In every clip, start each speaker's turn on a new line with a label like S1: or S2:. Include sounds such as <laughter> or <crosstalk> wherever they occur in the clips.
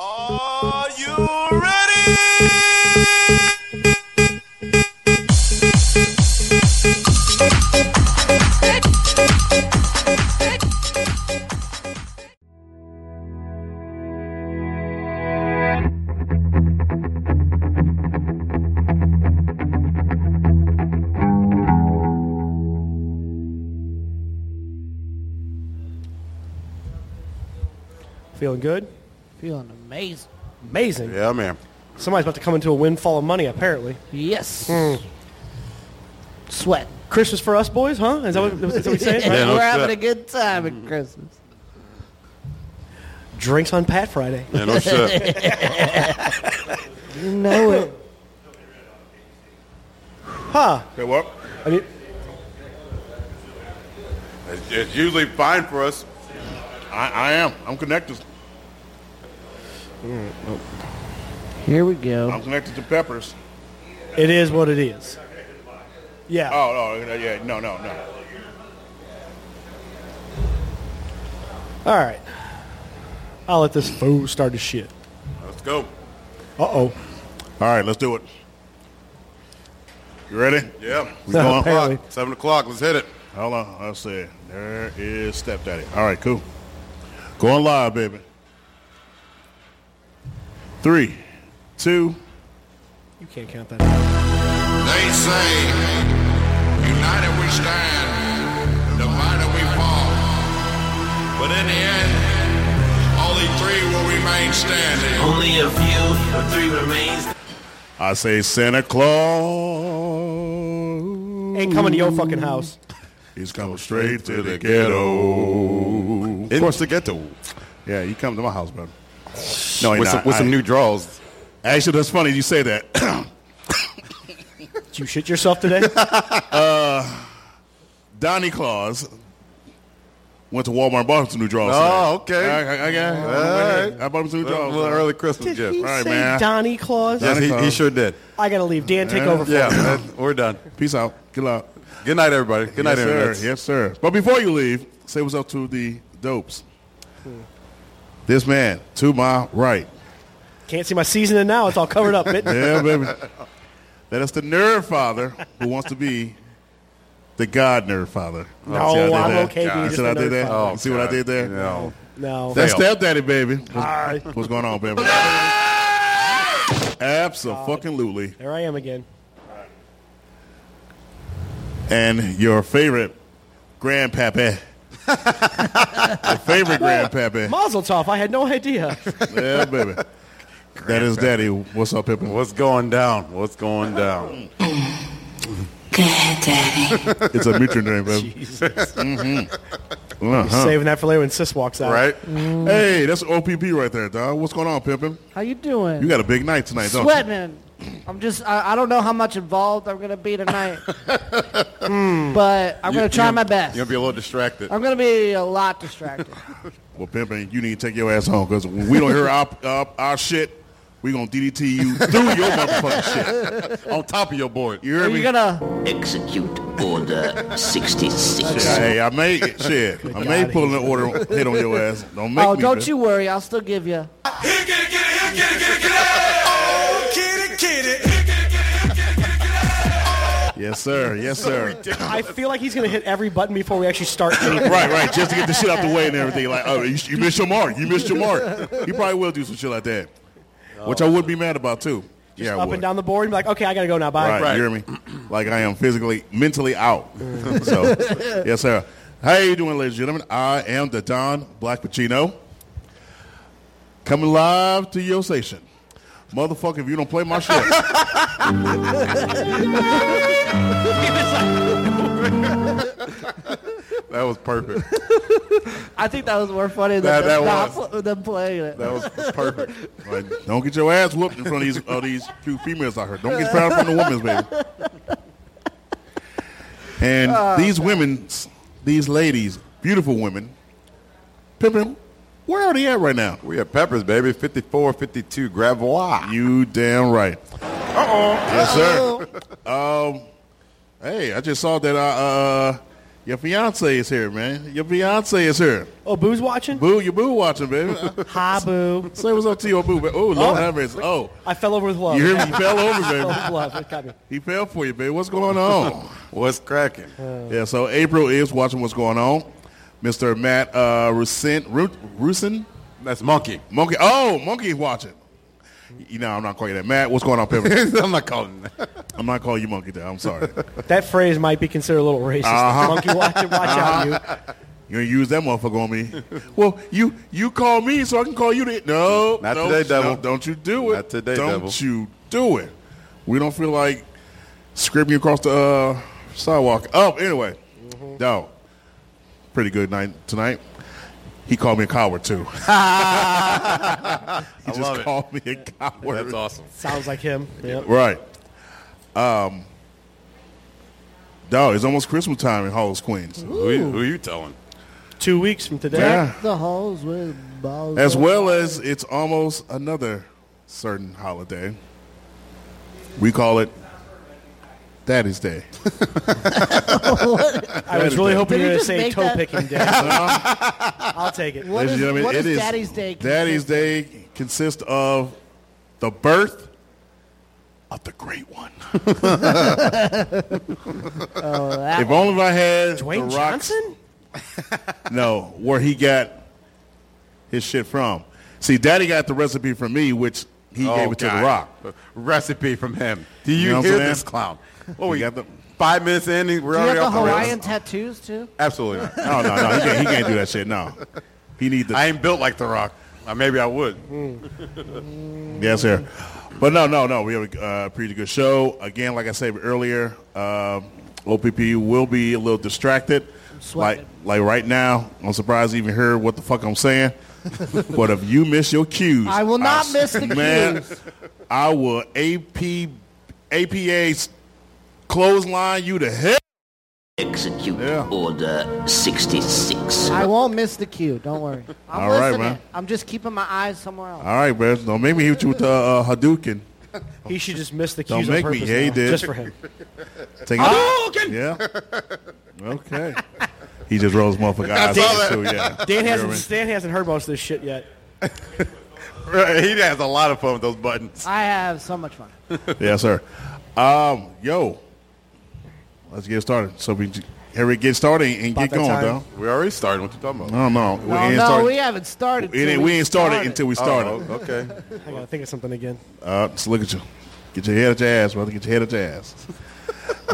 S1: Are you ready?
S2: Feeling good?
S3: Feeling amazing.
S2: Amazing.
S1: Yeah, man.
S2: Somebody's about to come into a windfall of money, apparently.
S3: Yes. Sweat.
S2: Christmas for us boys, huh? Is that what, is that what we
S3: <laughs>
S2: saying?
S1: Yeah,
S2: right?
S1: no
S3: We're having
S1: shit.
S3: a good time at Christmas.
S2: Drinks on Pat Friday.
S1: Yeah, no
S4: <laughs>
S1: shit.
S3: You know it.
S2: Huh.
S1: Okay, well,
S2: I mean,
S1: it's, it's usually fine for us. I, I am. I'm connected.
S3: <laughs> Here we go.
S1: I'm connected to peppers.
S2: it is what it is. Yeah.
S1: Oh, no, yeah, no, no, no.
S2: All right. I'll let this fool start his shit.
S1: Let's go. All
S2: Uh-oh.
S1: right, let's do it. You ready? Yeah. We
S5: Uh,
S2: going? Apparently.
S1: Seven o'clock. Let's hit it. Hold on. I'll say there is stepdaddy. All right, cool. Going live, baby. Three, two.
S2: You can't count that. out.
S4: They say, united we stand, divided we fall. But in the end, only three will remain standing.
S6: Only a few or three remains.
S1: I say Santa Claus.
S2: Ain't coming to your fucking house.
S1: He's coming straight to the ghetto.
S5: Of course, the ghetto
S1: Yeah, you come to my house, brother. No, he
S5: with some,
S1: not.
S5: with some
S1: I-
S5: new draws.
S1: Actually, that's funny you say that.
S2: Did you shit yourself
S1: <laughs>
S2: today?
S1: Donnie Claus went to Walmart and bought him some new drawers.
S5: Oh,
S1: today.
S5: okay.
S1: I, I- I got-
S5: All right.
S1: I bought him some new
S5: A
S1: drawers.
S5: little early Christmas gift.
S1: All right, man.
S2: Donnie Claus?
S5: Yes, he, he
S1: Claus.
S5: sure did.
S2: I gotta leave. Dan, take over. for
S5: Yeah,
S2: me.
S5: that- we're done.
S1: Peace out. Good luck.
S5: Good night, everybody. Good night,
S1: yes,
S5: everybody.
S1: sir. Yes, sir. But before you leave, say what's up to the dopes. This man to my right.
S2: Can't see my seasoning now. It's all covered up. It,
S5: <laughs>
S1: Yeah, baby. That is the nerd father who wants to be the God nerd father.
S2: No,
S1: See how I did
S2: I'm
S1: that?
S2: okay being
S1: You
S2: just
S1: see what
S2: the
S1: I did
S2: nerd
S1: there?
S2: father.
S1: You see what I did there?
S5: No.
S2: no.
S1: That's
S5: Fail.
S1: stepdaddy, baby.
S2: right.
S1: What's, what's going on, baby? Absolutely.
S2: There I am again.
S1: And your favorite grandpappy. your favorite grandpappy.
S2: Mazel tov. I had no
S1: <laughs>
S2: idea.
S1: Yeah, baby. That is daddy. What's up, Pippin?
S5: What's going down? What's going down?
S7: Good, Daddy.
S1: It's a mutual
S2: <laughs>
S1: name, baby. hmm
S2: Saving that for later when Sis walks out.
S5: Right?
S1: Hey, that's OPP right there, dog. What's going on, Pippin?
S3: How you doing?
S1: You got a big night tonight, don't you?
S3: Sweating. I'm just. I, I don't know how much involved I'm gonna be tonight, Mm. but I'm gonna try my best.
S5: You're gonna be a little distracted.
S3: I'm gonna be a lot distracted.
S1: Well, Pimpin, you need to take your ass home because when we don't hear our, our, our shit, we going to DDT you through your motherfucking shit.
S5: On top of your board.
S1: You hear
S3: Are you
S1: me?
S3: gonna?
S6: Execute Order
S1: <laughs>
S6: 66.
S1: Shit, hey, I may, shit, I may
S2: God,
S1: pull an order, hit on your ass. Don't make
S3: Oh,
S1: me.
S3: don't
S1: bitch.
S3: you worry. I'll still give you.
S1: Yes, sir. Yes, sir.
S2: I feel like he's going to hit every button before we actually
S1: <coughs>
S2: start anything.
S1: right, right. Just to get the shit out the way and everything. Like, oh, you, you missed your mark. You missed your mark. He probably will do some shit like that,
S3: Oh,
S1: which I would be mad about, too. yeah, I
S2: Up
S1: would.
S2: and down the board and be like, okay, I got to go now. Bye.
S1: Right, You hear me? Like I am physically, mentally out. so, yes, sir. How you doing, ladies and gentlemen? I am the Don Black Pacino. Coming live to your station. Motherfucker, if you don't play my shit.
S5: That was perfect.
S3: I think that was more funny
S5: That-
S3: than, them
S5: that
S3: not pl- than playing it.
S5: That was perfect.
S1: like, don't get your ass whooped in front of these, of these two females out here. Don't get proud in front of women's, baby. And these women's, these ladies, beautiful women, Pippin, where are they at right now?
S5: We have peppers, baby. 54, 52, Gravois.
S1: You damn right. Uh oh. Yes, sir. um, hey, I just saw that uh, uh, Your fiance is here, man. Your fiance is here.
S2: Oh, Boo's watching?
S1: Boo, your boo watching, baby.
S3: Hi, boo.
S1: Say what's up to your boo, baby. Oh, Lord have mercy. Oh,
S2: I fell over with love.
S1: you hear me? He
S2: <laughs>
S1: fell over,
S2: Fell
S1: baby.
S2: with love. It got me.
S1: He fell for you, baby. What's going on?
S5: What's cracking?
S1: yeah, so April is watching what's going on. Mr. Matt uh, Rusin, Ru- Rusin?
S5: That's monkey. <laughs>
S1: Monkey. Oh, Monkey is watching. You know, I'm not calling you that. Matt, what's going
S5: <laughs>
S1: on, Pepper?
S5: I'm not calling that.
S1: I'm not calling you Monkey, though. I'm sorry.
S2: That phrase might be considered a little racist.
S1: Uh-huh.
S2: Monkey watching, watch out, you.
S1: You ain't use that motherfucker on me.
S5: <laughs>
S1: well, you you call me so I can call you. The, no,
S5: Not
S1: don't,
S5: today, devil.
S1: no, Don't you do it.
S5: Not today,
S1: Don't
S5: devil.
S1: you do it. We don't feel like scraping you across the uh, sidewalk. Oh, anyway,
S5: Mm-hmm.
S1: no. Pretty good night tonight. He called me a coward too. <laughs> he just
S5: love it.
S1: called me a
S5: <laughs>
S1: coward.
S5: That's awesome.
S2: Sounds like him. Yep.
S1: Right. Um, dog, it's almost Christmas time in Halls, Queens.
S5: Who, you- who you telling?
S2: Two weeks from today.
S1: Yeah.
S3: The holes with balls.
S1: As
S3: <laughs>
S1: well as it's almost another certain holiday. We call it Daddy's Day.
S2: I was really hoping
S3: Did
S2: you were going to
S3: he just
S2: say
S3: make
S2: toe
S3: that-
S2: picking
S1: <laughs>
S2: day.
S1: Uh-huh.
S2: I'll take it.
S3: What
S1: Ladies and
S3: is,
S1: gentlemen,
S3: what
S1: it
S3: is
S1: is-
S3: Daddy's Day?
S1: Daddy's Day consists of the birth of the
S3: <laughs>
S1: great one. if only I had
S2: Dwayne
S1: the Rock's-
S2: Johnson?
S1: No, where he got his shit from. See, Daddy got the recipe from me, which he
S5: Oh,
S1: gave it to
S5: God.
S1: the Rock.
S5: Recipe from him. Do you,
S1: You know what I'm
S5: hear
S1: saying?
S5: this clown? What we
S1: got
S5: got
S1: the-
S5: five minutes in. and We're
S3: Do you
S5: already
S3: have
S5: off
S3: the
S5: the rails?
S3: Hawaiian tattoos too?
S5: Absolutely not.
S1: No, no, no. He can't, he can't do that shit. No, he need the
S5: I ain't built like The Rock. Uh, maybe I would. <laughs>
S1: Yes, sir. But no, no, no. We have a uh, pretty good show. Again, like I said earlier, um OPP will be a little distracted.
S3: sweating.
S1: Like, like right now, I'm surprised you even heard what the fuck
S3: <laughs>
S1: I'm saying. but if you miss your cues,
S3: I will not
S1: I'll-
S3: miss
S1: <laughs>
S3: the
S1: Ah, man,
S3: cues.
S1: I will AP APA's clothesline you to hell.
S6: Execute
S1: Yeah.
S6: Order 66.
S3: I won't miss the cue. Don't worry. I'm
S1: All right,
S3: listening.
S1: man.
S3: I'm just keeping my eyes somewhere else.
S1: All right, man. Don't make me hit you with the uh, Hadouken.
S2: He should just miss the cues
S1: Don't
S2: on
S1: make me.
S2: purpose
S1: Yeah, he
S2: now,
S1: did.
S2: Just for him.
S1: Take Hadouken. Yeah. <laughs> Okay. He just rolls motherfucker eyes.
S2: That's
S1: too, yeah.
S2: Dan
S1: <laughs> You know what I
S2: hasn't,
S1: mean?
S2: Dan hasn't heard most of this shit yet.
S5: Right, he has a lot of fun with those buttons.
S3: I have so much fun.
S1: Yes, sir. Um, yo, let's get started. So we here we get started and
S2: About
S1: get
S2: that
S1: going,
S2: time.
S1: though.
S5: We're already starting. What you talking about?
S1: No, no, we
S3: No,
S1: ain't
S3: no,
S1: started.
S3: we haven't started.
S1: it ain't-
S3: till
S1: we ain't started, until we started.
S5: Oh, okay.
S2: I gotta think of something again.
S1: Uh, so look at you. Get your head at your ass, brother. Get your head at your ass.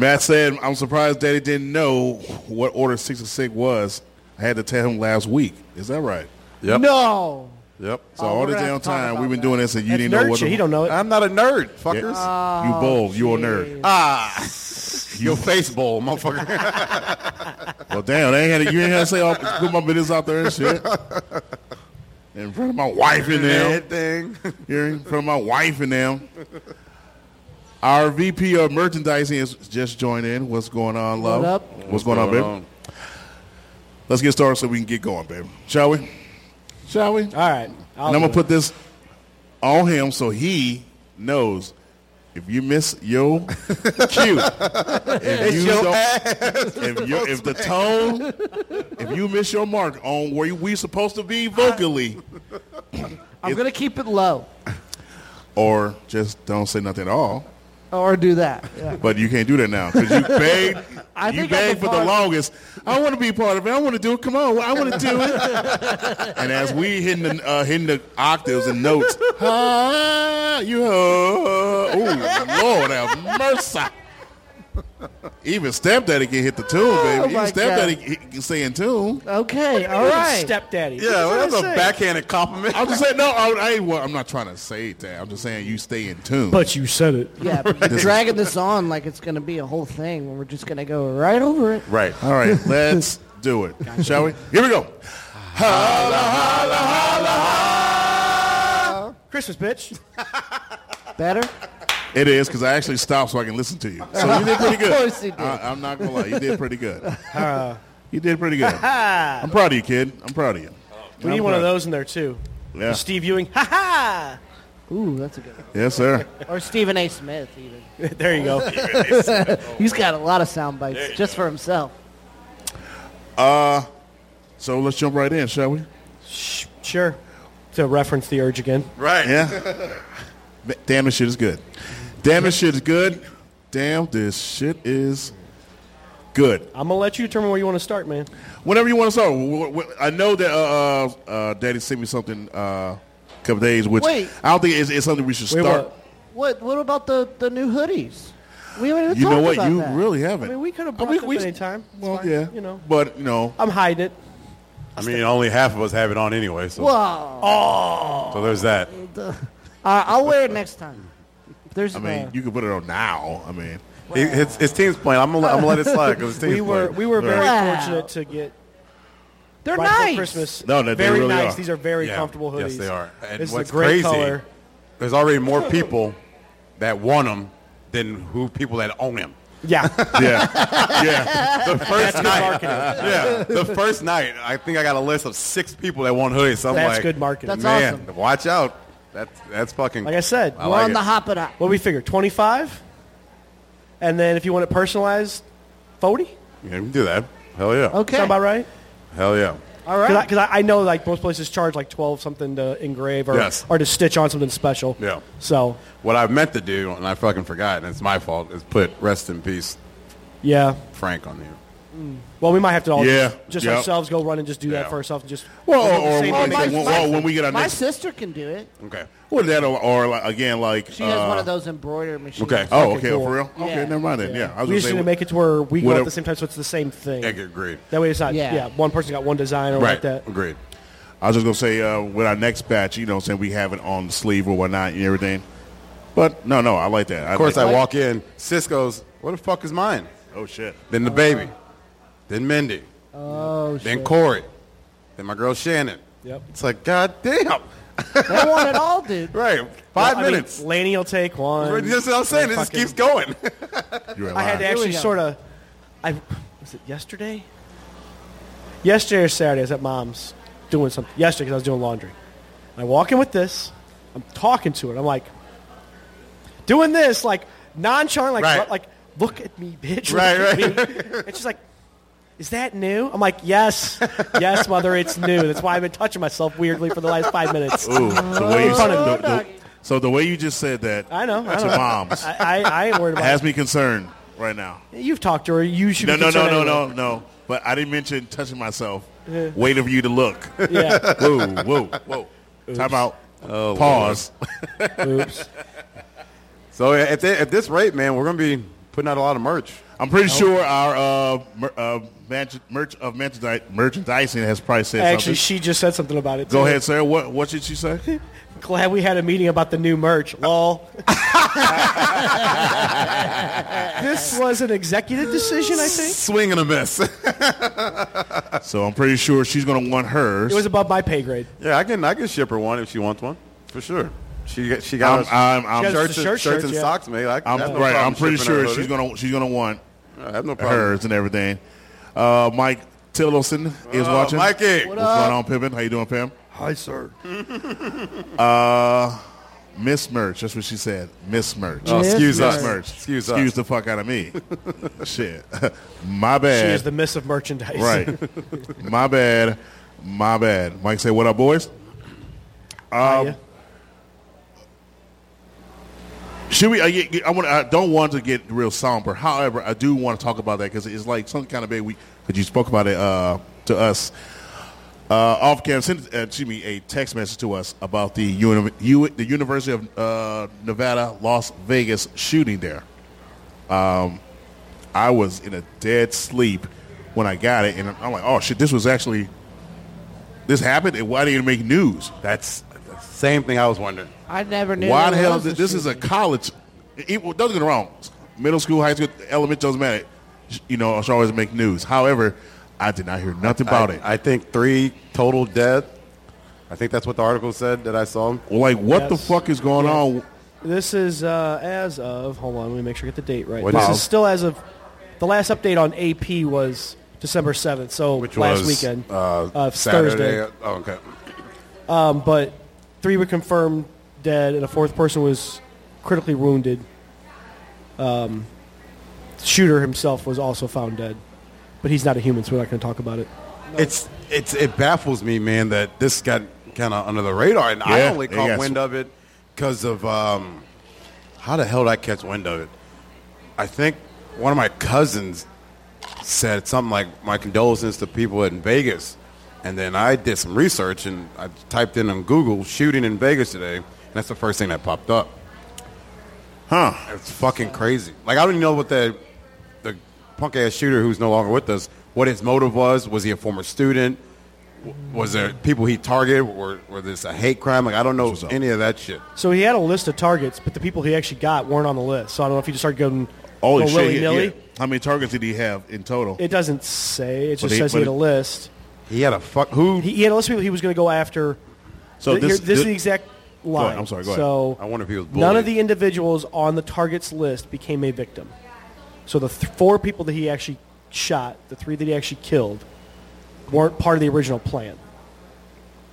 S1: Matt said, "I'm surprised Daddy didn't know what Order 66 was. I had to tell him last week. Is that right?
S5: Yep.
S3: No.
S5: Yep.
S1: So
S3: Oh,
S1: all
S3: we're
S1: this
S3: gonna
S1: damn
S3: have to talk
S1: time
S3: about
S1: we've been
S3: that.
S1: doing this, and you
S2: That's
S1: didn't know
S2: nerd
S1: what
S2: shit. He don't know it.
S5: I'm not a nerd,
S1: Yeah.
S5: fuckers.
S3: Oh,
S1: you bold. You a nerd. Ah. <laughs>
S5: Your face bowl, motherfucker.
S1: <laughs> Well, damn, they ain't had to, you ain't had to say all, put my business out there and shit. In front of my wife and them.
S5: thing.
S1: Here in front of my wife and them. Our VP of merchandising has just joined in. What's going on, love?
S3: What up?
S1: What's, going,
S2: Oh,
S1: on, baby? Let's get started so we can get going, baby. Shall we? Shall we?
S2: All right. I'll
S1: and I'm
S2: do
S1: gonna
S2: it.
S1: put this on him so he knows if you miss your cue, if you don't, if, you, if the tone, if you miss your mark on where you- we supposed to be vocally,
S3: I'm gonna keep it low,
S1: or just don't say nothing at all.
S3: or do that.
S1: <laughs>
S3: Yeah.
S1: But you can't do that now
S3: <laughs>
S1: because you begged.
S3: I
S1: you
S3: think I'm
S1: begged
S3: a
S1: for the
S3: part of it.
S1: longest. I want to be part of it. I want to do it. Come on, I want to do it.
S3: <laughs>
S1: and as we hitting the uh, hitting the octaves and notes, ah, you, uh, oh Lord have mercy. Even stepdaddy can hit the tune, baby. Even
S3: Oh my
S1: stepdaddy can- can stay in tune.
S3: Okay. All right.
S2: Stepdaddy.
S5: Yeah,
S2: What you
S5: well, that's a
S2: trying to say?
S5: backhanded
S1: <laughs>
S5: compliment.
S1: I'm just saying, no, I, I ain't. Well, I'm not trying to say that. I'm just saying you stay in tune.
S2: But you said it.
S3: Yeah, but you're dragging this on like it's gonna be a whole thing, and we're just gonna go right over it.
S5: Right.
S3: <laughs>
S1: All right, let's do it, shall we? Here we go.
S2: Christmas, bitch.
S3: Better.
S1: It is because I actually stopped so I can listen to you. So you did pretty
S3: <laughs>
S1: good.
S3: Of course you did. Uh-huh.
S1: I, I'm not gonna lie, you did
S3: <laughs>
S1: pretty good. you did pretty good. I'm proud of you, kid. I'm proud of you.
S2: We need one of those in there too.
S1: Yeah.
S2: The Steve Ewing. Ha ha.
S3: Ooh, that's a good one.
S1: Yes, sir.
S3: Or Stephen A. Smith, even.
S2: There you go.
S3: He's got a lot of sound bites just for himself.
S1: So let's jump right in, shall we?
S2: Sure. To reference the urge again.
S5: Right.
S1: Yeah.
S3: <laughs>
S1: Damn, this shit is good. Damn, this shit is good. Damn, this shit is good.
S2: I'm gonna let you determine where you want to start, man.
S1: Whenever you want to start, W- w- I know that uh, uh, uh, Daddy sent me something uh, a couple days, which
S3: Wait.
S1: I don't think it's, it's something we should
S2: Wait,
S1: start.
S2: what?
S3: What What about the, the new hoodies? We haven't even
S1: You know
S3: talked
S1: what?
S3: about
S1: You
S3: that.
S1: really haven't.
S2: I mean, we could have
S1: I
S2: brought
S1: mean,
S2: it up
S1: we-
S2: at any time. It's
S1: Well,
S2: fine,
S1: yeah,
S2: You know,
S1: but you know,
S2: I'm hiding it.
S5: I mean, only half of us have it on anyway, so,
S3: Well,
S5: so there's that.
S3: I- I'll wear it next time. If There's
S1: I mean,
S3: uh,
S1: you can put it on now. I mean,
S5: He- His, his team's playing. I'm gonna, let- I'm gonna let it slide because his team's
S2: We were
S5: playing.
S2: we were very
S3: Wow.
S2: fortunate to get
S3: they're
S2: right before
S3: nice.
S2: Christmas.
S1: No, no, they
S2: very
S1: really
S2: nice.
S1: are.
S2: These are very
S5: Yeah.
S2: comfortable hoodies.
S5: Yes, they are. And
S2: this
S5: what's
S2: is a great
S5: crazy,
S2: color.
S5: there's already more people that want them than who people that own them.
S2: Yeah,
S1: yeah, yeah.
S5: <laughs> The first
S2: good
S5: night,
S2: marketing.
S5: yeah, the first night, I think I got a list of six people that want hoodies. So I'm
S2: that's
S5: like,
S2: good marketing.
S3: That's
S5: man,
S3: awesome.
S5: watch out. That's that's fucking.
S2: Like I said,
S5: I
S3: We're
S5: like
S3: on
S5: it.
S3: the hop it up.
S2: what do we figure? Twenty five, and then if you want it personalized, forty.
S5: yeah, we can do that. Hell yeah.
S3: Okay.
S2: Sound about right?
S5: Hell yeah.
S3: All right.
S2: Because I, I know like most places charge like twelve something to engrave or
S5: Yes.
S2: or to stitch on something special.
S5: Yeah.
S2: So
S5: What I meant to do, and I fucking forgot, and it's my fault, is put rest in peace
S2: yeah.
S5: Frank on there.
S2: Well, we might have to all
S1: Yeah.
S2: just
S1: Yep.
S2: ourselves go run and just do that
S5: Yeah.
S2: for ourselves and just we'll
S1: Well,
S2: do the
S1: or- or
S2: same
S1: we'll
S2: thing.
S1: make
S3: my-
S1: it- well,
S3: my-
S1: well, when we get our
S3: My
S1: next-
S3: sister can do it.
S5: Okay.
S1: Well, that or, or like, again, like
S3: She has
S1: uh,
S3: one of those embroidery machines.
S5: Okay.
S1: Oh,
S2: Okay,
S1: okay,
S2: cool.
S1: for real? Okay,
S3: Yeah.
S1: never mind then. Yeah, I was
S2: we
S1: gonna
S2: just
S1: say,
S2: need to make it to where we go at
S1: whatever-
S2: the same time, so it's the same thing.
S5: Yeah, agreed.
S2: That way, it's not yeah.
S3: Yeah.
S2: one person got one design or
S5: Right.
S2: like that.
S5: Agreed.
S1: I was just gonna say uh, with our next batch, you know, saying we have it on the sleeve or whatnot and everything. But no, no, I like that.
S5: Of course, I
S1: like,
S5: walk in. Cisco's. Where the fuck is mine?
S1: Oh shit!
S5: Then the baby. Then Mindy.
S3: Oh,
S5: Then
S3: shit.
S5: Corey. Then my girl Shannon.
S2: Yep.
S5: It's like, god damn.
S3: They want it all, dude.
S5: Right.
S2: Well,
S5: Five
S2: I mean,
S5: minutes.
S2: Laney will take one.
S5: That's what I'm saying. It just
S2: fucking-
S5: keeps going.
S1: You're
S2: I had to
S3: Here we
S2: actually
S3: go.
S2: sort of. I was it yesterday. Yesterday or Saturday, I was at mom's doing something. Yesterday, because I was doing laundry. And I walk in with this. I'm talking to it. I'm like, doing this like nonchalant, like
S5: Right.
S2: "What?" like look at me, bitch.
S5: Right,
S2: look at me. And she's like, is that new? I'm like, yes, yes, mother, it's new. That's why I've been touching myself weirdly for the last five minutes.
S1: Ooh, the way
S2: <laughs>
S1: you,
S2: Fun of
S1: the-
S2: it.
S1: the- so the way you just said that
S2: I know. I
S1: to
S2: know.
S1: moms
S2: I, I, I ain't worried about
S1: has me concerned right now.
S2: it. You've talked to her. You should.
S1: No,
S2: be
S1: no, no,
S2: concerned
S1: no, no,
S2: anyway.
S1: no. But I didn't mention touching myself. Waiting for you
S5: <laughs>
S1: to look.
S2: Yeah.
S1: whoa, whoa, whoa! Time out.
S5: Oh,
S1: Pause.
S2: Oops.
S5: so at, the, at this rate, man, we're going to be putting out a lot of merch.
S1: I'm pretty
S5: Oh.
S1: sure our uh, mer- uh, merch, merch of merchandise, merchandising has probably said
S2: Actually,
S1: something.
S2: she just said something about it.
S1: Go
S2: too.
S1: ahead, sir. What what should she say?
S2: Glad we had a meeting about the new merch.
S5: <laughs>
S2: Lol. this was an executive decision, I think.
S5: Swing and a miss. <laughs>
S1: so I'm pretty sure she's going to want hers.
S2: It was above my pay grade.
S5: yeah, I can I can ship her one if she wants one. For sure. Um, uh, She got- she
S1: I'm,
S5: got her
S1: I'm, I'm,
S5: shirts,
S2: She has- the
S5: and-
S2: shirt,
S5: shirts,
S2: shirts,
S5: and
S2: yeah.
S5: socks made. I, I
S1: I'm
S5: have no
S1: right.
S5: problem
S1: I'm pretty
S5: shipping her
S1: sure
S5: a hoodie.
S1: she's going to she's going to want
S5: I have no problem.
S1: hers and everything. Uh, Mike Tillerson is
S5: Oh,
S1: watching.
S5: Mikey.
S1: What's going on, Pippin? How you doing, Pam?
S8: Hi, sir.
S1: <laughs> Uh, Miss Merch. That's what she said. Miss Merch.
S5: Oh, excuse
S1: Miss
S5: us.
S1: Merch.
S5: Excuse us.
S1: excuse the fuck out of me.
S2: <laughs>
S1: Shit. <laughs> My
S2: She
S1: bad.
S5: Eh.
S2: is the miss of merchandise. <laughs>
S1: Right. My bad. My bad. Mike said, what up, boys?
S2: Um,
S1: Should we? I, get- I want. I don't want to get real somber. However, I do want to talk about that because it's like some kind of big week. Because you spoke about it uh, to us uh, off camera. Sent, uh, excuse me, a text message to us about the uni- U- the University of uh, Nevada, Las Vegas shooting there. Um, I was in a dead sleep when I got it, and I'm like, oh shit, this was actually this happened, and why didn't it make news?
S5: That's the same thing I was wondering.
S3: I never knew.
S1: Why the
S3: there
S1: hell?
S3: was
S1: This, this is a
S3: shooting.
S1: college. It, it- don't get me wrong. Middle school, high school, elementary doesn't matter. Sh- You know, I should always make news. However, I did not hear nothing about
S5: I,
S1: it.
S5: I think three total dead. I think that's what the article said that I saw.
S1: like, what the
S2: Yes.
S1: fuck is going on?
S2: This is uh, as of. Hold on, let me make sure I get the date right.
S5: What
S2: this
S5: is-
S2: is still as of. The last update on AP was December seventh, so
S5: Which
S2: last
S5: was,
S2: weekend,
S5: Uh,
S2: it's
S5: Saturday.
S2: Thursday.
S5: Oh, okay.
S2: Um, but three were confirmed dead, and a fourth person was critically wounded. Um, shooter himself was also found dead. But he's not a human, so we're not going to talk about it.
S5: It's it's it baffles me, man, that this got kind of under the radar, and I
S1: Yeah,
S5: only
S1: it
S5: caught
S1: got-
S5: wind of it because of um, how the hell did I catch wind of it? I think one of my cousins said something like my condolences to people in Vegas, and then I did some research and I typed in on Google shooting in Vegas today, and that's the first thing that popped up.
S1: Huh.
S5: It's fucking crazy. Like I don't even know what the the punk ass shooter who's no longer with us, what his motive was. Was he a former student? W- Was there people he targeted? Were, were this a hate crime? Like I don't know
S1: What's up?
S5: any of that shit.
S2: So he had a list of targets, but the people he actually got weren't on the list. So I don't know if he just started going, go
S1: Holy Oh, shit.
S2: willy
S1: yeah,
S2: nilly.
S1: yeah. How many targets did he have in total?
S2: Oh, It doesn't say. It just
S1: he-
S2: says he
S1: but
S2: had a
S1: it-
S2: list.
S5: He had a fuck who?
S2: He, he had a list of people he was going to go after.
S1: so
S2: Th- here-
S1: this,
S2: this, is the exact line.
S1: I'm sorry, go ahead.
S2: so
S5: I wonder if he was
S2: none of
S5: bullied.
S2: the individuals on the targets list became a victim. So the th- four people that he actually shot, the three that he actually killed, weren't part of the original plan.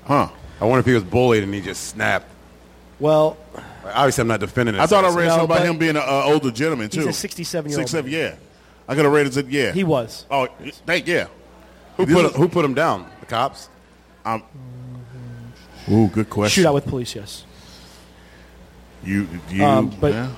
S1: huh?
S5: I wonder if he was bullied and he just snapped.
S2: Well,
S5: Like, obviously, I'm not defending. This
S1: I thought I
S5: ass.
S1: read
S2: No,
S1: something about
S2: but-
S1: him being an uh, older gentleman too.
S2: He's a 67-year-old
S1: 67, yeah. I could have read it. said, Yeah,
S2: he was.
S1: Oh, thank yeah.
S5: Who put who put him down? The cops.
S1: Ooh, good question.
S2: Shoot out with police, yes.
S1: You, you,
S2: Um, but-
S1: yeah.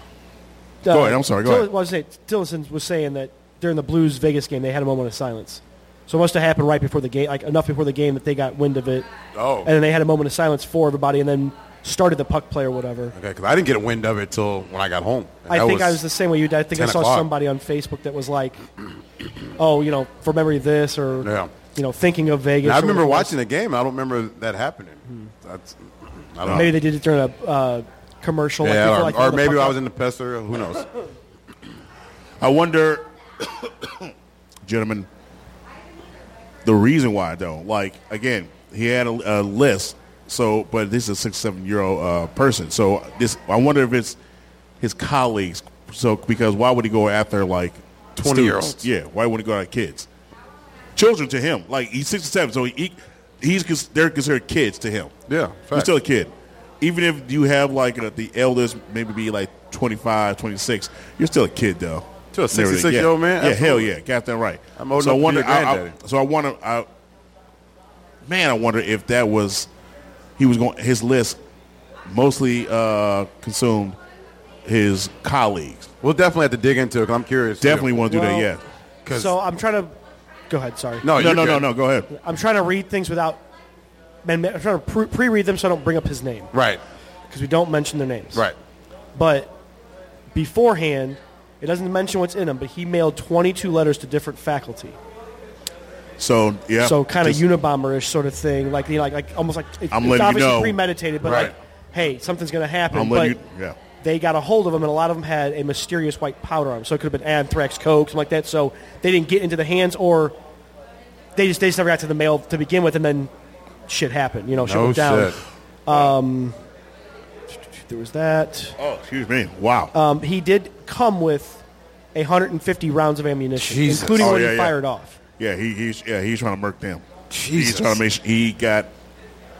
S1: Go ahead, I'm sorry, go
S2: Uh, Tillis-
S1: ahead.
S2: well, I was saying, Tillerson was saying that during the Blues Vegas game, they had a moment of silence. So it must have happened right before the game, like enough before the game that they got wind of it.
S5: Oh.
S2: And then they had a moment of silence for everybody and then started the puck play or whatever.
S5: Okay, because I didn't get a wind of it till when I got home. And
S2: I
S5: that
S2: think I was the same way you did. I think I
S5: 10
S2: saw
S5: o'clock.
S2: somebody on Facebook that was like, <clears throat> oh, you know, for memory of this or,
S5: Yeah.
S2: you know, thinking of Vegas.
S5: And I
S2: or
S5: remember
S2: whatever.
S5: watching the game. I don't remember that happening. That's. I don't know.
S2: Hmm. Maybe they did it during a uh, commercial. like,
S5: Yeah,
S2: before,
S5: or,
S2: like,
S5: or
S2: the
S5: maybe
S2: puck
S5: I
S2: up.
S5: was in the pester. Who knows?
S1: I wonder, <coughs> gentlemen, the reason why though. Like again, he had a, a list. So, but this is a six, seven year old uh, person. So this, I wonder if it's his colleagues. So because why would he go after like
S5: 20-year-olds?
S1: students? Yeah, why wouldn't he go after kids? Children to him, like he's six or seven, so he he's cons- they're considered kids to him.
S5: Yeah,
S1: he's
S5: facts.
S1: still a kid. Even if you have like uh the eldest, maybe be like 25, 26, you're still a kid though.
S5: To a
S1: And everything.
S5: 66
S1: Yeah.
S5: year old man?
S1: Yeah, hell
S5: Absolutely.
S1: yeah, got that right.
S5: I'm old
S1: so
S5: enough to be
S1: I wonder,
S5: your
S1: I- I-
S5: granddaddy.
S1: so I wonder, I, man, I wonder if that was he was going his list mostly uh, consumed his colleagues.
S5: We'll definitely have to dig into it. 'cause I'm curious. too.
S1: Definitely want to do
S2: Well,
S1: that. Yeah,
S2: So I'm trying to. Go ahead, sorry.
S5: No,
S1: no,
S5: you're
S1: no, no,
S5: good.
S1: no. Go ahead.
S2: I'm trying to read things without. Man, I'm trying to pre read them so I don't bring up his name
S5: Right,
S2: because we don't mention their names.
S5: right.
S2: But beforehand, it doesn't mention what's in them, but he mailed 22 letters to different faculty.
S1: So yeah,
S2: so kind of
S1: just-
S2: Unabomber-ish sort of thing, like you know, like, like almost like it-
S1: I'm
S2: it's
S1: letting you
S2: obviously
S1: know.
S2: premeditated, but
S5: Right.
S2: like, hey, something's going to happen.
S1: I'm
S2: but
S1: letting you- yeah.
S2: They got a hold of him, and a lot of them had a mysterious white powder on them. So it could have been anthrax, coke, something like that. So they didn't get into the hands, or they just they just never got to the mail to begin with, and then shit happened. You know, shit
S5: No
S2: went down.
S5: Oh, shit.
S2: There was that.
S1: Oh, excuse me. Wow.
S2: Um, he did come with 150 rounds of ammunition,
S5: Jesus.
S2: including
S1: Oh,
S2: when
S1: yeah,
S2: he
S1: yeah.
S2: fired off.
S1: yeah, he, he's yeah he's trying to murk them. He's
S5: Jesus.
S1: trying to make sure he got.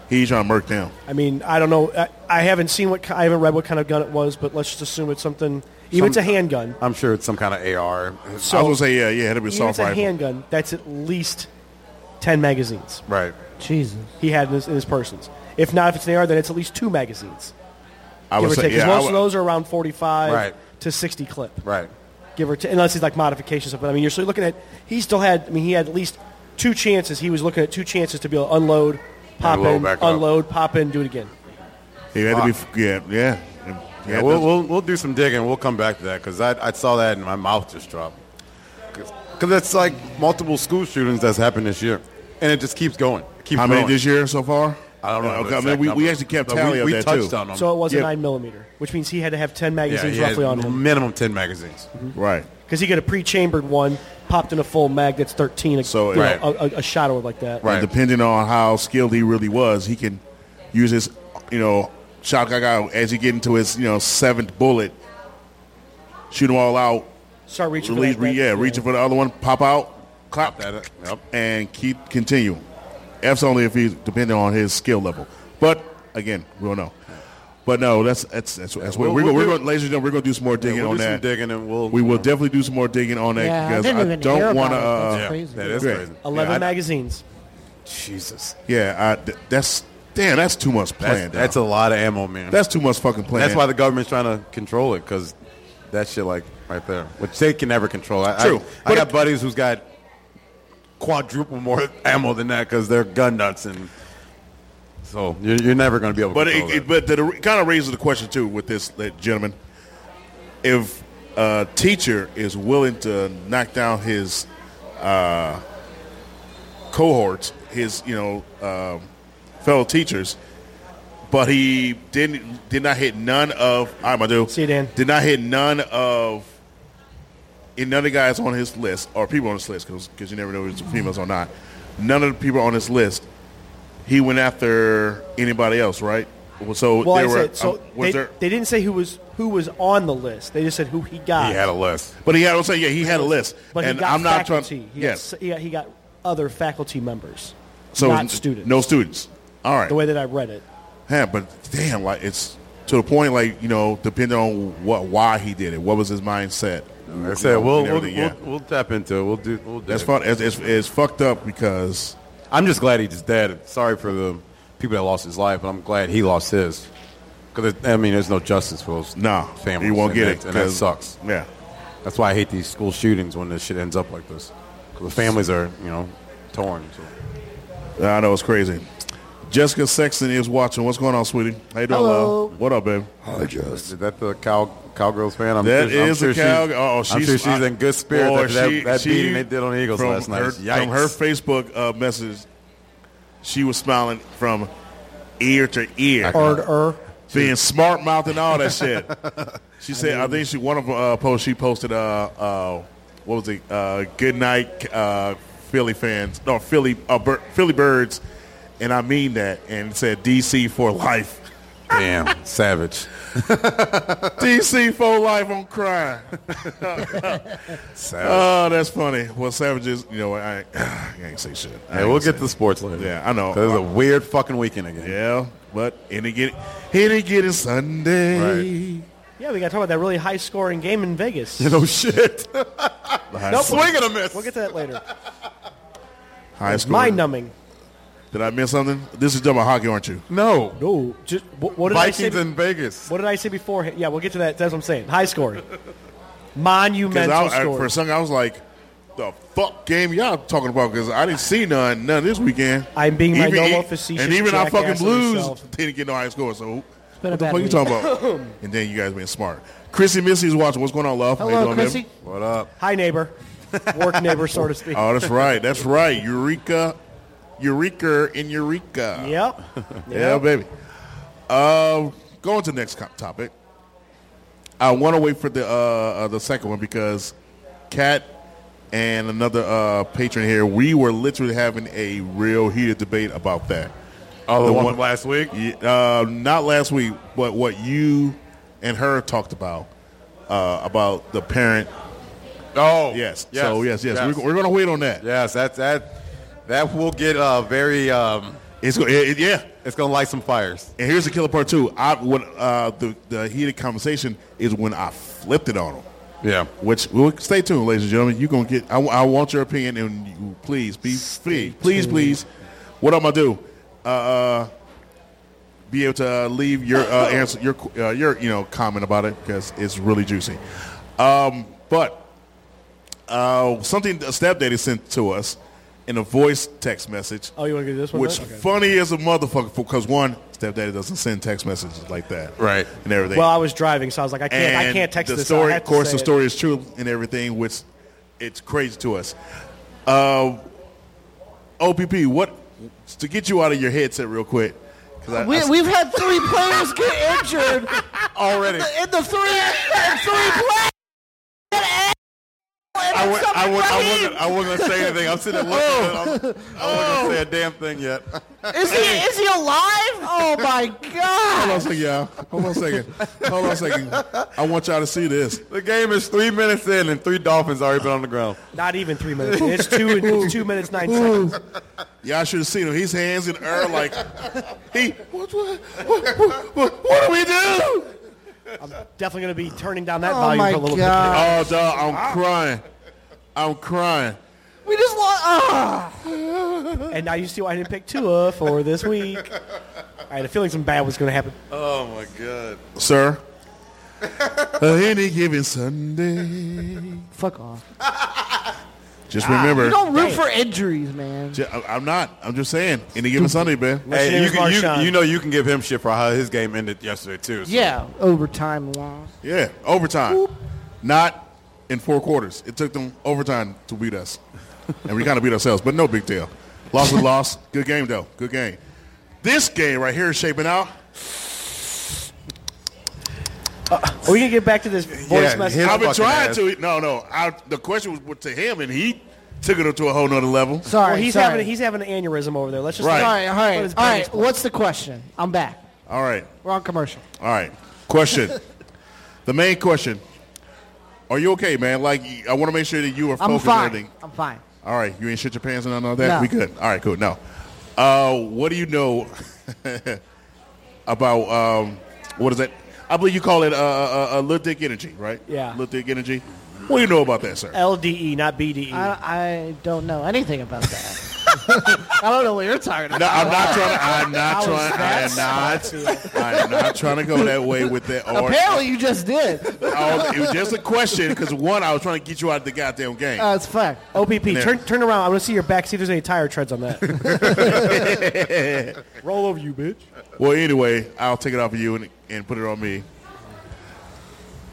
S1: He's trying to murk them.
S2: I mean, I don't know. I, I haven't seen what ki- I haven't read what kind of gun it was, but let's just assume it's something. Even it's a
S5: Some-
S2: handgun.
S5: I'm sure it's some kind of Uh, AR.
S2: So
S1: I was gonna say yeah, yeah. It had to be a
S2: even
S1: soft
S2: it's a
S1: rifle.
S2: handgun. That's at least ten magazines
S5: Right.
S3: Jesus.
S2: he had in his, in his persons. If not, if it's an AR, then it's at least two magazines.
S1: I
S2: Give
S1: would
S2: or
S1: say
S2: take. 'Cause
S1: yeah. I
S2: most
S1: would-
S2: of those are around forty-five
S5: Right.
S2: to sixty clip.
S5: Right.
S2: Give or take, unless he's like modifications. But I mean, you're still looking at. He still had. I mean, he had at least two chances. He was looking at two chances to be able to unload, pop
S5: Unload
S2: in,
S5: back up.
S2: unload, pop in, do it again.
S1: He had to be yeah yeah.
S5: Yeah, we'll, we'll we'll do some digging. We'll come back to that because I, I saw that and my mouth just dropped. Because it's like multiple school shootings that's happened this year, and it just keeps going. It keeps
S1: How many
S5: growing.
S1: this year so far?
S5: I don't know. the
S1: Uh, Okay, I mean,
S5: exact
S1: we, we
S5: number,
S1: actually kept
S5: but
S1: tally
S5: we,
S1: of
S5: we
S1: that
S5: touched
S1: too.
S5: on them.
S2: So it was
S1: Yeah.
S2: a nine millimeter, which means he had to have
S5: Um,
S2: ten
S5: yeah,
S2: magazines
S5: yeah,
S2: roughly on Mm-hmm. him.
S5: minimum ten magazines.
S1: Right.
S2: because he got a pre-chambered one popped in a full mag that's 13 a,
S1: So,
S2: you know,
S5: right.
S2: a, a, a shot or like that
S5: Right.
S1: And depending on how skilled he really was, he can use his, you know, shotgun guy as he get into his, you know, seventh bullet, shoot them all out,
S2: start reaching
S1: release,
S2: for that,
S1: yeah, reaching for the other one, pop out, clap,
S5: Pop that, uh, yep.
S1: and keep continue. F's only if he's depending on his skill level. But again, we don't know. But no, that's that's that's, that's where
S5: we'll-
S1: we're,
S5: we'll
S1: we're
S5: do-
S1: going, ladies and gentlemen, we're going to do some more digging
S5: we'll
S1: on
S5: do some
S1: that.
S5: digging and we'll-
S1: we will definitely do some more digging on that
S3: Yeah, I
S1: because
S3: didn't even hear
S1: don't
S3: about
S1: want to.
S3: it.
S1: Uh,
S3: That's
S5: Yeah,
S3: Crazy.
S5: that is
S1: Great.
S5: crazy.
S2: Eleven
S5: yeah, I-
S2: magazines.
S5: Jesus.
S1: yeah, I, th- that's damn. That's too much
S5: That's,
S1: planned.
S5: that's a lot of ammo, man.
S1: that's too much fucking planned.
S5: That's why the government's trying to control it because that shit like right there, which they can never control. I,
S1: True.
S5: I, I
S1: But
S5: got
S1: it-
S5: buddies who's got quadruple more ammo than that because they're gun nuts, and so you're, you're never going to be able. to
S1: But it,
S5: control
S1: it,
S5: that.
S1: but that kind of raises the question too with this uh, gentleman. If a teacher is willing to knock down his uh, cohorts, his you know um fellow teachers, but he didn't did not hit none of I'm gonna do
S2: See you, Dan.
S1: did not hit none of another guys on his list or people on his list because you never know if it's females or not. None of the people on his list he went after anybody else, right? Well, so
S2: Well,
S1: there
S2: I
S1: were,
S2: said so.
S1: um, was
S2: they,
S1: there,
S2: they didn't say who was who was on the list. They just said who he got.
S5: he had a list.
S1: but he had, I was saying, yeah, he had a list,
S2: But
S1: and
S2: he got
S1: I'm not trying.
S2: faculty. He got
S1: Yes,
S2: s- he, got, he got other faculty members,
S1: so
S2: not students.
S1: no students. All right,
S2: the way that I read it.
S1: yeah, but damn, like it's to the point, like you know, depending on what, why he did it, what was his mindset.
S5: I said we'll we'll,
S1: and everything,
S5: we'll, we'll tap into it. We'll do. We'll do
S1: that's
S5: it.
S1: fun. It's, it's, it's fucked up because
S5: I'm just glad he's dead. Sorry for the people that lost his life, but I'm glad he lost his. Because I mean, there's no justice for those
S1: nah,
S5: families.
S1: you won't
S5: and
S1: get
S5: that-
S1: it,
S5: and that
S1: 'cause-
S5: sucks.
S1: Yeah,
S5: That's why I hate these school shootings when this shit ends up like this. 'Cause the families are, you know, torn. So.
S1: I know it's crazy. Jessica Sexton is watching. What's going on, sweetie? How you doing,
S3: Hello.
S1: love? What up, baby?
S5: Is that the cow cowgirls fan? I'm
S1: That
S5: sure, I'm
S1: is
S5: sure
S1: a cow. Oh,
S5: I'm
S1: she's,
S5: sure she's
S1: I-
S5: in good spirits
S1: Boy,
S5: after that,
S1: she-
S5: that
S1: she-
S5: beating they did on the Eagles
S1: from
S5: last night.
S1: Her,
S5: Yikes.
S1: from her Facebook uh, message, she was smiling from ear to ear,
S2: Or
S1: being smart mouth and all that shit. She said, I, think she one of uh, posts she posted. Uh, uh, what was it? Uh, good night, uh, Philly fans. No, Philly, uh, bir- Philly birds, and I mean that. And it said DC for life.
S5: Damn, savage.
S1: DC for life. I'm crying.
S5: Savage.
S1: Oh, that's funny. Well, savages, you know, I, <sighs> I ain't say shit. I
S5: yeah,
S1: ain't
S5: we'll
S1: say
S5: get to sports later.
S1: Yeah, I know.
S5: That was a weird fucking weekend again.
S1: Yeah, but any get any get it <laughs> Sunday.
S5: Right.
S2: yeah, we got to talk about that really high scoring game in
S1: <laughs>
S2: Vegas.
S5: You know, shit.
S1: High,
S2: Nope,
S5: Swing and a miss.
S2: We'll get to that later.
S1: high school.
S2: Mind numbing.
S1: Did I miss something? This is talking about hockey, aren't you?
S5: No.
S2: No, just what, what did I
S5: Vikings
S2: say?
S5: in Vegas.
S2: what did I say before? Yeah, we'll get to that. That's what I'm saying. High scoring, monumental
S1: Because
S2: scoring.
S1: uh, for a second I was like, the fuck game y'all talking about? Because I didn't see none none this weekend.
S2: I'm being my normal
S1: e-
S2: facetious
S1: And even our
S2: jackass
S1: fucking
S2: of
S1: Blues
S2: myself.
S1: <laughs> didn't get no high score. So
S3: been
S1: what
S3: a
S1: the
S3: bad
S1: fuck you
S3: week.
S1: talking about?
S2: <clears throat>
S1: and then you guys being smart. Chrissy Missy's watching. What's going on, love? How you
S3: Hello,
S1: doing, baby?
S3: Chrissy.
S5: What up?
S2: Hi neighbor, work neighbor, so to speak.
S1: <laughs> Oh, that's right. That's right. Eureka, Eureka, in Eureka.
S2: Yep.
S1: Yeah, baby. Uh, going to the next co- topic. I want to wait for the uh, uh, the second one because Kat and another uh, patron here, we were literally having a real heated debate about that.
S5: Oh, the,
S1: The
S5: one,
S1: one-
S5: from last week?
S1: Y- Uh, not last week, but what you and her talked about uh, about the parent.
S5: Oh.
S1: Yes. So yes, yes, We're, we're going to wait on that.
S5: Yes, that that that will get uh, very. Um,
S1: It's go- it, it- yeah.
S5: it's gonna light some fires.
S1: And here's the killer part too. I when uh, the the heated conversation is when I flipped it on him.
S5: Yeah.
S1: Which we'll stay tuned, ladies and gentlemen. You're gonna get. I, I want your opinion, and you, please be free. Please, please. What I'm gonna do? Uh, uh, be able to uh, leave your uh,
S2: <laughs>
S1: answer, your uh, your you know comment about it because it's really juicy. Um, but uh, something that stepdaddy sent to us in a voice text message.
S2: Oh, you want to do this one?
S1: Which
S2: then? Okay.
S1: funny as a motherfucker because one stepdaddy doesn't send text messages like that,
S5: Right.
S1: And everything.
S2: Well, I was driving, so I was like, I can't, I
S1: And
S2: can't text
S1: the
S2: this. I
S1: story.
S2: have
S1: of
S2: to
S1: course,
S2: say
S1: the
S2: it.
S1: story is true and everything, which it's crazy to us. Uh, OPP, what to get you out of your headset real quick? 'cause I- I
S3: We,
S1: s-
S3: we've had three players get injured
S5: Already.
S3: in the three in three plays.
S5: I, wa-
S3: said
S5: I,
S3: something,
S5: wa- I
S3: Raheem!
S5: wasn't, I wasn't gonna say anything. I'm sitting there looking. at it. I'm- I wasn't
S2: Oh!
S5: gonna say a damn thing
S1: <laughs>
S5: yet.
S3: Is he is he alive? Oh my
S1: Hold on a
S3: god!
S1: second, y'all. Hold on a second. Hold on a second. I want y'all to see this.
S5: The game is three minutes in, and three dolphins already been on the ground.
S2: Not even three minutes. It's two. It's two minutes nine seconds.
S1: Y'all should have seen him. His hands in air like he. What, what, what, what, what, what do we do?
S2: Definitely going to be turning down that
S3: Oh
S2: volume
S3: my
S2: for a little
S3: God.
S1: Oh, dog, I'm crying. I'm crying.
S3: We just lost. Ah!
S2: bit. And now you see why I didn't pick Tua for this week. I had a feeling something bad was going to happen.
S5: Oh my god!
S1: Sir, Uh, any given Sunday.
S3: Fuck off.
S1: Just remember.
S3: You don't root for injuries, man.
S1: J- I- I'm not. I'm just saying. Any given Sunday, man.
S2: His name
S5: Hey, you,
S2: is
S5: can,
S2: Marshawn.
S5: you, you know you can give him shit for how his game ended yesterday too. so-
S3: Yeah, overtime loss.
S1: Yeah, overtime. Not in four quarters. It took them overtime to beat us. And we kind of beat ourselves, but no big deal. Loss was loss. Good game, though. Good game. This game right here is shaping out.
S2: Are we going to get back to this voice
S5: Yeah,
S2: message?
S5: his-
S1: I've been
S5: fucking
S1: trying
S5: ass.
S1: to. No, no. I, the question was to him, and he took it up to a whole nother level.
S3: Sorry,
S2: Well, he's
S3: sorry.
S2: having he's having an aneurysm over there. Let's just
S1: Right.
S3: All right, all right,
S2: But it's
S3: all right.
S2: Benny's
S3: What's the question? I'm back.
S1: All right.
S3: We're on commercial.
S1: All right. Question. the main question. Are you okay, man? Like, I want to make sure that you are
S3: I'm
S1: focused on
S3: fine.
S1: everything.
S3: I'm fine.
S1: All right, you ain't shit your pants and none of that.
S3: No.
S1: We good. All right, cool. No, uh, what do you know <laughs> about um, what is that? I believe you call it uh, uh, uh, little dick energy, right?
S2: Yeah.
S1: little dick energy. What do you know about that, sir?
S3: E,
S2: LDE, not BDE.
S3: I, I don't know anything about that. <laughs> I don't know what you're talking about.
S1: No, I'm not trying. To, I'm not
S3: <laughs> was
S1: trying. I am not. I am not trying to go that way
S3: <laughs>
S1: with that. Or,
S3: Apparently, you just did.
S1: I was- it was just a question because one, I was trying to get you out of the goddamn game.
S3: Uh, it's fun.
S2: OPP,
S1: There.
S2: turn turn around. I want to see your back. See if there's any tire treads on
S1: <laughs>
S2: that. <laughs> Roll over, you bitch.
S1: Well, anyway, I'll take it off of you and, and put it on me.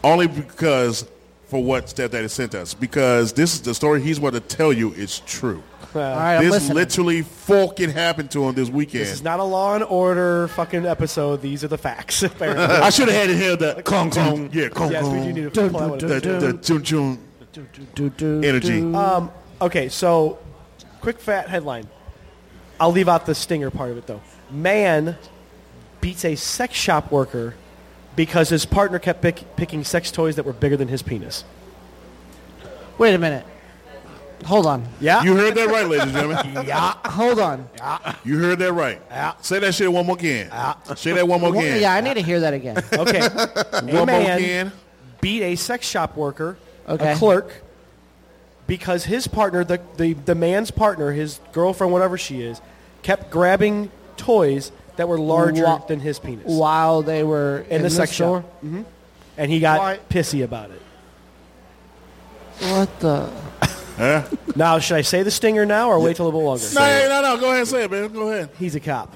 S1: Only because for what stepdaddy sent us. Because this is the story he's going to tell you is true.
S2: Uh,
S3: All right, I'm
S1: this
S3: listening.
S1: literally fucking happened to him
S2: This
S1: this
S2: is
S1: weekend.
S2: not a Law and Order fucking episode. These are the facts. <laughs> apparently.
S1: I should have had it here. The Kong Kong. Yeah, Kong
S2: yes, we
S1: Kong.
S2: do need to
S3: Dun,
S2: pull that one
S3: dun,
S1: The,
S2: up.
S1: the, chun chun.
S3: Do, do, do, do,
S1: Energy.
S3: do.
S2: Um, okay, so quick fat headline. I'll leave out the stinger part of it though. Man beats a sex shop worker because his partner kept pick, picking sex toys that were bigger than his penis.
S3: Wait a minute. Hold on.
S2: Yeah. <laughs>
S1: You heard that right, ladies and
S3: <laughs>
S1: gentlemen.
S3: Yeah. Hold on.
S1: You heard that right. Say that shit one more again. Say that one more
S3: Wha-
S1: again.
S3: Yeah, I need to hear that again.
S2: Okay.
S1: One
S2: a
S1: more
S2: man
S1: again.
S2: beat a sex shop worker,
S3: Okay.
S2: a clerk, because his partner, the, the, the man's partner, his girlfriend, whatever she is, kept grabbing toys that were larger
S3: Wha-
S2: than his penis.
S3: While they were
S2: In, the, sex
S3: store.
S2: shop. hmm And he got
S3: Why-
S2: pissy about it.
S3: What the?
S2: Now, should I say the stinger now or wait till a little longer?
S1: No, hey, no, no. Go ahead and say it, man. Go ahead.
S2: He's a cop.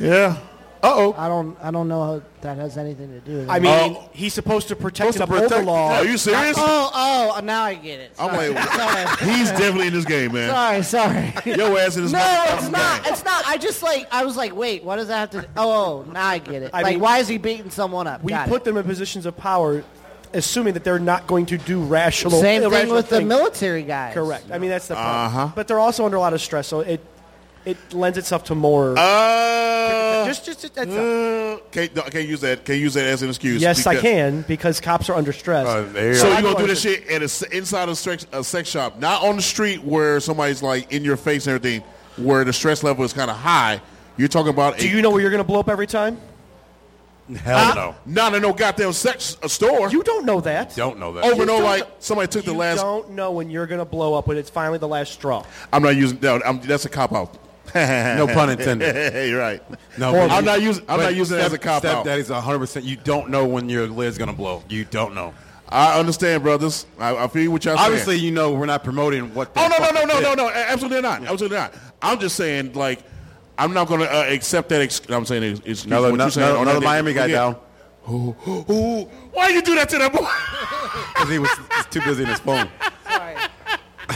S1: Yeah. Uh-oh.
S3: I don't. I don't know how that has anything to do. with
S2: I
S3: it.
S2: mean,
S1: Oh.
S2: he's supposed to protect
S1: Supposed
S2: the
S1: to protect-
S2: law.
S1: Are you serious?
S3: oh, oh, now I get it.
S1: I'm
S2: <laughs>
S3: Sorry.
S1: like,
S3: Sorry.
S1: he's definitely in this game, man.
S3: Sorry, sorry.
S1: Yo ass in this
S3: No,
S1: motherfucking
S3: it's not.
S1: game.
S3: It's not. I just like. I was like, wait, what does that have to? Oh, now I get it.
S2: I
S3: like,
S2: mean,
S3: why is he beating someone up?
S2: we
S3: Got
S2: put
S3: it.
S2: them in positions of power, assuming that they're not going to do rational.
S3: same thing
S2: irrational
S3: with the
S2: things.
S3: military guys.
S2: Correct. I mean, that's the problem. But they're also under a lot of stress, so it it lends itself to more.
S1: Uh,
S2: just, just, just- that's not-
S1: uh, can't, no, I can't use that. Can't use that as an excuse.
S2: yes, I
S1: because-
S2: can because cops are under stress.
S5: Uh, there-
S1: So
S2: I
S1: you
S2: know
S1: gonna do
S2: I
S1: this shit at a, s- inside a sex, a sex shop, not on the street where somebody's like in your face and everything, where the stress level is kind of high. You're talking about a,
S2: do you know where you're going to blow up every time?
S5: Hell no.
S1: not in no goddamn sex a store.
S2: You don't know that.
S5: Don't know that.
S1: over and
S2: you
S1: over
S2: don't-
S1: like somebody took the
S2: You
S1: last.
S2: don't know when you're going to blow up when it's finally the last straw.
S1: I'm not using that. I'm, that's a
S5: <laughs>
S1: cop out.
S5: No pun
S1: <laughs>
S5: intended.
S1: You're right.
S5: No, but
S1: I'm
S5: you-
S1: not using. I'm
S5: but
S1: not using it as a
S5: step-
S1: cop out.
S5: Stepdaddy's 100. percent You don't know when your lid's gonna blow. You don't know.
S1: I understand, brothers. I, I feel what y'all saying.
S5: Obviously, you know we're not promoting what. they
S1: Oh no no no
S5: fucking
S1: no
S5: did.
S1: no no! a- Absolutely not! Absolutely not! I'm just saying, like, I'm not going to uh, accept that. Ex- I'm saying, ex- excuse
S5: Another,
S1: what
S5: no,
S1: you're saying.
S5: no,
S1: on
S5: another
S1: that-
S5: Miami guy
S1: yeah. <gasps>
S5: down
S1: Ooh, why you do that to that boy?
S5: because he was just too busy in his phone.
S3: Sorry.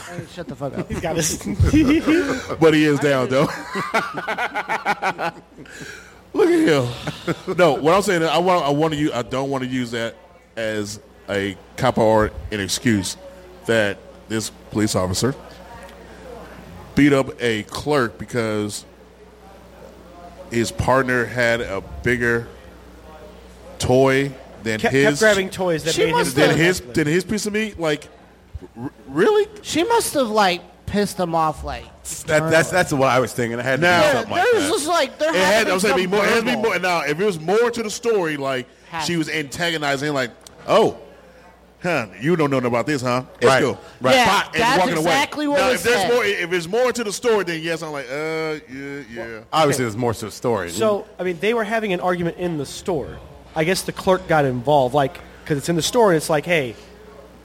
S3: Hey, Shut the fuck up.
S2: He's got <laughs> his-
S1: but he is down though. <laughs> Look at him. No, what I'm saying, is I want, I want to use, I don't want to use that as a cop or an excuse. that this police officer beat up a clerk because his partner had a bigger toy than
S2: Kept,
S1: his
S2: kept grabbing toys that
S3: She
S2: made his
S3: must
S1: than
S3: have-
S1: his than his piece of meat. Like, r- really?
S3: She must have like pissed him off. Like
S5: That, that's that's what I was thinking. I had to
S1: Now-
S5: do
S1: Yeah,
S5: something like
S3: there's
S5: that.
S3: just like there
S1: It had. I
S3: to
S1: was saying,
S3: some
S1: be more. It had to be
S3: verbal.
S1: more. Now, if it was more to the story, like
S3: Had
S1: she
S3: to.
S1: was antagonizing, like, oh, huh, you don't know nothing about this, huh?
S5: Right.
S1: Let's go.
S5: Right.
S3: Yeah,
S1: Bah, and
S3: that's
S1: walking away.
S3: exactly what
S1: now,
S3: it
S1: if there's
S3: said.
S1: more, if there's more to the story, then yes, I'm like, uh, yeah, yeah.
S5: Obviously, there's more to the story.
S2: So, I mean, they were having an argument in the store. I guess the clerk got involved, like, because it's in the store and it's like, hey,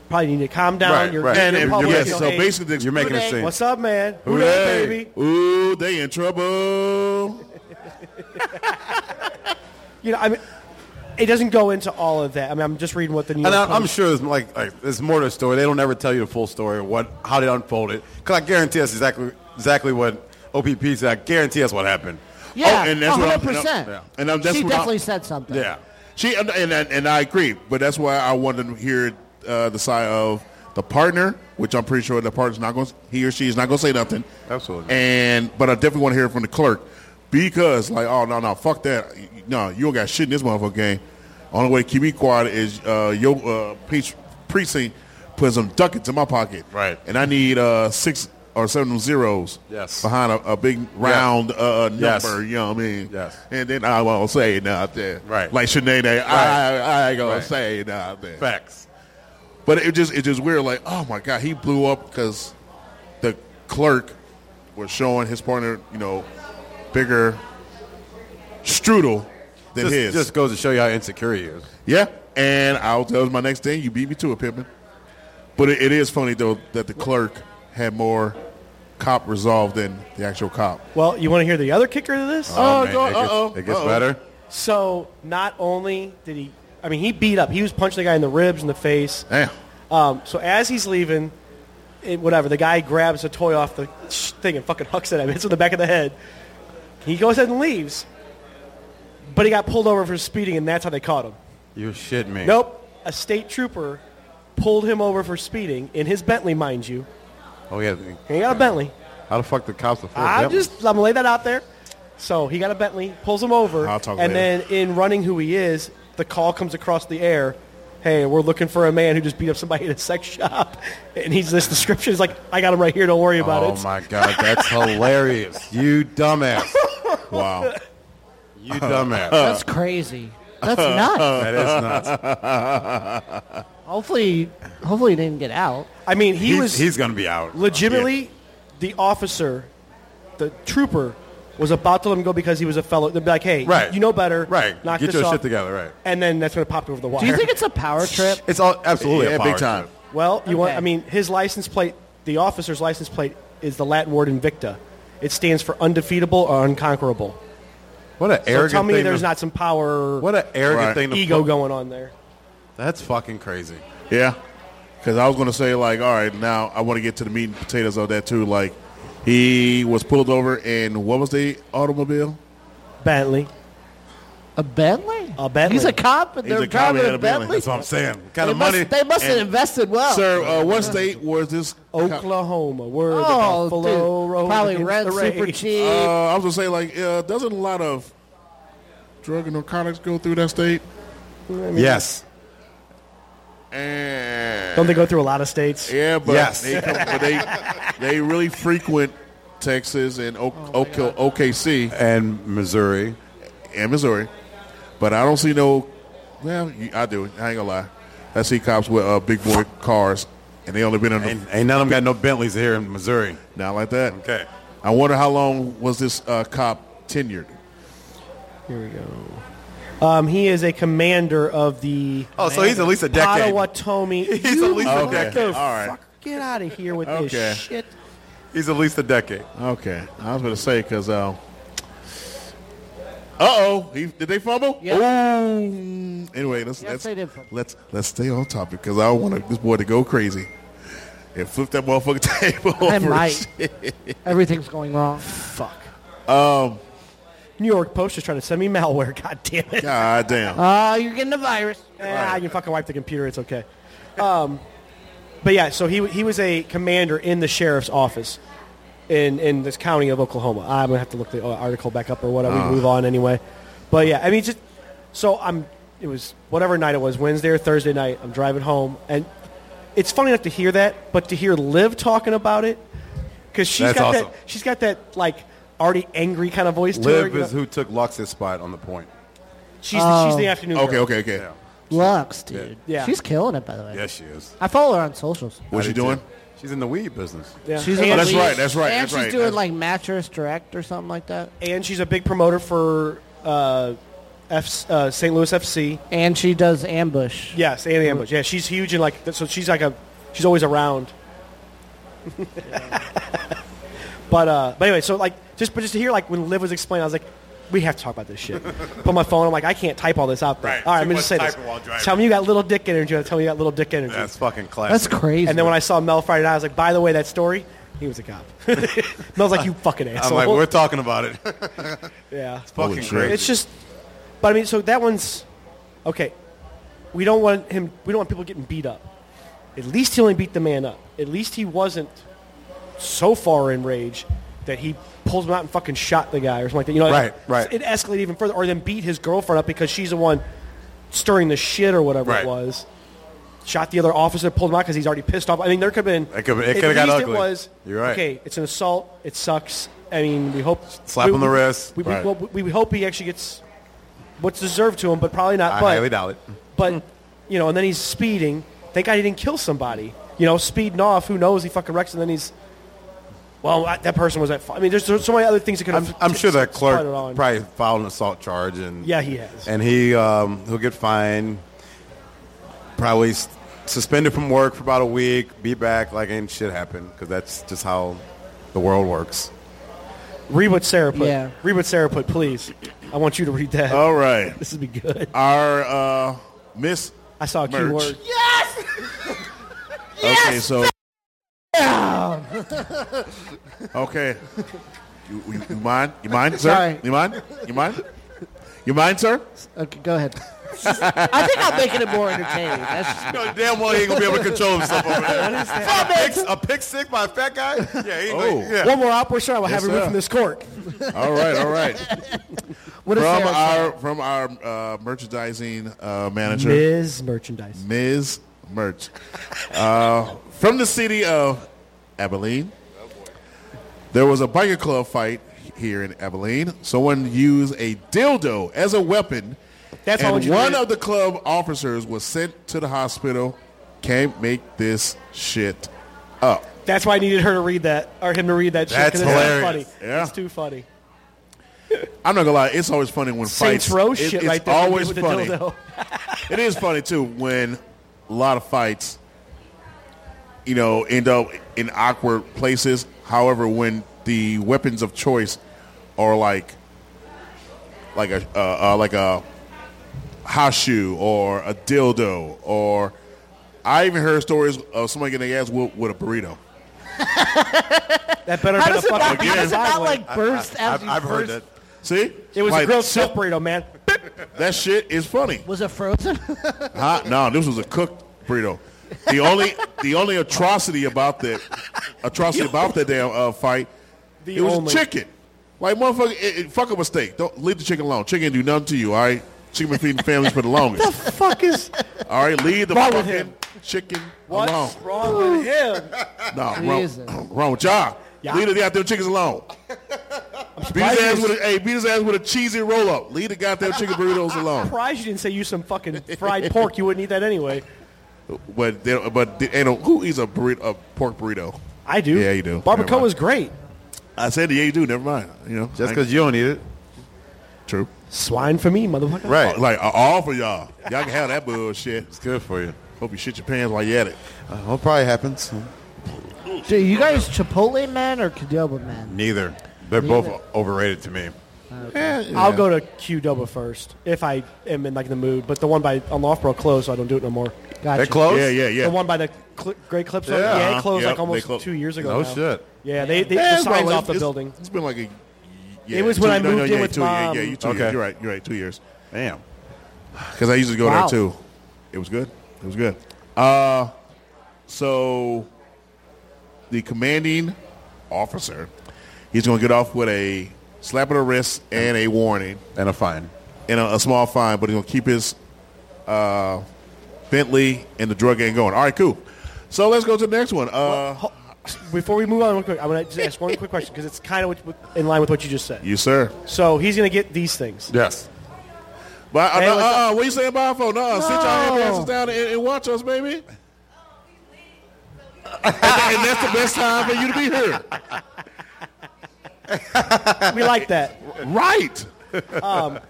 S2: probably need to calm down.
S5: Right,
S2: you're,
S5: right.
S2: you're
S1: And if,
S2: public,
S1: yes,
S2: you know,
S1: so
S2: hey,
S1: basically,
S5: you're making a
S3: Who
S5: <laughs> scene.
S2: What's up, man? Who
S1: Hooray.
S2: dat, baby?
S1: Ooh, they in trouble.
S2: You know, I mean, it doesn't go into all of that. I mean, I'm just reading what the New York
S5: And I, I'm
S2: Times-
S5: sure there's like, like there's more to the story. They don't ever tell you the full story or what how they unfolded. Because I guarantee that's exactly exactly what OPP said. I guarantee that's what happened.
S3: Yeah,
S1: Oh, and that's what I'm-
S3: 100.
S1: and I'm-
S3: percent
S1: yeah. And I'm- that's
S3: she
S1: what I'm-
S3: definitely said something.
S5: Yeah,
S1: She and, and and I agree, but that's why I wanted to hear uh, the side of the partner, which I'm pretty sure the partner's not going. to He or she is not going to say nothing.
S5: Absolutely.
S1: And but I definitely want to hear it from the clerk because, like, oh no no fuck that, no you don't got shit in this motherfucker game. Only way to keep me quiet is uh, your uh, pre- precinct put some ducats in my pocket,
S5: Right.
S1: And I need uh, six or seven zeros,
S5: Yes.
S1: behind a, a big round uh, number.
S5: Yes.
S1: You know what I mean?
S5: Yes.
S1: And then I won't say nothing,
S5: Right.
S1: Like Sinead, I, I, I ain't gonna
S5: Right.
S1: say nothing.
S5: facts.
S1: But it just it just weird. Like, oh my god, he blew up because the clerk was showing his partner, you know, bigger strudel than
S5: Just,
S1: his.
S5: just goes to show you how insecure he is.
S1: yeah, and I was, that was my next thing. You beat me to it, Pippin. But it, it is funny though that the clerk had more cop resolve than the actual cop.
S2: Well, you want to hear the other kicker to this?
S1: Oh,
S5: man,
S1: go-
S5: it gets,
S1: uh-oh,
S5: it gets
S1: uh-oh.
S5: better.
S2: So, not only did he, I mean, he beat up. He was punching the guy in the ribs and the face.
S1: Damn.
S2: Um, so as he's leaving, it, whatever, the guy grabs a toy off the sh- thing and fucking hucks it at him, hits him in the back of the head. He goes ahead and leaves. But he got pulled over for speeding, and that's how they caught him.
S5: You're shitting me.
S2: Nope. A state trooper pulled him over for speeding in his Bentley, mind you.
S5: Oh yeah.
S2: He got a Bentley.
S5: How the fuck the cops afford
S2: I'm
S5: that?
S2: just I'm gonna lay that out there. So he got a Bentley, pulls him over,
S1: I'll talk
S2: and
S1: later.
S2: then in running who he is, the call comes across the air. Hey, we're looking for a man who just beat up somebody <laughs> at a sex shop, and he's this description. He's like, I got him right here. Don't worry about
S5: oh
S2: it.
S5: my god, that's hilarious. You <laughs> dumbass.
S1: Wow.
S5: You dumbass.
S3: That's crazy. That's
S1: <laughs>
S3: nuts.
S5: that is nuts.
S3: Hopefully, hopefully he didn't get out.
S2: I mean, he
S5: he's,
S2: was
S5: he's gonna be out.
S2: legitimately the officer, the trooper was about to let him go because he was a fellow. They'd be like, Hey,
S5: Right.
S2: you know better.
S5: Right.
S2: Knock
S5: Get
S2: this
S5: your
S2: off.
S5: shit together. Right.
S2: And then that's when it popped over the wire.
S3: Do you think it's a power
S1: <laughs>
S3: trip?
S5: It's all absolutely
S1: yeah,
S5: a
S1: big
S5: power
S1: time.
S5: trip.
S2: Well, you want,
S3: Okay.
S2: I mean, his license plate, the officer's license plate is the Latin word invicta. It stands for undefeatable or unconquerable.
S5: What an
S2: So
S5: arrogant
S2: tell me
S5: thing
S2: there's
S5: to,
S2: not some power
S5: What an arrogant
S1: Right.
S5: thing to
S2: ego
S5: put-
S2: going on there.
S5: That's fucking crazy.
S1: Yeah, because I was going to say like, all right, now I want to get to the meat and potatoes of that too. Like, he was pulled over, and what was the automobile?
S5: <laughs>
S2: Bentley.
S3: A Bentley?
S2: A Bentley.
S3: He's a cop, and
S1: He's
S3: they're
S1: a cop,
S3: driving
S1: he had
S3: a
S1: a Bentley.
S3: Bentley.
S5: That's what I'm saying. What kind
S3: They
S5: of money?
S3: must, they must have invested well.
S1: Sir, uh, what state was this?
S2: Oh. Oklahoma, where the
S3: oh,
S2: buffalo
S3: dude.
S2: roll
S3: probably
S2: against
S3: red
S2: the rain.
S3: super cheap.
S1: Uh, I was going to say like, uh, doesn't a lot of drug and narcotics go through that state?
S5: yes.
S2: <laughs>
S1: And
S2: Don't they go through a lot of states?
S1: yeah, but
S5: Yes.
S1: they, come- but they they really frequent Texas and o- Oka- OKC.
S5: And Missouri.
S1: and Missouri, but I don't see no. Well, you- I do. I ain't gonna lie. I see cops with uh, big boy cars, and they only been in
S5: Ain't,
S1: the,
S5: ain't none of them got no Bentleys here in Missouri.
S1: not like that.
S5: Okay.
S1: I wonder how long was this uh, cop tenured?
S2: Here we go. Um, he is a commander of the
S5: Oh, so he's at least a decade. <laughs>
S2: Potawatomi.
S5: He's at least a
S2: You
S5: decade.
S2: motherfucker,
S1: All right.
S2: Get out of here with
S1: Okay.
S2: this shit.
S5: He's at least a decade.
S1: Okay, I was gonna say because. Uh, uh oh! Did they fumble?
S3: Yeah.
S1: Ooh. Anyway, let's
S3: Yes,
S1: let's,
S3: they did fumble.
S1: let's let's stay on topic because I want this boy to go crazy and flip that motherfucking <laughs> table over.
S3: I
S1: and
S3: might.
S1: shit.
S3: Everything's going wrong.
S2: Fuck. Um, New York Post is trying to send me malware. <laughs> God damn it!
S1: God damn.
S3: Uh, Ah, Oh, you're getting a virus.
S2: Ah, you can fucking wipe the computer. It's okay. Um, But yeah, so he, he was a commander in the sheriff's office in, in this county of Oklahoma. I'm going to have to look the uh, article back up or whatever.
S5: Ah.
S2: We can move on anyway. But yeah, I mean, just so I'm, it was whatever night it was, Wednesday or Thursday night, I'm driving home. And it's funny enough to hear that, but to hear Liv talking about it, because she's
S5: That's
S2: got
S5: awesome.
S2: that, she's got that like already angry kind of voice to her.
S5: Liv
S2: you
S5: is
S2: know?
S5: who took Lux's spot on the point.
S2: she's, she's the afternoon
S1: Okay,
S2: girl.
S1: okay, okay.
S3: Lux, dude.
S2: Yeah.
S3: She's killing it, by the way.
S5: Yes, she is.
S3: I follow her on socials.
S1: What's
S5: I
S1: she
S5: do,
S1: doing?
S5: too. She's in the weed business.
S2: Yeah.
S3: She's
S2: and,
S3: a
S1: Oh, that's
S3: lead-
S1: right, that's right,
S3: And
S1: that's
S3: she's
S1: right,
S3: doing
S1: that's-
S3: like Mattress Direct or something like that.
S2: and she's a big promoter for uh, F, uh, St. Louis FC.
S3: And she does Ambush.
S2: Yes, and Ambush. Yeah, she's huge and like so she's like a she's always around. <laughs> but uh but anyway, so like just but just to hear like when Liv was explaining, I was like, we have to talk about this shit. Put my phone. I'm like, I can't type all this out. There.
S5: Right,
S2: All right,
S5: too
S2: I'm gonna just say
S5: much
S2: this.
S5: typing while driving.
S2: Tell me you got little dick energy. Tell me you got little dick energy.
S5: That's fucking classic.
S3: That's crazy.
S2: and then when I saw Mel Friday night, I was like, by the way, that story, he was a cop. <laughs> Mel's like, you fucking
S5: I'm
S2: asshole.
S5: like, we're talking about it. <laughs>
S2: yeah.
S1: Holy
S5: fucking
S1: shit.
S5: crazy.
S2: It's just, but I mean, so that one's okay. We don't want him. We don't want people getting beat up. At least he only beat the man up. At least he wasn't so far in rage that he pulled him out and fucking shot the guy or something like that. You know,
S5: Right,
S2: it,
S5: right.
S2: It escalated even further, or then beat his girlfriend up because she's the one stirring the shit or whatever
S5: Right.
S2: it was. Shot the other officer, pulled him out because he's already pissed off. I mean, there could have been.
S5: It could've- it
S2: at
S5: could've got
S2: least
S5: ugly.
S2: It was
S5: You're right.
S2: Okay, it's an assault. It sucks. I mean, we hope
S5: Slap
S2: we-
S5: on the
S2: we-
S5: wrist.
S2: We, we-
S5: Right.
S2: well, we, we hope he actually gets what's deserved to him, but probably not.
S5: I
S2: but
S5: highly doubt it.
S2: but you know, and then he's speeding. Thank God he didn't kill somebody. You know, speeding off. Who knows? He fucking wrecks, and then he's. Well, I, that person was at. fault. I mean, there's, there's so many other things that could.
S5: I'm,
S2: have
S5: I'm sure that clerk
S2: spotted on.
S5: probably filed an assault charge and
S2: Yeah, he has.
S5: and he um, he'll get fined, probably s- suspended from work for about a week, be back like ain't shit happened because that's just how the world works.
S2: Read what Sarah put.
S3: Yeah.
S2: Read what Sarah put, please. I want you to read
S5: Oh.
S2: that.
S1: All right.
S2: This would be good.
S1: Our uh, Miss.
S2: I saw a
S1: Merch.
S2: keyword.
S1: Okay, so. okay. You, you, you mind? You mind, sir?
S3: Sorry.
S1: You mind? You mind? You mind, sir?
S3: Okay, go ahead. <laughs> I think I'm making it more entertaining. That's just <laughs>
S5: No, damn well he <laughs> ain't gonna be able to control himself over there. a, pick, a pick six by a fat guy? <laughs> Yeah, he ain't
S1: Oh.
S5: gonna- yeah.
S2: One more operation, I will have
S1: Yes,
S2: it ripped
S1: sir.
S2: from this court.
S1: All right, all right.
S3: what is
S1: From
S3: Sarah
S1: our from our uh, merchandising uh, manager,
S2: Ms. Merchandise.
S1: Ms. Merch. Uh, from the city of Abilene, there was a biker club fight here in Abilene. Someone used a dildo as a weapon,
S2: That's all
S1: and
S2: what you
S1: one
S2: did.
S1: of the club officers was sent to the hospital. Can't make this shit up.
S2: That's why I needed her to read that, or him to read that shit.
S5: That's
S2: 'cause
S5: hilarious.
S2: It's too funny.
S1: Yeah.
S2: It's too funny.
S1: I'm not gonna lie, it's always funny when
S2: Saints
S1: fights.
S2: Row
S1: it-
S2: shit
S1: it's
S2: right there.
S1: always
S2: with the
S1: funny.
S2: dildo. <laughs>
S1: It is funny too when a lot of fights, you know, end up in awkward places. However, when the weapons of choice are like, like a uh, uh, like a hashu or a dildo, or I even heard stories of somebody getting their ass whooped with a burrito.
S2: That better have
S3: How
S2: been a
S3: does it not,
S2: fucking
S3: how does it
S2: Chicago
S3: not
S2: one.
S3: like burst after
S5: I've,
S3: you
S5: I've heard
S3: first-
S5: that.
S1: See,
S2: It was
S1: Like,
S2: a grilled
S1: so-
S2: stuff burrito, man.
S1: That shit is funny.
S3: Was it frozen? <laughs>
S1: Huh? No, this was a cooked burrito. The only the only atrocity about that atrocity about that damn uh, fight,
S2: The
S1: it was
S2: only.
S1: chicken. Like motherfucker, it, it, fuck up a steak. Don't leave the chicken alone. Chicken do nothing to you. All right, chicken been feeding families for the longest.
S2: Fuck
S1: <laughs>
S2: is
S1: All right, leave the
S2: Wrong with
S1: fucking
S2: him.
S1: chicken alone.
S2: what's wrong with him?
S1: No,
S3: Jesus.
S1: wrong, wrong with y'all.
S2: Yeah.
S1: Leave the goddamn chickens alone. Beat his ass with a hey, beat his ass with a cheesy roll up. Leave the goddamn chicken burritos alone.
S2: Surprised you didn't say you some fucking
S1: <laughs>
S2: fried pork. You wouldn't eat that anyway.
S1: But they, don't- but they, ain't no, who eats a burrito, a pork burrito?
S2: I do.
S1: Yeah, you do.
S2: Barbacoa
S1: Never
S2: is great.
S1: I said, yeah, you do. Never mind. You know,
S5: Just
S1: I-
S5: because you don't eat it.
S1: true,
S2: Swine for me, motherfucker.
S5: Right.
S1: Like uh, all for y'all, y'all can have that bullshit.
S5: It's good for you.
S1: Hope you shit your pants while you at it.
S5: Uh, well, probably happens.
S3: Dude, you guys Chipotle man or Qdoba man?
S5: Neither. They're both overrated to me.
S2: I'll go to Q Doba first if I am in like the mood. But the one by on Offboro closed, so I don't do it no more.
S3: Gotcha.
S5: They're close?
S1: Yeah, yeah, yeah.
S2: The one by the cl- Great Clips. Yeah,
S5: Yeah.
S2: yeah it closed
S1: Yep,
S2: like almost
S1: they clo-
S2: two years ago.
S5: No
S2: now.
S5: shit.
S2: Yeah, they, they
S1: Yeah,
S2: the
S1: it's been
S2: signs
S1: like-
S2: off the
S1: it's-
S2: building.
S1: It's been like a. Yeah,
S2: It was
S1: two-
S2: when I
S1: no, no,
S2: moved in
S1: yeah,
S2: with
S1: two, yeah, Yeah,
S2: Mom.
S1: you two
S5: Okay.
S1: years. You're right. You're right. Two years.
S5: Damn.
S1: Because I used to go
S3: Wow.
S1: there too. It was good. It was good. Uh, So the commanding officer, he's going to get off with a slap on the wrist and a warning
S5: and a fine.
S1: and a, a small fine, but he's going to keep his uh, Bentley and the drug game going. All right, cool. So let's go to the next one. Uh,
S2: Ho- Before we move on, real quick, I want to just ask one quick question because it's kind of in line with what you just said.
S1: you, sir.
S2: So he's going to get these
S1: <laughs>
S2: things.
S5: Yes.
S1: But uh,
S2: Hey,
S1: no,
S2: what's up?
S1: uh, uh, what you saying about phone? No, sit your happy asses down and, and watch us, baby. and, and that's the best time for you to be here.
S2: We like that.
S1: Right.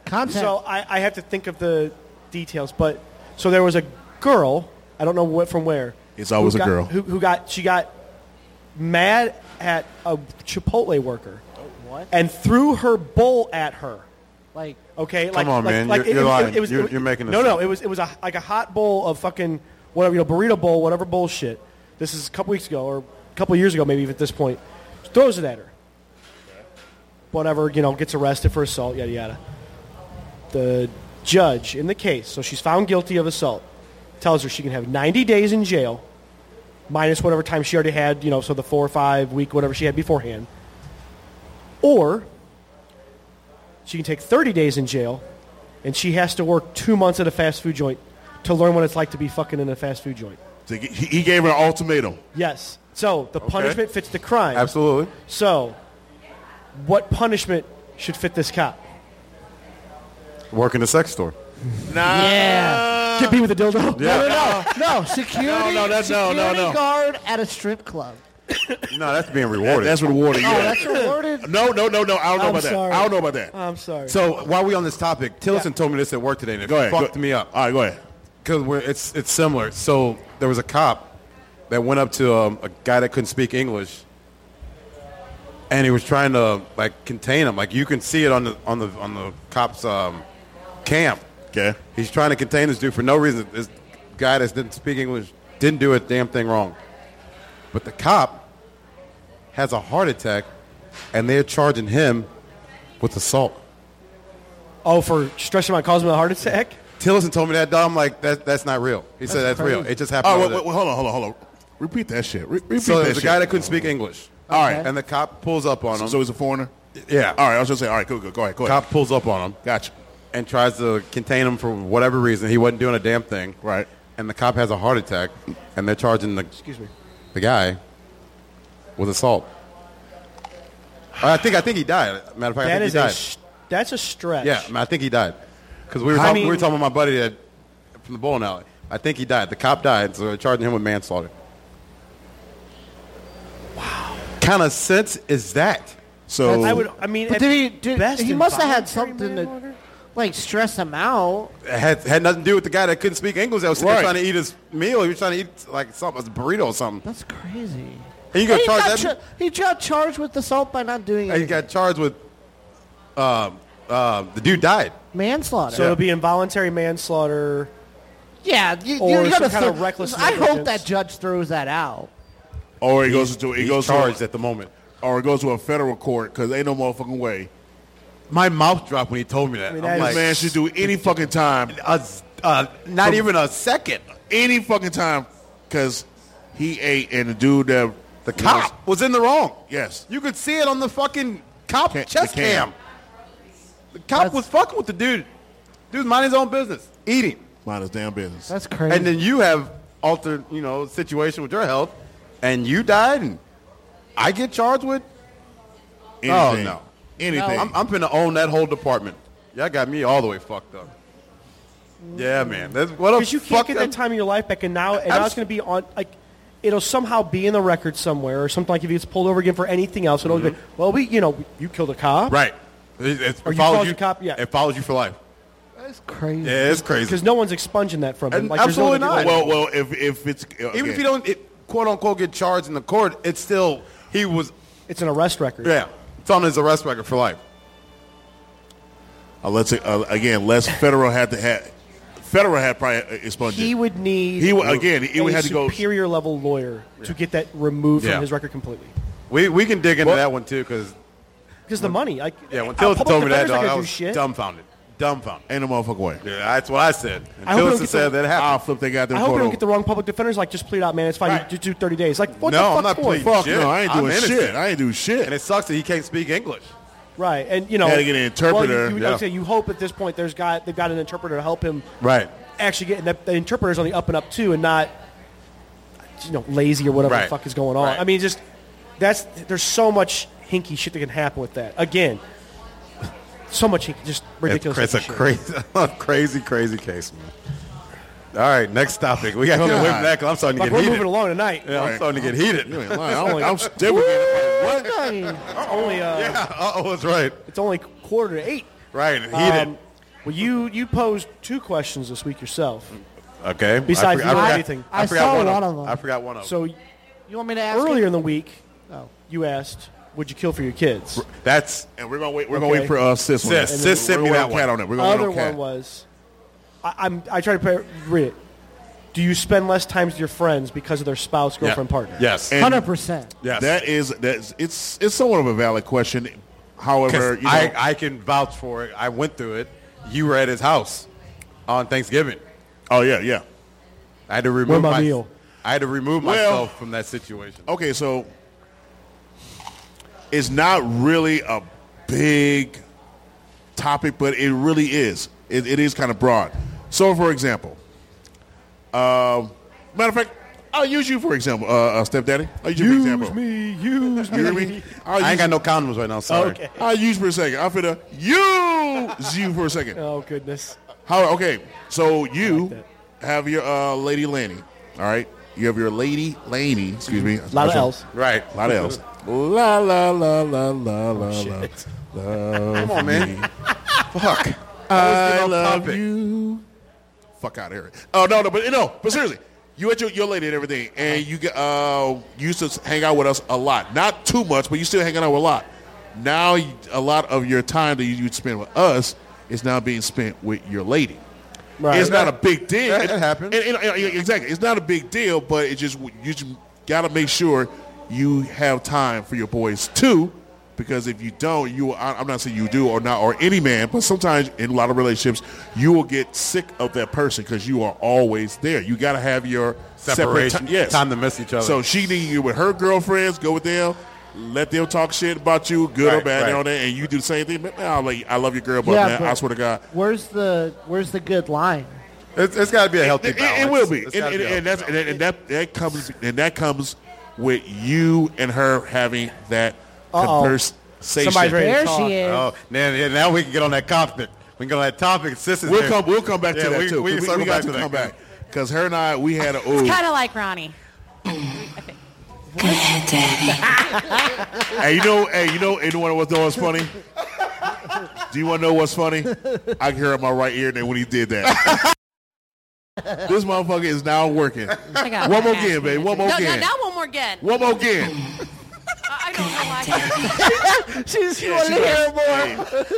S3: Contact.
S2: So I, I have to think of the details, but so there was a girl. I don't know what from where.
S1: It's always
S2: who
S1: a
S2: got-
S1: girl.
S2: who, who got she got mad at a Chipotle worker
S3: what?
S2: and threw her bowl at her.
S3: Like,
S2: Okay, like,
S5: on,
S2: like,
S5: man.
S2: like
S5: You're-
S2: it,
S5: you're
S2: was-
S5: lying.
S2: It was, it
S5: You're-
S2: was-
S5: you're making this
S2: no, no.
S5: up.
S2: It was it was a, like a hot bowl of fucking whatever you know burrito bowl, whatever bullshit. This is a couple weeks ago or a couple years ago, maybe even at this point. Throws it at her. Whatever you know, gets arrested for assault, yada yada. The judge in the case, so she's found guilty of assault, tells her she can have 90 days in jail, minus whatever time she already had, you know, so the four or five week, whatever she had beforehand, or she can take 30 days in jail, and she has to work two months at a fast food joint to learn what it's like to be fucking in a fast food joint.
S1: So he- He gave her an ultimatum.
S2: Yes. So the punishment fits the crime.
S5: Absolutely.
S2: So, what punishment should fit this cop?
S5: Work in a sex store.
S1: Nah.
S3: Yeah.
S2: Get me with a dildo.
S3: no, no, no, security,
S1: No, no, that's- no,
S3: security
S1: no, no.
S3: guard at a strip club.
S5: No, that's being rewarded.
S1: That's rewarding.
S3: Oh,
S1: Yeah.
S3: that's rewarded.
S1: No, no, no, no. I don't know
S2: I'm
S1: about
S2: sorry.
S1: that. I don't know about
S2: <laughs>
S1: that.
S2: I'm sorry.
S5: so while we on this topic, Tillerson told me this at work today, and it
S1: go ahead.
S5: fucked
S1: go-
S5: me up.
S1: All right, go ahead.
S5: because it's it's similar. So there was a cop that went up to um, a guy that couldn't speak English, and he was trying to like contain him. Like you can see it on the on the on the cop's um, camp.
S1: Okay.
S5: He's trying to contain this dude for no reason. This guy that didn't speak English didn't do a damn thing wrong, but the cop has a heart attack, and they're charging him with assault.
S2: oh, for stressing my causing me a heart attack?
S5: Tillerson told me that. dog. I'm like, that, that's not real. He said that's real. It just happened.
S1: Oh,
S5: over
S1: wait,
S5: there.
S1: wait, wait, hold on, hold on, hold on. Repeat that shit. Re- repeat
S5: So
S1: that
S5: there's a
S1: shit.
S5: guy that couldn't speak English.
S1: All right.
S5: And the cop pulls up on him.
S1: so he's a foreigner.
S5: yeah.
S1: All right, I was just saying. All right, cool, cool. Go ahead, go ahead.
S5: Cop pulls up on him
S1: Gotcha.
S5: and tries to contain him for whatever reason. He wasn't doing a damn thing.
S1: Right.
S5: And the cop has a heart attack, and they're charging the excuse me, the guy with assault. I think I think he died. Matter of fact, I
S2: That
S5: think
S2: is
S5: he died.
S2: a sh- that's a stretch.
S5: yeah, I, mean, I think he died because we were
S2: I
S5: talking,
S2: mean-
S5: we were talking about my buddy that from the bowling alley. I think he died. The cop died, so they're charging him with manslaughter. Wow. Kind of sense is that?
S1: So
S2: I would. I mean,
S3: But
S2: at
S3: did he? Did,
S2: best
S3: he must have had
S2: involuntary
S3: something to,
S2: manslaughter?
S3: like, stress him out.
S5: It had had nothing to do with the guy that couldn't speak English. That was still
S1: Right.
S5: trying to eat his meal. He was trying to eat like something, a burrito or something.
S3: That's crazy.
S5: And you got
S3: he,
S5: charged.
S3: got
S5: that,
S3: cha- he got charged with assault by not doing
S5: and
S3: anything.
S5: he got charged with. Um, um, the dude died.
S3: manslaughter.
S2: So it'll be involuntary manslaughter.
S3: yeah, you,
S2: Or
S3: you're
S2: some
S3: gonna
S2: kind
S3: throw-
S2: of reckless
S3: I hope
S2: negligence.
S3: that judge throws that out.
S1: or he goes to he
S5: He's
S1: goes
S5: charged
S1: to
S5: at the moment.
S1: or he goes to a federal court because ain't no motherfucking way.
S5: My mouth dropped when he told me that.
S2: mean,
S5: I'm
S2: that
S1: This
S5: like,
S2: is-
S1: man should do any fucking time,
S5: a s- uh, not even a second.
S1: any fucking time, because he ate and the dude that
S5: The cop was in the wrong.
S1: Yes.
S5: You could see it on the fucking cop
S1: Ca-
S5: chest
S1: the cam.
S5: cam. The cop
S3: That's-
S5: was fucking with the dude. Dude's minding his own business, eating.
S1: mind his damn business.
S3: That's crazy.
S5: And then you have altered, you know, situation with your health, and you died, and I get charged with.
S1: anything,
S5: no.
S1: anything.
S5: I'm, I'm finna own that whole department. Y'all got me all the way fucked up. Yeah, man. That's what a
S2: Because you can't
S5: fuck
S2: get that time in your life back, and now and now
S5: I'm
S2: it's going to be on like it'll somehow be in the record somewhere or something. Like if he gets pulled over again for anything else, it'll be well, we you know you killed a cop,
S5: Mm-hmm. Right. It, it
S2: Or
S5: follows
S2: you called
S5: you.
S2: the cop, yeah.
S5: It follows you for life.
S3: That's crazy.
S5: Yeah, it's
S2: Because
S5: crazy.
S2: no one's expunging that from him.
S5: And
S2: Like, there's
S5: absolutely
S2: nobody-
S5: not.
S1: well, well, if if it's
S5: Even if
S1: again,
S5: you don't, it, quote unquote, get charged in the court, it's still he was.
S2: it's an arrest record.
S5: Yeah, it's on his arrest record for life.
S1: uh, let's uh, again, less federal had to have federal had probably expunged.
S2: He
S1: it.
S2: would need
S1: He would again. He would
S2: a
S1: have to go.
S2: superior level lawyer to get that removed
S5: Yeah.
S2: from his record completely.
S5: We we can dig into
S1: Well-
S5: that one too, because
S2: Because the money, like
S5: Mm-hmm. yeah, when
S2: uh,
S5: Tilton
S2: public
S5: told me that,
S2: defender's not
S5: dog,
S2: gonna
S5: I
S2: do
S5: was
S2: shit.
S5: dumbfounded. dumbfounded.
S1: Ain't a motherfucker way.
S5: Yeah, that's what I said. And
S2: I hope I don't
S5: Tillerson
S2: get
S5: said
S2: the-
S5: that
S1: I'll
S5: happened.
S1: flip that goddamn
S2: I hope we
S1: court
S2: don't
S1: over.
S2: get the wrong public defenders. Like, just plead out, man. It's fine.
S5: Right.
S2: You do 30 days. Like, what
S5: No,
S2: the
S5: I'm
S2: fuck
S5: not
S2: for?
S5: pleading.
S1: Fuck
S5: shit.
S1: no, I ain't
S5: I'm
S1: doing
S5: innocent.
S1: shit. I ain't doing
S5: and it
S1: shit.
S5: sucks that he can't speak English.
S2: Right, and you know,
S1: Had to get an interpreter.
S2: Well, you, you, like I
S5: Yeah.
S2: say, you hope at this point there's got they've got an interpreter to help him
S5: Right.
S2: actually get. And that the interpreter's on the up and up too, and not you know lazy or whatever the
S5: Right.
S2: fuck is going on.
S5: Right.
S2: I mean, just that's there's so much hinky shit that can happen with that. Again, so much hinky, just ridiculous.
S5: It's, it's a
S2: shit.
S5: crazy, <laughs> crazy, crazy case, man. All right, next topic. We got to get away from that 'cause I'm starting to
S2: Like
S5: get
S2: we're
S5: heated.
S2: moving along tonight.
S5: Yeah, I'm starting to get heated. <laughs>
S1: You ain't lying. <laughs> I'm, I'm still with you. Like, What?
S2: It's only uh,
S5: Yeah, oh, that's right.
S2: it's only quarter to eight.
S5: Right, heated.
S2: Um, well, you you posed two questions this week yourself.
S5: okay.
S2: besides
S5: I forgot- I
S2: not
S5: forgot-
S2: anything.
S5: I,
S3: I
S5: forgot
S3: saw
S5: one,
S3: one
S5: of
S3: of
S5: them.
S3: 'em.
S5: I forgot one of them.
S2: So
S3: You want me to ask
S2: earlier
S3: him?
S2: in the week,
S3: Oh.
S2: you asked, "Would you kill for your kids?"
S5: that's
S1: And we're gonna wait. We're gonna
S2: Okay.
S1: wait for uh, sis. on
S5: Sis,
S1: that.
S5: sis sent
S1: We're
S5: me
S1: gonna
S5: that
S1: wait on cat
S5: one.
S1: on it. We're gonna
S2: Other
S1: wait on cat.
S2: one was, I, I'm I try to pre- read it. Do you spend less time with your friends because of their spouse, girlfriend, partner?
S5: Yes.
S1: And-
S3: Hundred percent.
S5: yes.
S1: That is that's it's it's somewhat of a valid question.
S5: 'Cause
S1: However, you know,
S5: I, I can vouch for it. I went through it. You were at his house on Thanksgiving.
S1: oh yeah, yeah.
S5: I had to remove
S2: my
S5: my-
S2: meal?
S5: I had to remove
S1: Well-
S5: myself from that situation.
S1: Okay, so it's not really a big topic, but it really is. It, it is kind of broad. So, for example, um, matter of fact, I'll use you for example, uh, uh, stepdaddy. I'll use you for example.
S2: me, use
S1: You hear me? I'll
S5: I ain't got
S1: use,
S5: no condoms right now. Sorry.
S2: Okay.
S1: I'll use for a second. I'm finna use you for a second.
S2: Oh goodness.
S1: How? Okay, so you
S2: that.
S1: have your uh, lady Lanny. All right, you have your lady Laney. Excuse me.
S2: A lot of L's.
S5: Right.
S1: A lot of L's. La la la la
S5: Oh,
S1: la la la.
S2: Shit.
S5: Come on, man. Fuck.
S1: I
S5: off
S1: love
S5: topic.
S1: you. Fuck out of here. Oh no no but no but seriously. You at your, your lady and everything, and you get, uh, you used to hang out with us a lot. Not too much, but you still hanging out with a lot. Now, you- a lot of your time that you- you'd spend with us is now being spent with your lady.
S2: Right.
S1: It's not a big deal.
S5: That- that happens.
S1: And- and- and- exactly. It's not a big deal, but it just you just got to make sure you have time for your boys too, because if you don't, you will- I- I'm not saying you do or not or any man, but sometimes in a lot of relationships you will get sick of that person because you are always there. You got to have your
S5: Separation.
S1: Separate ti- yes.
S5: Time to miss each other.
S1: So she need you with her girlfriends. Go with them. Let them talk shit about you, good or
S5: Right,
S1: bad,
S5: right.
S1: on that, and you do the same thing. Man, I'll let you- I love your girl, but man, I swear to God,
S3: Where's the Where's the good line?
S5: It's, it's got to be a healthy
S1: it, it-
S5: balance.
S1: it will be,
S5: It's
S1: and,
S5: gotta
S1: and-
S5: be a
S1: and
S5: healthy
S1: that's, and, and that that comes and that comes with you and her having that
S2: Uh-oh.
S1: conversation.
S2: Somebody's ready.
S3: There
S2: talk.
S3: she is.
S5: balance. Oh, now, yeah, now we can get on that topic. We can get on that topic. Sis is
S1: We'll
S5: here.
S1: come. We'll come back
S5: Yeah,
S1: to that
S5: we-
S1: too.
S5: we
S1: 'cause
S5: circle
S1: got
S5: back
S1: to
S5: to that.
S1: come back because her and I we had a ooh.
S8: Kind of like Ronnie.
S7: Good daddy.
S1: hey, you know, hey, you know, anyone what's know what's funny? Do you want to know what's funny? I can hear it in my right ear now when he did that. this motherfucker is now working.
S8: I got
S1: One more
S8: that.
S1: again, babe. One more
S8: no,
S1: again.
S8: No, not one more again.
S1: One more again.
S8: I I don't know why.
S3: She's
S1: Yeah, she goes, "Hey."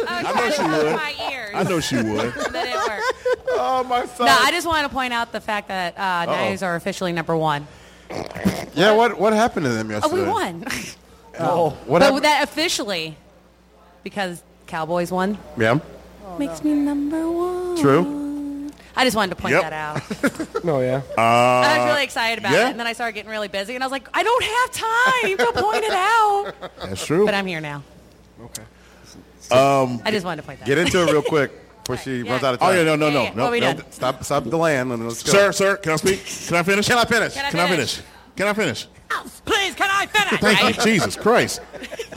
S8: I,
S1: <laughs> I
S8: was
S1: know
S8: trying to
S1: she
S8: cover
S1: would.
S8: my ears.
S1: I know she would.
S8: And then it
S1: <laughs>
S8: worked.
S5: Oh, my son.
S8: No, I just wanted to point out the fact that uh, knives are officially number one.
S5: yeah, what, what happened to them
S8: Oh,
S5: yesterday?
S8: we won. <laughs>
S2: Oh,
S5: What
S8: but
S5: happened?
S8: that officially, because Cowboys won, <laughs>
S5: yeah,
S8: makes me number one.
S5: true.
S8: I just wanted to point
S1: Yep. Uh,
S8: that
S1: <laughs>
S8: out.
S2: no, yeah.
S8: I was really excited about
S1: yeah.
S8: it, and then I started getting really busy, and I was like, I don't have time to point
S1: <laughs>
S8: it out.
S1: That's true.
S8: But I'm here now. Okay. Um, I just wanted to point that
S5: Get
S8: out.
S5: into it real quick before she
S8: Yeah.
S5: runs out of
S1: Oh
S5: time.
S1: yeah, no, no,
S8: Yeah,
S1: no,
S8: yeah.
S1: no.
S8: What we
S1: no.
S8: done?
S5: Stop, stop the land and let's go.
S1: Sir, sir, can I speak? Can I finish?
S5: Can I finish?
S8: Can I
S1: Can I
S8: finish?
S1: finish? Can I finish?
S8: Please, can I finish?
S1: Thank you, Jesus Christ.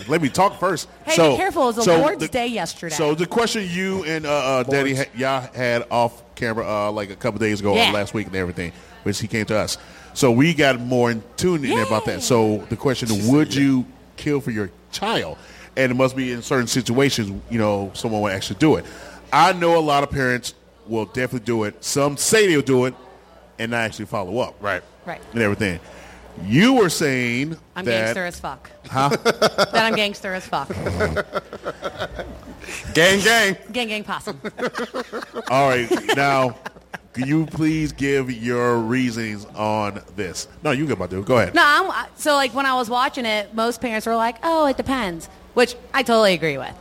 S1: Let me talk first.
S8: Hey,
S1: so,
S8: be careful. It was the
S1: so
S8: Lord's
S1: the-
S8: Day yesterday.
S1: So the question you and uh, uh, Daddy ha- y'all had off camera uh, like a couple days ago, or
S8: Yeah.
S1: last week and everything, which he came to us. So we got more in tune in about
S8: Yay.
S1: that. So the question: Would you kill for your child? And it must be in certain situations, you know, someone would actually do it. I know a lot of parents will definitely do it. Some say they'll do it, and not actually follow up.
S5: Right.
S8: right.
S1: And everything. You were saying
S8: I'm
S1: that
S8: gangster as fuck. Huh? <laughs> that I'm gangster as fuck.
S5: Gang, gang.
S8: Gang, gang, possum.
S1: All right, now, can you please give your reasonings on this? No, you go, my dude. Go ahead.
S8: No, I'm, I- so like when I was watching it, most parents were like, "Oh, it depends," which I totally agree with.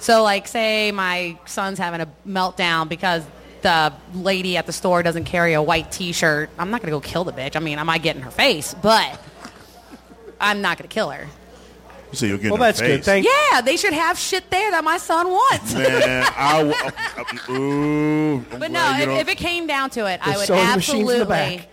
S8: So like say my son's having a meltdown because the lady at the store doesn't carry a white t-shirt. I'm not going to go kill the bitch. I mean, I might get in her face, but I'm not going to kill her.
S1: You say you'll get
S2: Well,
S1: in her
S2: Oh, that's good.
S1: face.
S2: Thank
S8: Yeah, they should have shit there that my son wants.
S1: Man, I
S2: <laughs>
S1: w- ooh.
S8: But
S1: well,
S8: no,
S1: you know-
S8: if, if it came down to it, I
S2: There's
S8: would
S2: sewing machines in the
S8: absolutely
S2: back.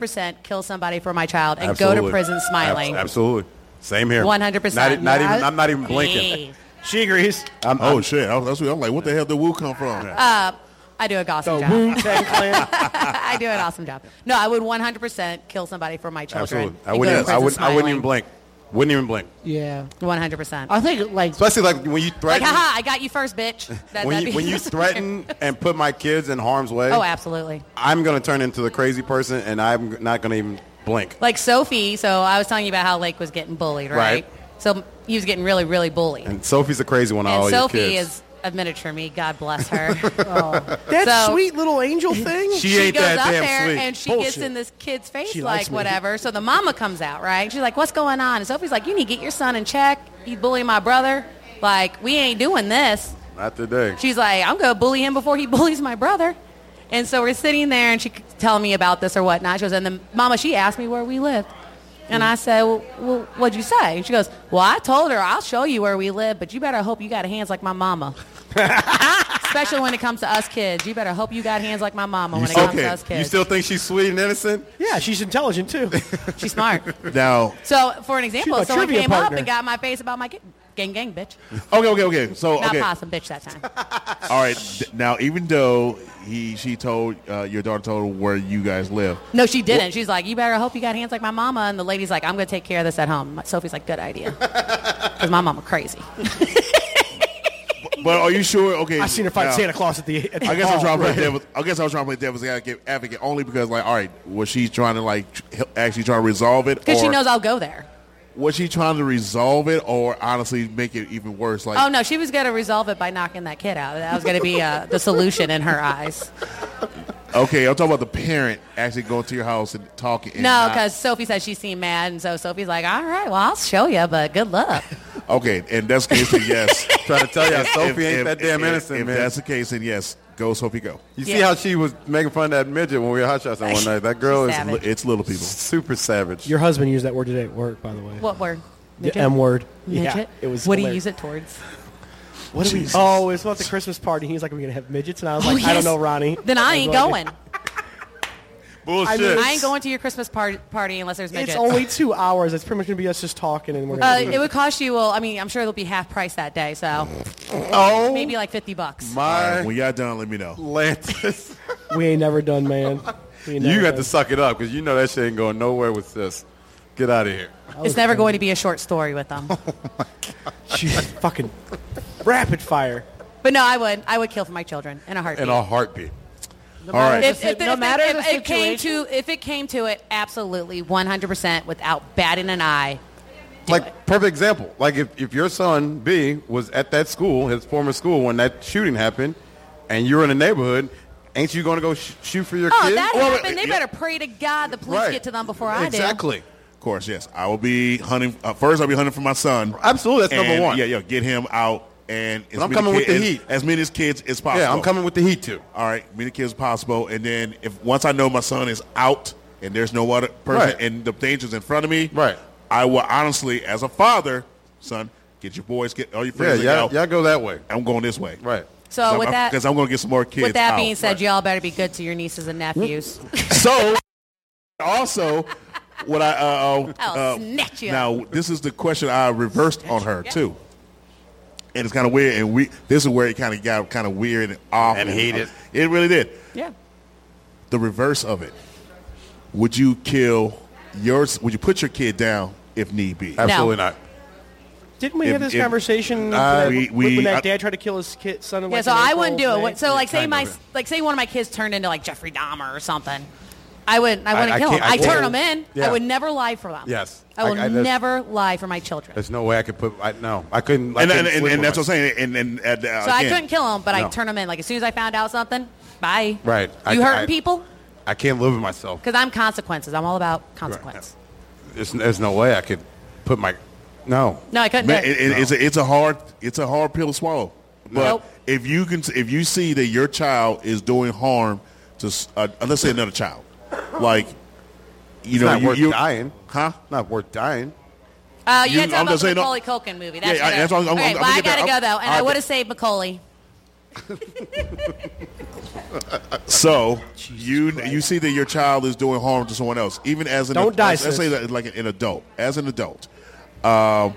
S8: 100% kill somebody for my child and go to
S5: Absolutely.
S8: prison smiling.
S5: Ab- absolutely. Same here.
S8: 100%.
S5: Not, e- not
S8: Yeah.
S5: even. I'm not even blinking.
S8: Hey,
S2: She agrees.
S5: I'm,
S1: oh
S5: I'm-
S1: shit! I was, that's what, I'm like, what the hell did Wu come from?
S8: <laughs> Uh, I do a
S2: The
S8: awesome
S2: Wu
S8: job.
S2: Tang Clan.
S1: <laughs>
S8: <laughs> I do an awesome job. No, I would 100% kill somebody for my children.
S5: absolutely. I
S8: and
S5: wouldn't.
S8: go to
S5: Even, I
S8: prison
S5: wouldn't. I wouldn't even
S8: smiling.
S5: blink. Wouldn't even blink.
S3: Yeah.
S8: 100%.
S3: I think like
S5: Especially like when you
S8: like,
S5: threaten.
S8: haha, I got you
S5: <laughs>
S8: first, bitch. That,
S5: when
S8: that'd
S5: you,
S8: be-
S5: when
S8: <laughs>
S5: you threaten and put my kids in harm's way,
S8: Oh, absolutely.
S5: I'm going to turn into the crazy person, and I'm not going to even blink.
S8: Like Sophie, so I was telling you about how Lake was getting bullied, right?
S5: Right.
S8: So he was getting really, really bullied.
S5: And Sophie's the crazy one. of
S8: And
S5: all your
S8: Sophie
S5: kids.
S8: is a miniature me. God
S5: <laughs>
S8: bless her.
S2: That
S8: So-
S2: sweet little angel thing.
S5: She,
S8: she
S5: ain't
S8: goes
S5: that
S8: up
S5: damn
S8: there
S5: sweet.
S8: and she gets
S2: Bullshit.
S8: in this kid's face
S2: She likes
S8: like
S2: me.
S8: whatever. So the mama comes out, right? She's like, "What's going on?" And Sophie's like, "You need to get your son in check. He's bullying my brother. Like we ain't doing this."
S5: Not today.
S8: She's like, "I'm gonna bully him before he <laughs> bullies my brother." And so we're sitting there, and she could tell me about this or whatnot. She goes, and the mama she asked me where we lived, and I said, well, "Well, what'd you say?" And she goes, "Well, I told her I'll show you where we live, but you better hope you got hands like my mama." Especially when it comes to us kids, you better hope you got hands like my mama when it comes to
S1: okay,
S8: us kids.
S5: You still think she's sweet and innocent?
S2: Yeah, she's intelligent
S1: <laughs>
S2: too.
S8: She's smart.
S1: Now,
S8: So, for an example,
S2: my
S8: someone
S2: trivia
S8: came up
S2: partner.
S8: and got my face about my kid. Gang, gang, bitch.
S1: okay, okay, okay. So,
S8: Not
S1: okay,
S8: possum, bitch, that time.
S1: all right. D- Now, even though he, she told uh, your daughter told her where you guys live.
S8: No, she didn't. She's like, you better hope you got hands like my mama. And the lady's like, I'm going to take care of this at home. Sophie's like, good idea.
S2: <laughs>
S8: Because my mama crazy.
S1: But are you sure? Okay,
S2: I seen her fight
S1: now-
S2: Santa Claus at the. At the
S1: I guess I was
S2: ball.
S1: trying to play devil. I guess I was trying to play devil's advocate advocate only because, like, all right, was she trying to like tr- hel- actually trying to resolve it,
S8: Because she
S1: or
S8: knows I'll go there.
S1: was she trying to resolve it, or honestly make it even worse? Like,
S8: Oh, no, she was going to resolve it by knocking that kid out. That was going to be uh, the solution in
S2: <laughs>
S8: her eyes.
S1: okay, I'm talking about the parent actually going to your house and talking. and
S8: No,
S1: not-
S8: because Sophie said she seemed mad. And so Sophie's like, all right, well, I'll show you, but good luck.
S1: okay, and that's the case. Then yes,
S5: <laughs> Trying to tell you,
S1: If-
S5: Sophie ain't
S1: if-
S5: that damn
S1: if-
S5: innocent,
S1: If
S5: man.
S1: that's the case, then yes, go Sophie, go.
S5: you
S8: Yeah.
S5: see how she was making fun of that midget when we were hot
S8: <laughs>
S5: shots that one night. That girl
S8: She's
S5: is
S8: savage.
S5: li-
S1: It's little people.
S5: super savage.
S2: Your husband used that word today at work, by the way.
S8: What word?
S2: the M word.
S8: Midget?
S2: Yeah, it was.
S8: What do you
S2: hilarious.
S8: use it towards?
S2: What do we? Oh, it was about the Christmas party. He was like, "Are we gonna have midgets?" And I was <laughs> like, "I don't
S8: Oh, yes.
S2: know, Ronnie."
S8: Then I ain't
S2: was like, <laughs>
S8: going.
S5: Bullshit.
S8: I ain't going to your Christmas par- party unless there's midgets.
S2: It's only two hours. It's pretty much gonna be us just talking, and we're
S8: uh,
S2: gonna.
S8: it would cost you. Well, I mean, I'm sure it'll be half price that day, so
S5: oh
S8: maybe like 50 bucks.
S1: All right,
S5: my
S1: when y'all done, let me know.
S5: <laughs> Lantis,
S2: we ain't never done, man. We ain't never
S5: you got
S2: done.
S5: to suck it up because you know that shit ain't going nowhere with this. Get out of here.
S8: It's never going to be a short story with <laughs> them.
S2: Jeez, fucking rapid fire.
S8: But no, I would. I would kill for my children in a heartbeat.
S5: In a heartbeat.
S1: All right,
S8: if, if,
S3: No
S8: if-
S3: matter
S8: if-
S3: the
S8: if it came to if it came to it, absolutely 100% without batting an eye.
S5: like perfect example. Like if, if your son B was at that school, his former school, when that shooting happened, and you're in the neighborhood, ain't you going to go sh- shoot for your
S8: Oh,
S5: kid?
S8: that
S1: Well,
S8: happened. They
S1: yeah.
S8: better pray to God the police get to them before I do.
S5: Exactly.
S1: of course, yes, I will be hunting. Uh, first, I'll be hunting for my son.
S5: Absolutely, that's number
S1: And,
S5: one.
S1: Yeah, yeah, get him out. And as
S5: I'm
S1: many
S5: coming with
S1: kids-
S5: the
S1: as-
S5: heat.
S1: As many as kids as possible.
S5: Yeah, I'm coming with the heat too.
S1: all right, many kids as possible. And then if once I know my son is out and there's no other person
S5: Right.
S1: and the danger's in front of me,
S5: Right.
S1: I will honestly, as a father, son, get your boys, get all your
S5: Yeah,
S1: friends
S5: yeah,
S1: out.
S5: yeah. Go that way.
S1: I'm going this way.
S5: Right.
S8: So with that,
S1: because I'm going to get some more kids.
S8: with that
S1: out.
S8: being said,
S1: Right.
S8: y'all better be good to your nieces and nephews.
S1: So, also, what I uh, uh,
S8: I'll
S1: uh,
S8: snatch you
S1: now this is the question I reversed on her too, and it's kind of weird. And we this is where it kind of got kind of weird and off
S5: And heated.
S1: It really did.
S8: yeah.
S1: The reverse of it. Would you kill yours? Would you put your kid down if need be?
S5: Absolutely not.
S2: Didn't we
S1: If-
S2: have this
S1: if-
S2: conversation
S1: Uh,
S2: when,
S1: we-
S2: that-
S1: we-
S2: when that
S1: I-
S2: dad tried to kill his kid son? in,
S8: Yeah,
S2: like,
S8: so
S2: in
S8: I
S2: April,
S8: wouldn't do it.
S2: May?
S8: What- So like, say
S5: kind
S8: my
S5: of.
S8: like, say one of my kids turned into like Jeffrey Dahmer or something. I wouldn't. I
S5: I-
S8: wouldn't
S5: I
S8: kill them.
S5: can't- I
S8: I turn them
S5: can't.
S8: in. I
S5: Yeah.
S8: would never lie for them.
S5: Yes.
S8: I will
S5: I- I- that's-
S8: never lie for my children.
S5: There's no way I could put. I, no, I couldn't. I couldn't
S1: And, and, and,
S5: sleep
S1: and
S5: with
S1: that's what I'm
S5: it.
S1: saying. And, and, and uh,
S8: So I
S1: again,
S8: couldn't kill them, but I
S5: No.
S8: turn them in. Like as soon as I found out something, bye.
S5: Right. I-
S8: You hurting
S5: I-
S8: people?
S5: I can't live with myself.
S8: Because I'm consequences. I'm all about consequence.
S5: There's, there's no way I could put my No.
S8: No, I couldn't.
S1: Man,
S8: do
S1: it,
S8: it.
S1: it- it's a it's a hard it's a hard pill to swallow. But
S8: Nope.
S1: if you can if you see that your child is doing harm to s- uh, let's say another child, like you
S5: It's
S1: know
S5: not
S1: you,
S5: worth
S1: you-
S5: dying.
S1: Huh?
S5: Not worth dying.
S8: Uh, you,
S1: You-
S8: had to talk
S1: I'm
S8: about
S1: just
S8: the
S1: saying, no-
S8: Macaulay Culkin movie. That's
S1: Yeah, I-
S8: what
S1: that's what I'm- I'm-
S8: okay,
S1: I'm
S8: well, I
S1: gonna get
S8: gotta
S1: that.
S8: go though, and
S1: I'll-
S8: I would have saved Macaulay.
S1: So you you see that your child is doing harm to someone else, even as an
S2: Don't
S1: adult,
S2: die,
S1: let's, let's
S2: sis.
S1: say that like an, adult, as an adult, um,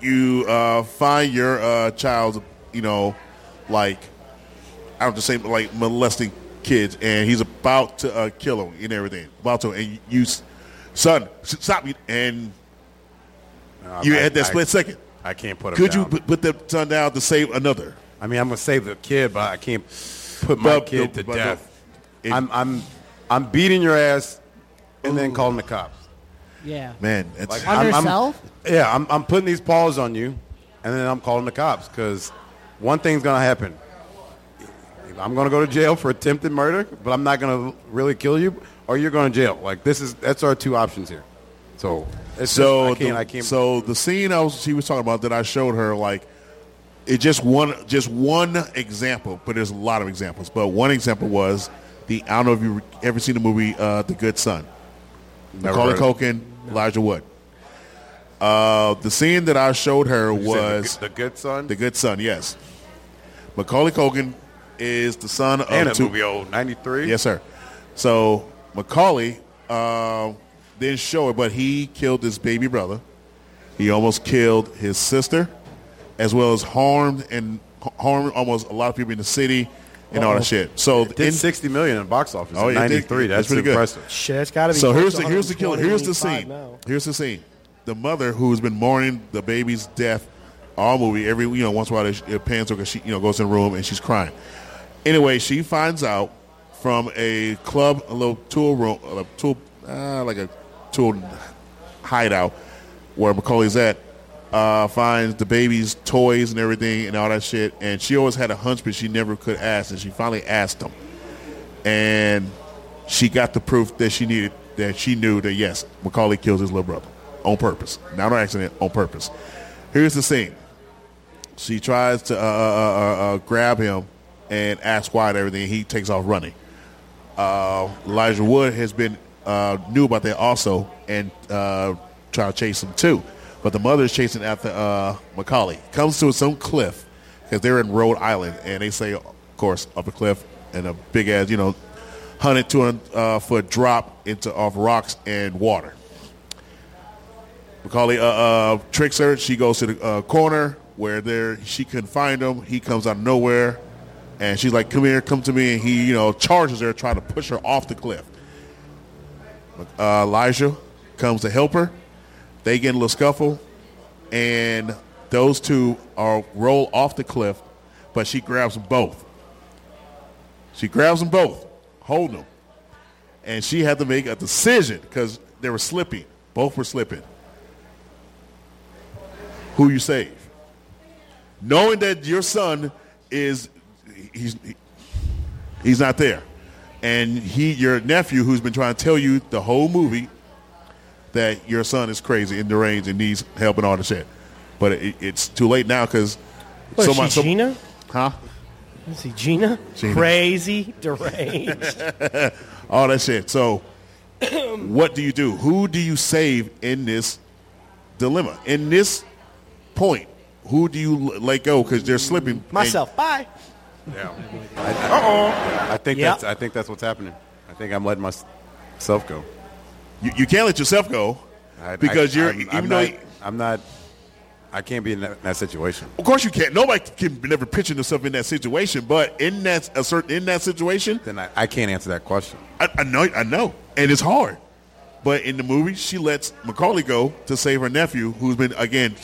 S1: you uh, find your uh, child's you know like I don't just say like molesting kids, and he's about to uh, kill him and everything, about to, and you, s- son, s- stop me, and
S5: No,
S1: you
S5: I-
S1: had that
S5: I-
S1: split second.
S5: I can't put him
S1: Could you
S5: down.
S1: put, put that son down to save another?
S5: I mean, I'm gonna save the kid, but I can't put my
S1: But-
S5: kid to
S1: but-
S5: death.
S1: It-
S5: I'm, I'm, I'm beating your ass, and then calling the cops.
S3: <laughs> Yeah.
S1: man, it's,
S5: Like
S3: On
S5: I'm, I'm-
S3: yourself?
S5: yeah, I'm, I'm putting these paws on you, and then I'm calling the cops because one thing's gonna happen. I'm gonna go to jail for attempted murder, but I'm not gonna really kill you, or you're going to jail. Like this is that's our two options here. So it's
S1: So
S5: just, I can't.
S1: the,
S5: I can't.
S1: So the scene I was she was talking about that I showed her like it just one just one example, but there's a lot of examples. But one example was the I don't know if you ever seen the movie uh, The Good Son.
S5: Never
S1: Macaulay
S5: heard of
S1: Culkin, Elijah Wood. Uh, the scene that I showed her
S5: You said
S1: was
S5: the, good- the good son
S1: The Good Son. Yes, Macaulay Culkin is the son of
S5: and a
S1: two,
S5: movie oh, old '93.
S1: Yes, sir. So Macaulay uh, didn't show it, but he killed his baby brother. He almost killed his sister, as well as harmed and harmed almost a lot of people in the city and all that shit. So
S5: did
S1: in-
S5: 60 million in the box office.
S1: Oh,
S5: Oh,
S1: it did.
S5: 93.
S1: That's
S5: That's,
S1: pretty good.
S5: impressive.
S2: Shit, it's got to be.
S1: so
S2: close
S1: here's
S2: to
S1: the here's the killer.
S2: 120,
S1: Here's the
S2: 85
S1: scene.
S2: now.
S1: Here's the scene. The mother who's been mourning the baby's death all movie. Every you know once in a while they- it pans over. 'cause She you know goes in the room and she's crying. Anyway, she finds out from a club, a little tool room, a little tool uh, like a tool hideout where Macaulay's at. Uh, finds the baby's toys and everything and all that shit. And she always had a hunch, but she never could ask. And she finally asked him and she got the proof that she needed that she knew that yes macaulay kills his little brother on purpose not on accident on purpose here's the scene she tries to uh, uh, uh, uh, uh, grab him and ask why and everything he takes off running uh, elijah wood has been uh, knew about that also and uh, trying to chase him too but the mother is chasing after uh, macaulay comes to some cliff because they're in rhode island and they say of course up a cliff and a big ass you know 100 200 uh, foot drop into off rocks and water Macaulay uh, uh, tricks her. She goes to the uh, corner where there she couldn't find him. He comes out of nowhere, and she's like, "Come here, come to me." And he, you know, charges her, trying to push her off the cliff. Uh, Elijah comes to help her. They get in a little scuffle, and those two are roll off the cliff, but she grabs them both. She grabs them both, holding them, and she had to make a decision because they were slipping. Both were slipping who you save. Knowing that your son is he's he's not there, and he your nephew who's been trying to tell you the whole movie that your son is crazy and deranged and needs help and all this shit, but it, it's too late now because
S2: What, is she Gina?
S1: huh?
S2: Is he Gina?
S1: Gina.
S2: Crazy,
S1: <laughs>
S2: deranged.
S1: all that shit. So, what do you do? Who do you save in this dilemma? In this point, who do you l- let go because they're slipping? and-
S2: Myself. Bye.
S5: Yeah. I, I, I think
S2: Yeah.
S5: that's I think that's what's happening. I think I'm letting myself go.
S1: You, you can't let yourself go
S5: I,
S1: because
S5: I-
S1: you're
S5: I'm,
S1: even
S5: I'm
S1: though.
S5: not, I'm not. I can't be in that, that situation.
S1: of course you can't. Nobody can never picture themselves in that situation. But in that a certain in that situation,
S5: Then I, I can't answer that question.
S1: I, I know, I know, and it's hard. But in the movie, she lets Macaulay go to save her nephew, who's been again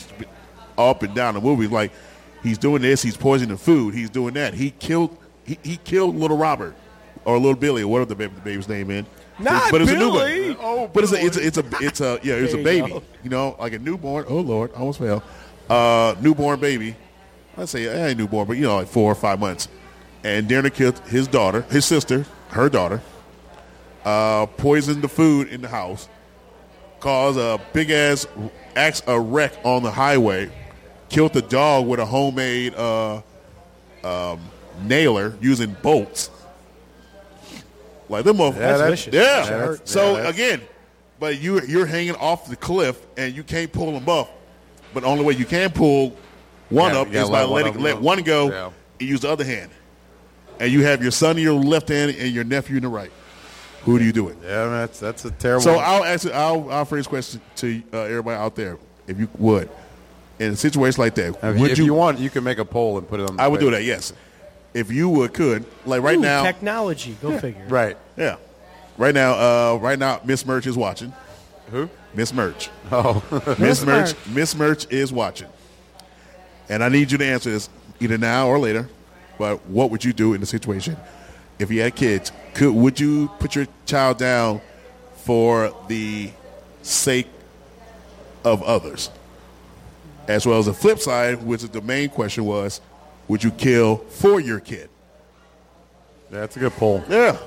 S1: up and down the movie. Like he's doing this, he's poisoning food, he's doing that. He killed, he, he killed little Robert or little Billy or whatever the, baby, the baby's name is.
S2: Not
S1: but it's a
S2: Billy!
S1: newborn. Oh, but it's a, it's a, it's a, it's a yeah, it's a
S2: There you
S1: baby.
S2: go.
S1: You know, like a newborn. Oh Lord, I almost fell. Uh, newborn baby. I say I ain't newborn, but you know, like four or five months. And Darren killed his daughter, his sister, her daughter, uh, poisoned the food in the house, caused a big ass ax a wreck on the highway, killed the dog with a homemade uh, um, nailer using bolts. Like them motherfuckers.
S5: that's-
S2: vicious.
S1: Yeah.
S5: yeah, that's-
S1: so uh,
S5: yeah, that's-
S1: again, but you you're hanging off the cliff and you can't pull them up. But the only way you can pull one
S5: Yeah,
S1: up
S5: you gotta
S1: is by
S5: let one
S1: letting
S5: of 'em
S1: let
S5: go.
S1: one go
S5: Yeah.
S1: and use the other hand. And you have your son in your left hand and your nephew in the right. Who do you do it?
S5: Yeah, man, that's that's a terrible.
S1: So I'll ask, I'll, I'll phrase question to uh, everybody out there, if you would, in a situation like that,
S5: if,
S1: would
S5: if
S1: you?
S5: you, want, you can make a poll and put it on. The
S1: I would do
S5: page.
S1: that. Yes, if you would, could like right
S2: Ooh,
S1: now,
S2: technology. Go figure.
S5: Right.
S1: yeah, right now, uh, right now, Miss Merch is watching.
S5: Who?
S1: Miss Merch,
S5: Oh,
S1: Miss Merch,
S3: Merch.
S1: Miss Merch is watching, and I need you to answer this either now or later. But what would you do in the situation if you had kids? Could would you put your child down for the sake of others? As well as the flip side, which is the main question was, would you kill for your kid?
S5: <laughs> that's a good poll.
S1: Yeah.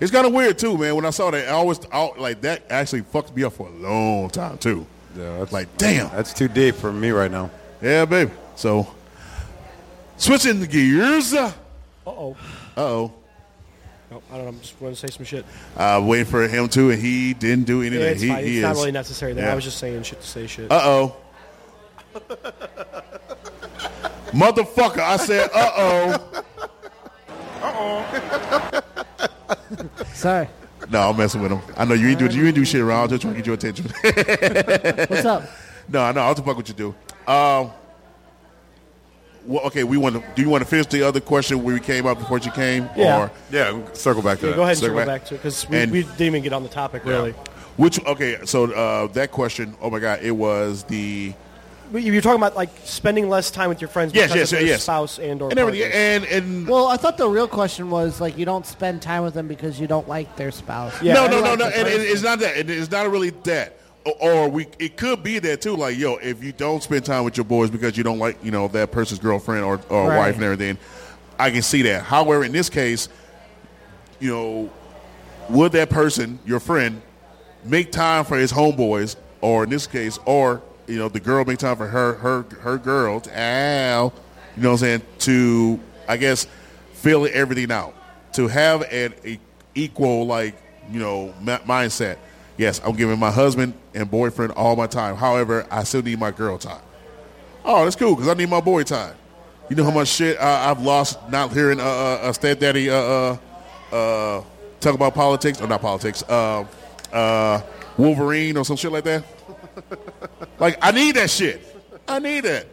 S1: It's kind of weird too, man. When I saw that, I always I, like that actually fucked me up for a long time too.
S5: Yeah, that's-
S1: like damn.
S5: That's too deep for me right now.
S1: Yeah, baby. So, switching the gears. Uh
S2: Uh oh.
S1: oh.
S2: No, Oh, I don't know. I'm just going to say some shit.
S1: I waited for him to, and he didn't do anything.
S2: it's
S1: he,
S2: fine.
S1: he
S2: it's
S1: is.
S2: not really necessary. There.
S1: Yeah.
S2: I was just saying shit to say shit.
S1: Uh oh. Motherfucker, I said, uh oh.
S3: Sorry.
S1: No, I'm messing with him. I know you ain't do you ain't do shit around. I'm just trying to get your attention. <laughs>
S3: What's up?
S1: no, no, I'll just fuck what you do. Um. Well, okay, we want to. Do you want to finish the other question where we came up before you came?
S2: Yeah.
S1: Or
S5: Yeah, we can circle back to
S2: Yeah,
S5: that.
S2: go ahead and
S1: Circle
S2: circle
S1: back.
S2: back to it because we,
S1: And-
S2: we didn't even get on the topic really.
S1: which? Okay, so uh, that question. Oh my God, it was the
S2: But you- You're talking about like spending less time with your friends
S1: Yes,
S2: because of
S1: yes, yes,
S2: your
S1: yes.
S2: spouse and or
S1: and everything
S2: partner.
S1: and and
S3: Well, I thought the real question was like you don't spend time with them because you don't like their spouse.
S2: Yeah,
S1: no,
S2: I
S1: no, no,
S2: like
S1: no.
S2: the
S1: And it,
S2: person.
S1: it's not that. It, it's not really that. Or, or we, it could be that too. Like, yo, if you don't spend time with your boys because you don't like, you know, that person's girlfriend or, or
S3: Right.
S1: wife and everything, I can see that. However, in this case, you know, would that person, your friend, make time for his homeboys, or in this case, or you know, the girl make time for her her her girls, ow, you know what I'm saying, to I guess fill everything out, to have an e equal like you know mi- mindset. Yes, I'm giving my husband and boyfriend all my time. However, I still need my girl time. Oh, that's cool because I need my boy time. You know how much shit I, I've lost not hearing uh, uh, uh, stepdaddy uh, uh, uh, talk about politics or not politics, uh, uh, Wolverine or some shit like that. like I need that shit. I need that.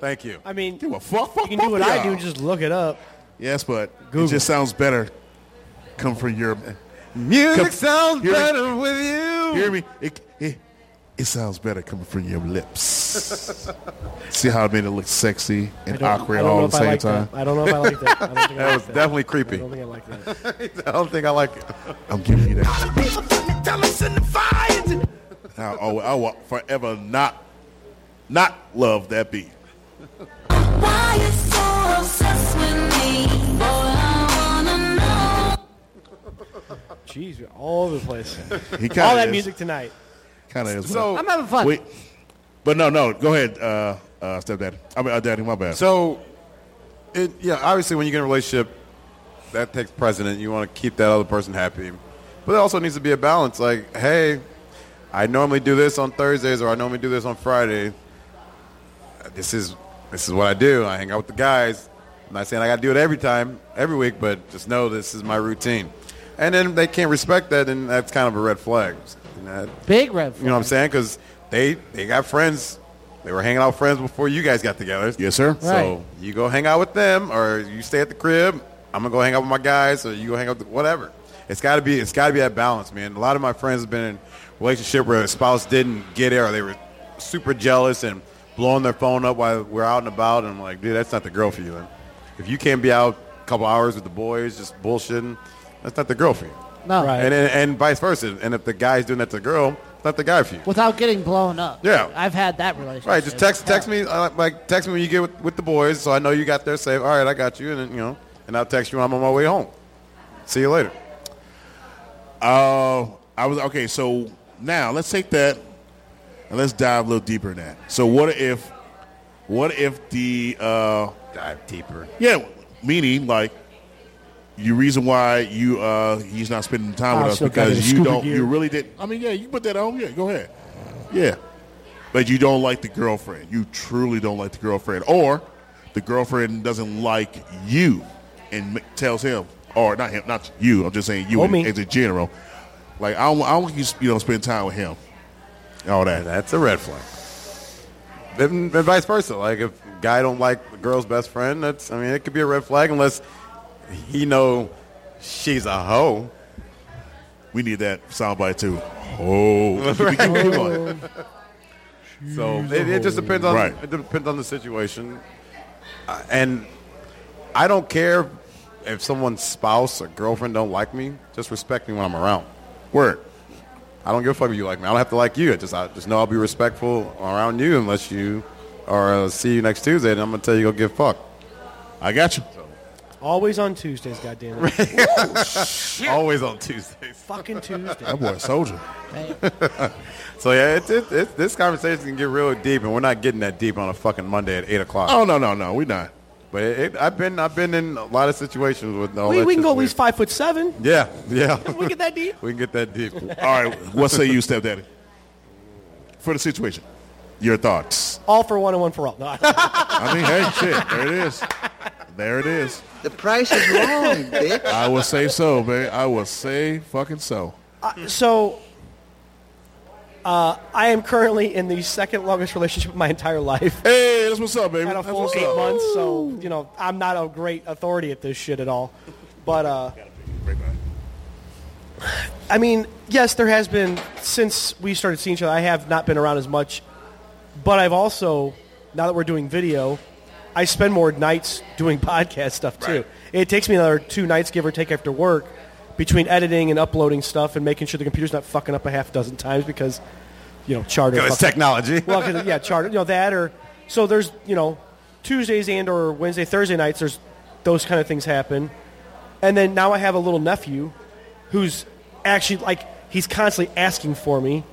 S5: Thank you.
S2: I mean,
S1: Give a fuck. fuck
S2: you can do
S1: both
S2: what
S1: of
S2: I do,
S1: y'all.
S2: just look it up.
S1: yes, but
S2: Google.
S1: it just sounds better. Come from your
S5: Music
S1: Come-
S5: sounds
S1: hear me.
S5: better with you.
S1: hear me. It, it, it sounds better coming from your lips. See how I made it look sexy
S2: I
S1: and
S2: don't,
S1: awkward
S2: I don't
S1: all
S2: know
S1: at the
S2: if I
S1: same
S2: like
S1: time.
S2: that. I don't know if I like that. I
S1: <laughs>
S2: don't
S5: That was
S2: think I like that.
S5: definitely
S2: I
S5: creepy.
S2: don't think I like that.
S5: I don't think I like it.
S1: I'm giving you that.
S4: Fire!
S1: I, I, will- I will forever not not love that beat.
S7: Why you so obsessed with me? Boy, I wanna know.
S2: Jeez, you're all over the
S1: <laughs>
S2: place.
S1: He kinda
S2: all that
S1: is,
S2: music tonight.
S1: kind of is.
S5: So-
S3: I'm having fun.
S1: wait, but no, no. Go ahead, uh, uh, stepdaddy. I mean, uh, daddy. My bad.
S5: So, it, yeah, obviously, when you get in a relationship, that takes precedent. You want to keep that other person happy, but there also needs to be a balance. Like, hey, I normally do this on Thursdays, or I normally do this on Friday. This is this is what I do. I hang out with the guys. I'm not saying I got to do it every time, every week, but just know this is my routine. And then they can't respect that, and that's kind of a red flag. And that-
S3: Big rev.
S5: you know what I'm saying? Because they they got friends. They were hanging out with friends before you guys got together.
S1: yes, sir.
S3: Right.
S5: So you go hang out with them, or you stay at the crib. I'm gonna go hang out with my guys, or you go hang out with whatever. It's gotta be it's gotta be that balance, man. A lot of my friends have been in relationship where a spouse didn't get it, or they were super jealous and blowing their phone up while we're out and about. And I'm like, dude, that's not the girl for you. Man. If you can't be out a couple hours with the boys, just bullshitting, that's not the girl for you.
S3: No.
S2: Right.
S5: And, and and vice versa. And if the guy's doing that to the girl, it's not the guy for you.
S3: Without getting blown up.
S5: Yeah.
S3: I've had that relationship.
S5: Right, just text text me uh, like text me when you get with, with the boys, so I know you got there safe. All right, I got you, and then, you know, and I'll text you when I'm on my way home. See you later.
S1: Oh, I I was okay. So now let's take that and let's dive a little deeper in that. So what if, what if the uh,
S5: Dive deeper.
S1: yeah, meaning like you reason why you uh, he's not spending time
S2: I
S1: with us
S2: still got it,
S1: because you
S2: scuba
S1: don't
S2: gear.
S1: you really did. I mean, yeah, you put that on. Yeah, go ahead. Yeah, but you don't like the girlfriend. You truly don't like the girlfriend, or the girlfriend doesn't like you and m- tells him, or not him, not you. I'm just saying you
S2: Or
S1: in-
S2: me.
S1: as a general. Like I don't, I don't want you, s- you know, spend time with him. All that.
S5: That's a red flag. And, and vice versa. Like if guy don't like the girl's best friend, that's I mean it could be a red flag unless he know she's a hoe.
S1: We need that soundbite too. Oh, <laughs> keep, keep- keep going.
S5: So it, it just depends on
S1: Right.
S5: it depends on the situation, Uh, and I don't care if someone's spouse or girlfriend don't like me. Just respect me when I'm around.
S1: Word.
S5: I don't give a fuck if you like me. I don't have to like you. I just I just know I'll be respectful around you unless you or uh, see you next Tuesday, and I'm gonna tell you go give a fuck.
S1: I got you.
S2: Always on Tuesdays, goddamn
S1: <laughs>
S2: it.
S5: Always on Tuesdays.
S2: Fucking Tuesday.
S1: That boy, a soldier.
S5: So yeah, it's it, it, this conversation can get real deep, and we're not getting that deep on a fucking Monday at eight o'clock.
S1: Oh no, no, no, we not.
S5: But it, it, I've been I've been in a lot of situations with all
S2: We,
S5: that
S2: we can
S5: shit's
S2: go at
S5: weird.
S2: least five foot seven.
S5: Yeah, yeah. <laughs>
S2: We get that deep.
S5: We can get that deep.
S1: All right, what say you, stepdaddy? For the situation, your thoughts.
S2: All for one and one for all. No,
S1: I mean, hey, shit, there it is. There it is.
S9: The price is wrong, bitch.
S1: I will say so, baby. I will say fucking so.
S2: so uh, I am currently in the second longest relationship of my entire life.
S1: Hey, that's what's up, baby.
S2: At a
S1: That's
S2: full
S1: what's
S2: eight
S1: up.
S2: months, so you know I'm not a great authority at this shit at all. But uh, I mean, yes, there has been since we started seeing each other. I have not been around as much, but I've also now that we're doing video, I spend more nights doing <laughs> podcast stuff too. It takes me another two nights, give or take, after work between editing and uploading stuff and making sure the computer's not fucking up a half dozen times because you know charter.
S5: Because <laughs> it's
S2: fucking-
S5: technology.
S2: well, 'cause, yeah, charter. You know that or so. There's you know Tuesdays and or Wednesday, Thursday nights. There's those kind of things happen, and then now I have a little nephew who's actually like he's constantly asking for me.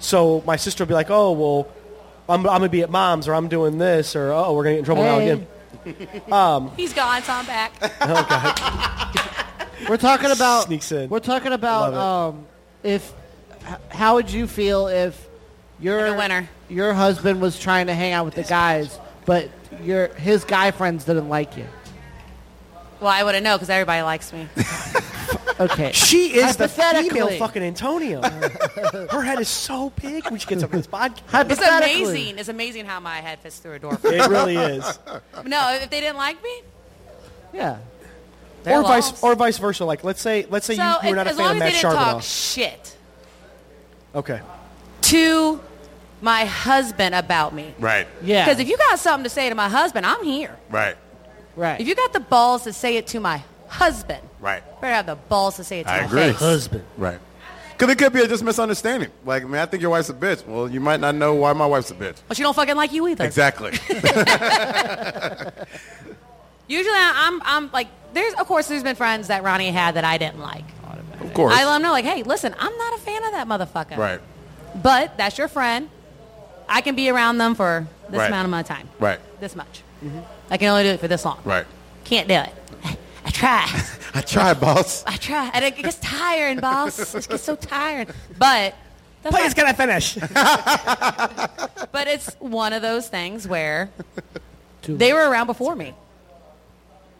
S2: So my sister will be like, "Oh well, I'm, I'm gonna be at mom's or I'm doing this or oh we're gonna get in trouble now
S3: Hey.
S2: again."
S8: He's gone, so
S1: <laughs>
S8: I'm back.
S2: <laughs>
S3: We're talking about
S2: Sneaks in.
S3: We're talking about
S2: Love
S3: um, if h- how would you feel if your
S8: the winner.
S3: your husband was trying to hang out with the guys, but your his guy friends didn't like you.
S8: Well, I wouldn't know because everybody likes me.
S3: Okay.
S2: She is the female
S3: Hypothetically.
S2: fucking <laughs> Antonio. Her head is so big when she gets up on this podcast.
S8: It's
S3: <laughs> Hypothetically.
S8: amazing. It's amazing how my head fits through
S1: <laughs>
S8: a door. frame.
S2: It really is.
S8: no, if they didn't like me,
S3: <laughs> Yeah.
S8: they're
S2: or vice
S8: lost.
S2: or vice versa. Like let's say let's say
S8: so
S2: you, you
S8: if-
S2: were not a
S8: as
S2: fan of
S8: long as
S2: Matt
S8: they didn't talk
S2: Charbonneau.
S8: shit
S2: Okay.
S8: to my husband about me,
S5: Right.
S3: Yeah.
S8: Because if you got something to say to my husband, I'm here.
S5: Right.
S3: right.
S8: If you got the balls to say it to my husband,
S5: Right.
S8: better have the balls to say it to
S5: I
S8: my
S5: agree.
S8: face.
S2: Husband.
S5: Right. Because it could be a just misunderstanding. Like, man, I think your wife's a bitch. Well, you might not know why my wife's a bitch.
S8: But she don't fucking like you either.
S5: Exactly.
S8: Usually, I'm, I'm like, there's of course, there's been friends that Ronnie had that I didn't like.
S5: <laughs> of course.
S8: I let him know, like, hey, listen, I'm not a fan of that motherfucker.
S5: Right.
S8: But that's your friend. I can be around them for this
S5: Right.
S8: amount of my time.
S5: Right. Mm-hmm.
S8: This much. I can only do it for this long.
S5: Right.
S8: Can't do it. <laughs> I, I try.
S5: I tried, boss.
S8: I try. And it gets tiring, boss. It gets so tired. But that's
S2: Please,
S8: not-
S2: can
S5: <laughs>
S2: I finish?
S8: but it's one of those
S2: <laughs>
S8: things where they were around before me.
S5: <laughs>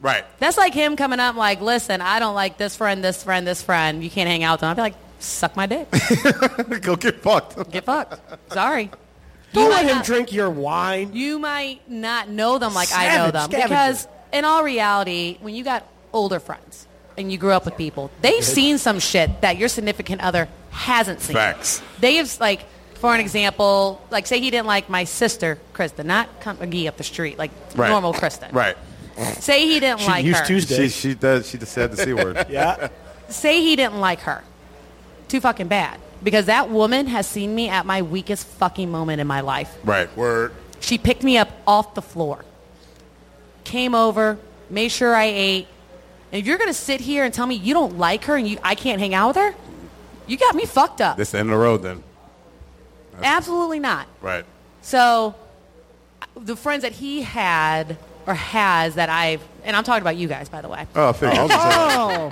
S5: Right.
S8: That's like him coming up like, listen, I don't like this friend, this friend, this friend. You can't hang out with them. I'd be like, suck my dick.
S5: <laughs> Go get fucked.
S8: Get fucked. Sorry.
S2: Don't let
S8: might
S2: him
S8: not-
S2: drink your wine.
S8: you might not know them like I know
S2: Savage
S8: them
S2: scavenger.
S8: because in all reality, when you got older friends and you grew up with people, they've seen some shit that your significant other hasn't seen.
S5: Facts.
S8: They have like, for an example, like say he didn't like my sister Krista, not Cunt McGee up the street, like
S5: Right.
S8: normal Krista.
S5: Right.
S8: Say he didn't like
S2: used
S8: her.
S2: Tuesday.
S5: She, she, does, she just said the C <laughs> word.
S2: yeah.
S8: Say he didn't like her. Too fucking bad. Because that woman has seen me at my weakest fucking moment in my life.
S5: Right.
S1: Word.
S8: She picked me up off the floor, came over, made sure I ate. And if you're going to sit here and tell me you don't like her and you, I can't hang out with her, You got me fucked up.
S5: That's the end of the road then.
S8: Absolutely not.
S5: Right.
S8: So the friends that he had or has that I've, and I'm talking about you guys, by the way.
S5: Oh, I figured.
S3: Oh,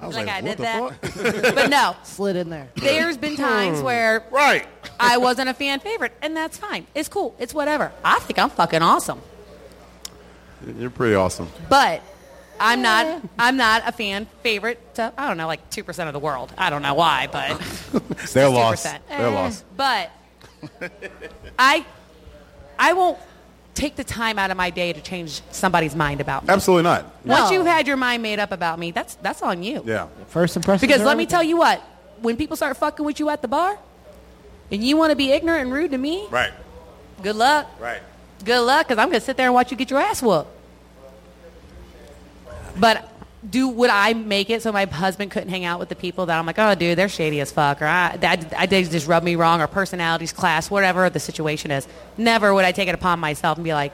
S5: I was
S8: like, I
S5: what
S8: did
S5: the
S8: that.
S5: fuck?
S8: <laughs> but no,
S3: slid in there.
S5: <laughs>
S8: there's been times where
S5: Right.
S8: I wasn't a fan favorite, and that's fine. It's cool. It's whatever. I think I'm fucking awesome.
S5: You're pretty awesome.
S8: But I'm not. I'm not a fan favorite. To, I don't know, like two percent of the world. I don't know why, but
S5: <laughs> They're
S8: two
S5: lost.
S8: percent.
S5: They're lost.
S8: But I, I won't take the time out of my day to change somebody's mind about me.
S5: Absolutely not.
S3: No.
S8: Once you've had your mind made up about me, that's that's on you.
S5: Yeah.
S3: First impression.
S8: Because let me tell you what, when people start fucking with you at the bar, and you want to be ignorant and rude to me,
S5: Right.
S8: good luck.
S5: Right.
S8: Good luck, because I'm gonna sit there and watch you get your ass whooped. But do would I make it so my husband couldn't hang out with the people that I'm like, oh, dude, they're shady as fuck, or I, that, I they just rub me wrong, or personalities clash, whatever the situation is. Never would I take it upon myself and be like,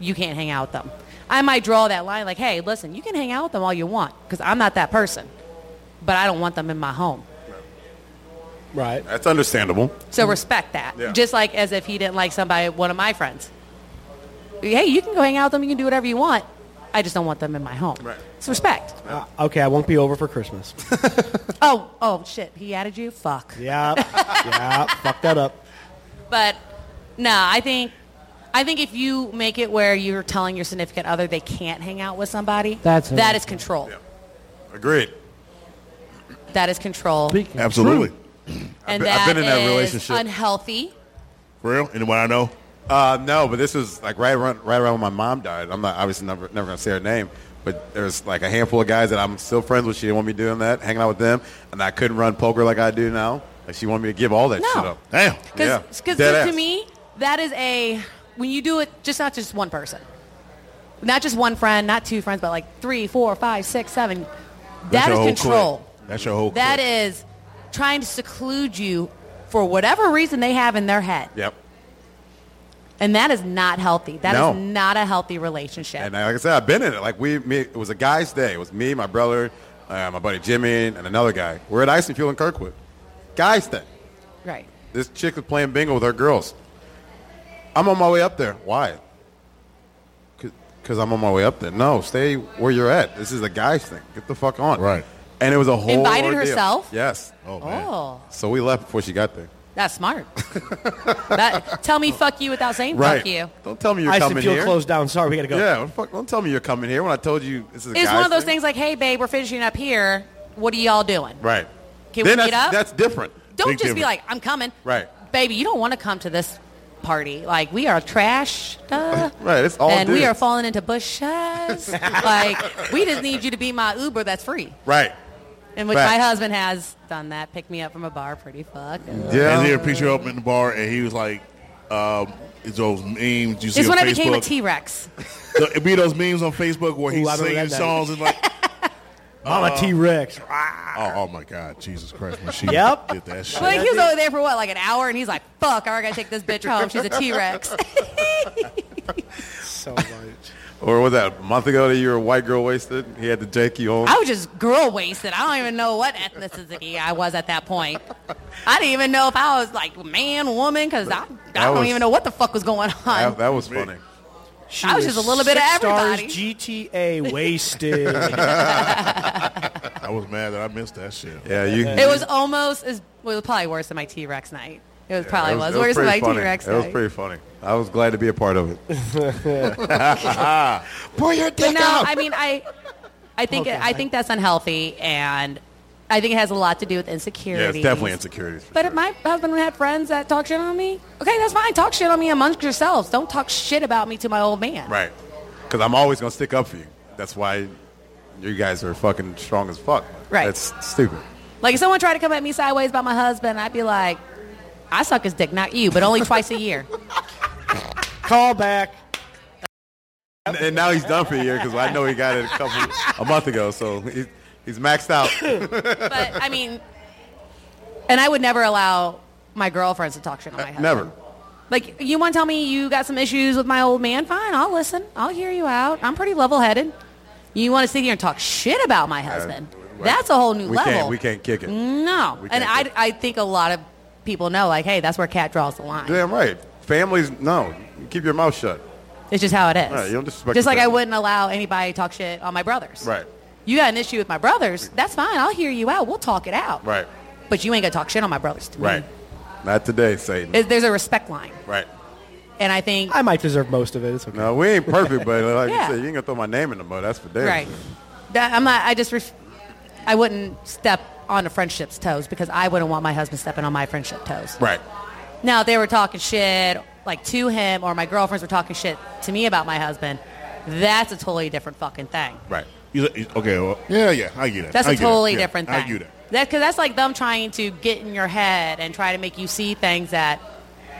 S8: you can't hang out with them. I might draw that line like, hey, listen, you can hang out with them all you want, because I'm not that person, but I don't want them in my home.
S2: Right.
S5: That's understandable.
S8: So respect that.
S5: Yeah.
S8: Just like as if he didn't like somebody, one of my friends. Hey, you can go hang out with them. You can do whatever you want. I just don't want them in my home.
S5: Right.
S8: It's respect.
S2: Uh, okay, I won't be over for
S5: <laughs>
S2: Christmas.
S8: Oh, oh shit. He added you. Fuck.
S2: yeah. Yeah. Fuck that up.
S8: But no, I think, I think if you make it where you're telling your significant other they can't hang out with somebody,
S3: That's
S8: that
S3: it.
S8: is control.
S5: Agreed.
S8: That is control,
S1: Absolutely.
S8: and
S5: been- I've
S8: that
S5: been in that
S8: is
S5: relationship.
S8: unhealthy.
S1: For real? Anyone I know?
S5: Uh, no, but this was like right around, right around when my mom died. I'm not obviously never never gonna say her name, but there's like a handful of guys that I'm still friends with. She didn't want me doing that, hanging out with them, and I couldn't run poker like I do now. Like she wanted me to give all that
S8: No.
S5: shit up.
S1: Damn.
S5: Yeah.
S8: Because
S5: Dead
S8: to
S5: ass.
S8: me, that is a when you do it, just not just one person, not just one friend, not two friends, but like three, four, five, six, seven. That
S1: your
S8: is
S1: whole clique.
S8: control.
S1: That's your whole
S8: That
S1: clique.
S8: is trying to seclude you for whatever reason they have in their head,
S5: Yep.
S8: and that is not healthy. That is
S5: No.
S8: not a healthy relationship.
S5: And uh, I- like I said, I've been in it. Like we, me, it was a guy's day. It was me, my brother, uh, my buddy Jimmy, and another guy. We're at Ice and Fuel in Kirkwood. Guys day.
S8: right.
S5: This chick was playing bingo with her girls. I'm on my way up there. Why? Because I'm on my way up there. No, stay where you're at. This is a guy's thing. Get the fuck on.
S1: Right.
S5: And it was a whole.
S8: Invited
S5: ordeal.
S8: herself?
S5: Yes.
S1: Oh, man.
S8: Oh,
S5: So we left before she got there.
S8: that's smart. <laughs> that, tell me fuck you without saying
S5: Right.
S8: fuck you.
S5: Don't tell me you're
S2: I
S5: coming
S2: should feel
S5: here.
S2: closed down. Sorry, we gotta go.
S5: Yeah. what the Fuck, don't tell me you're coming here when I told you this is. A
S8: It's
S5: guy's
S8: one of those
S5: thing.
S8: things like, hey, babe, we're finishing up here. What are y'all doing?
S5: Right.
S8: Can
S5: then
S8: we
S5: that's,
S8: meet up?
S5: That's different.
S8: Don't
S1: Big
S8: just be
S1: difference.
S8: like, I'm coming.
S5: Right.
S8: Baby, you don't want to come to this party. Like, we are trash.
S1: <laughs>
S8: uh,
S5: Right, it's all
S8: And we
S5: dudes.
S8: are falling into bushes. like, we just need you to be my Uber that's free.
S5: Right.
S8: In which
S5: Facts.
S8: my husband has done that. Pick me up from a bar pretty fuck.
S1: And
S5: Yeah.
S1: he picked you up in the bar, and he was like, um, it's those memes you see
S8: It's
S1: on
S8: when I
S1: Facebook.
S8: became
S1: <laughs>
S8: a T-Rex.
S1: So It'd be those memes on Facebook where he's
S2: Ooh, I remember
S1: singing
S2: that night.
S1: songs and like,
S2: Mama
S5: Uh,
S2: T Rex.
S1: oh, oh my God, Jesus Christ, when she
S2: Yep.
S1: did that shit.
S8: But he was over there for what, like an hour? And he's like, fuck, I gotta take this bitch home. She's
S1: <laughs>
S8: a T-Rex.
S2: So much.
S5: Or was that a month ago that you were a white girl wasted? He had to take you home.
S8: I was just girl wasted. I don't even know what ethnicity I was at that point. I didn't even know if I was like man, woman, because I, I
S5: That
S8: don't
S5: was-
S8: even know what the fuck was going
S5: That,
S8: on.
S5: that was funny.
S2: She
S8: I was just a little bit of
S2: six
S8: everybody.
S2: Stars GTA wasted. <laughs>
S1: I was mad that I missed that shit.
S5: Yeah, you.
S8: It was almost as well, it was probably worse than my T Rex night. It was probably was, worse than my
S5: pretty
S8: T
S5: funny.
S8: Rex
S5: It was
S8: night.
S5: pretty funny. I was glad to be a part of it. Pour your
S8: but
S5: dick
S8: no,
S5: out.
S8: I mean, I, I think it, I think that's unhealthy, and I think it has a lot to do with insecurity.
S5: yeah, it's definitely insecurities. for
S8: But
S5: sure.
S8: if my husband had friends that talk shit on me, okay, that's fine. Talk shit on me amongst yourselves. Don't talk shit about me to my old man.
S5: right, because I'm always gonna stick up for you. That's why you guys are fucking strong as fuck.
S8: Right.
S5: That's stupid.
S8: Like if someone tried to come at me sideways about my husband, I'd be like, I suck his dick, not you, but only twice a
S5: <laughs>
S8: year.
S2: Call back.
S5: And, and now he's done for a year because I know he got it a couple a month ago. So he's he's maxed
S8: <laughs>
S5: out.
S8: But I mean, and I would never allow my girlfriends to talk shit on my husband.
S5: Uh, Never.
S8: Like you want to tell me you got some issues with my old man? Fine, I'll listen. I'll hear you out. I'm pretty level-headed. You want to sit here and talk shit about my husband? That's a whole new
S5: Uh, we
S8: level. Mm.
S5: can't we can't kick it.
S8: No.
S5: We
S8: And
S5: can't
S8: I,
S5: kick
S8: I think a lot of people know, like, hey, that's where Cat draws the line.
S5: Damn right. Families, no. You keep your mouth shut.
S8: It's just how it is.
S5: Right, you don't disrespect
S8: just
S5: your
S8: like I
S5: family.
S8: wouldn't allow anybody to talk shit on my brothers.
S5: Right.
S8: You got an issue with my brothers, that's fine. I'll hear you out. We'll talk it out.
S5: Right.
S8: But you ain't going to talk shit on my brothers to me.
S5: Right. Not today, Satan.
S8: Mm. It- there's a respect line.
S5: right.
S8: And I think,
S2: I might deserve most of it. It's okay.
S5: No, we ain't perfect, but like
S8: Yeah.
S5: you said, you ain't gonna throw my name in the mud. That's for damn.
S8: right.
S5: sure.
S8: That, I'm not, I just, ref- I wouldn't step on a friendship's toes because I wouldn't want my husband stepping on my friendship toes.
S5: Right.
S8: Now if they were talking shit like to him, or my girlfriends were talking shit to me about my husband. That's a totally different fucking thing.
S5: Right.
S1: You- you- okay, well, yeah, yeah, I get it.
S8: That's
S1: a
S8: a totally different thing.
S1: I get it.
S8: because that's like them trying to get in your head and try to make you see things that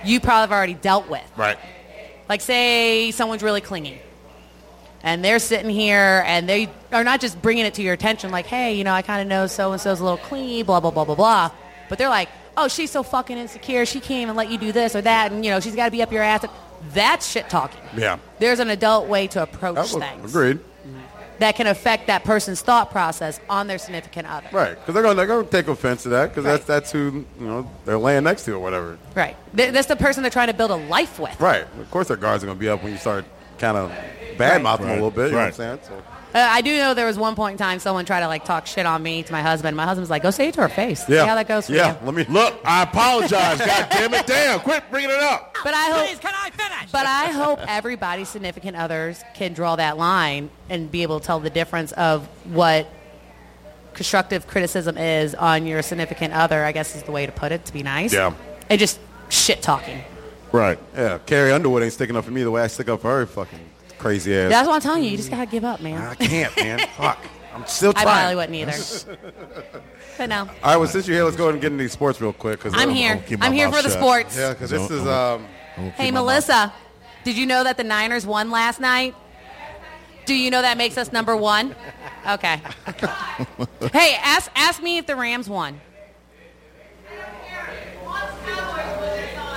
S8: you probably have already dealt with.
S5: Right.
S8: Like say someone's really clingy, and they're sitting here and they are not just bringing it to your attention, like, hey, you know, I kind of know so and so's a little clingy, blah blah blah blah blah. But they're like, oh, she's so fucking insecure, she can't even let you do this or that, and you know, she's got to be up your ass. That's shit talking.
S5: Yeah.
S8: There's an adult way to approach
S5: That was-
S1: Oh,
S8: things
S5: Agreed.
S8: that can affect that person's thought process on their significant other.
S5: Right. Because they're gonna they're gonna take offense to that because
S8: Right.
S5: that's that's who you know they're laying next to or whatever.
S8: Right. Th- that's the person they're trying to build a life with.
S5: Right. Of course, their guards are gonna be up when you start kind of bad mouthing
S1: Right.
S5: a little bit. You
S1: Right.
S5: know what I'm saying?
S8: Uh, I do know there was one point in time someone tried to like talk shit on me to my husband. My husband was like, "Go say it to her face.
S5: So, yeah.
S8: See how that goes for
S5: yeah.
S8: you."
S5: Let me
S1: Look, I apologize. <laughs> God damn it, damn! Quit bringing it up.
S8: But I hope. Please, can I finish? But I hope everybody's significant others can draw that line and be able to tell the difference of what constructive criticism is on your significant other. I guess is the way to put it. To be nice.
S5: Yeah.
S8: And just shit talking.
S1: Right.
S5: Yeah, Carrie Underwood ain't sticking up for me the way I stick up for her fucking crazy ass.
S8: That's what I'm telling you. You just gotta give up,
S5: I
S8: man.
S5: can't,
S8: <laughs>
S5: man. Fuck. I'm still
S8: I
S5: trying.
S8: probably wouldn't either.
S5: <laughs>
S8: But no,
S5: All right, well, since you're here, let's go ahead and get into these sports real quick. Cause
S8: I'm
S5: uh,
S8: here.
S1: keep my
S8: I'm here
S1: mouth
S8: for the
S1: shut.
S8: sports.
S5: Yeah, because
S1: Don't-
S5: this is.
S1: don't-
S5: Um,
S1: I'm gonna keep
S8: Hey,
S1: my mouth-
S8: Melissa, did you know that the Niners won last night? Do you know that makes us number one?
S1: <laughs>
S8: Okay. hey, ask, ask me if the Rams won.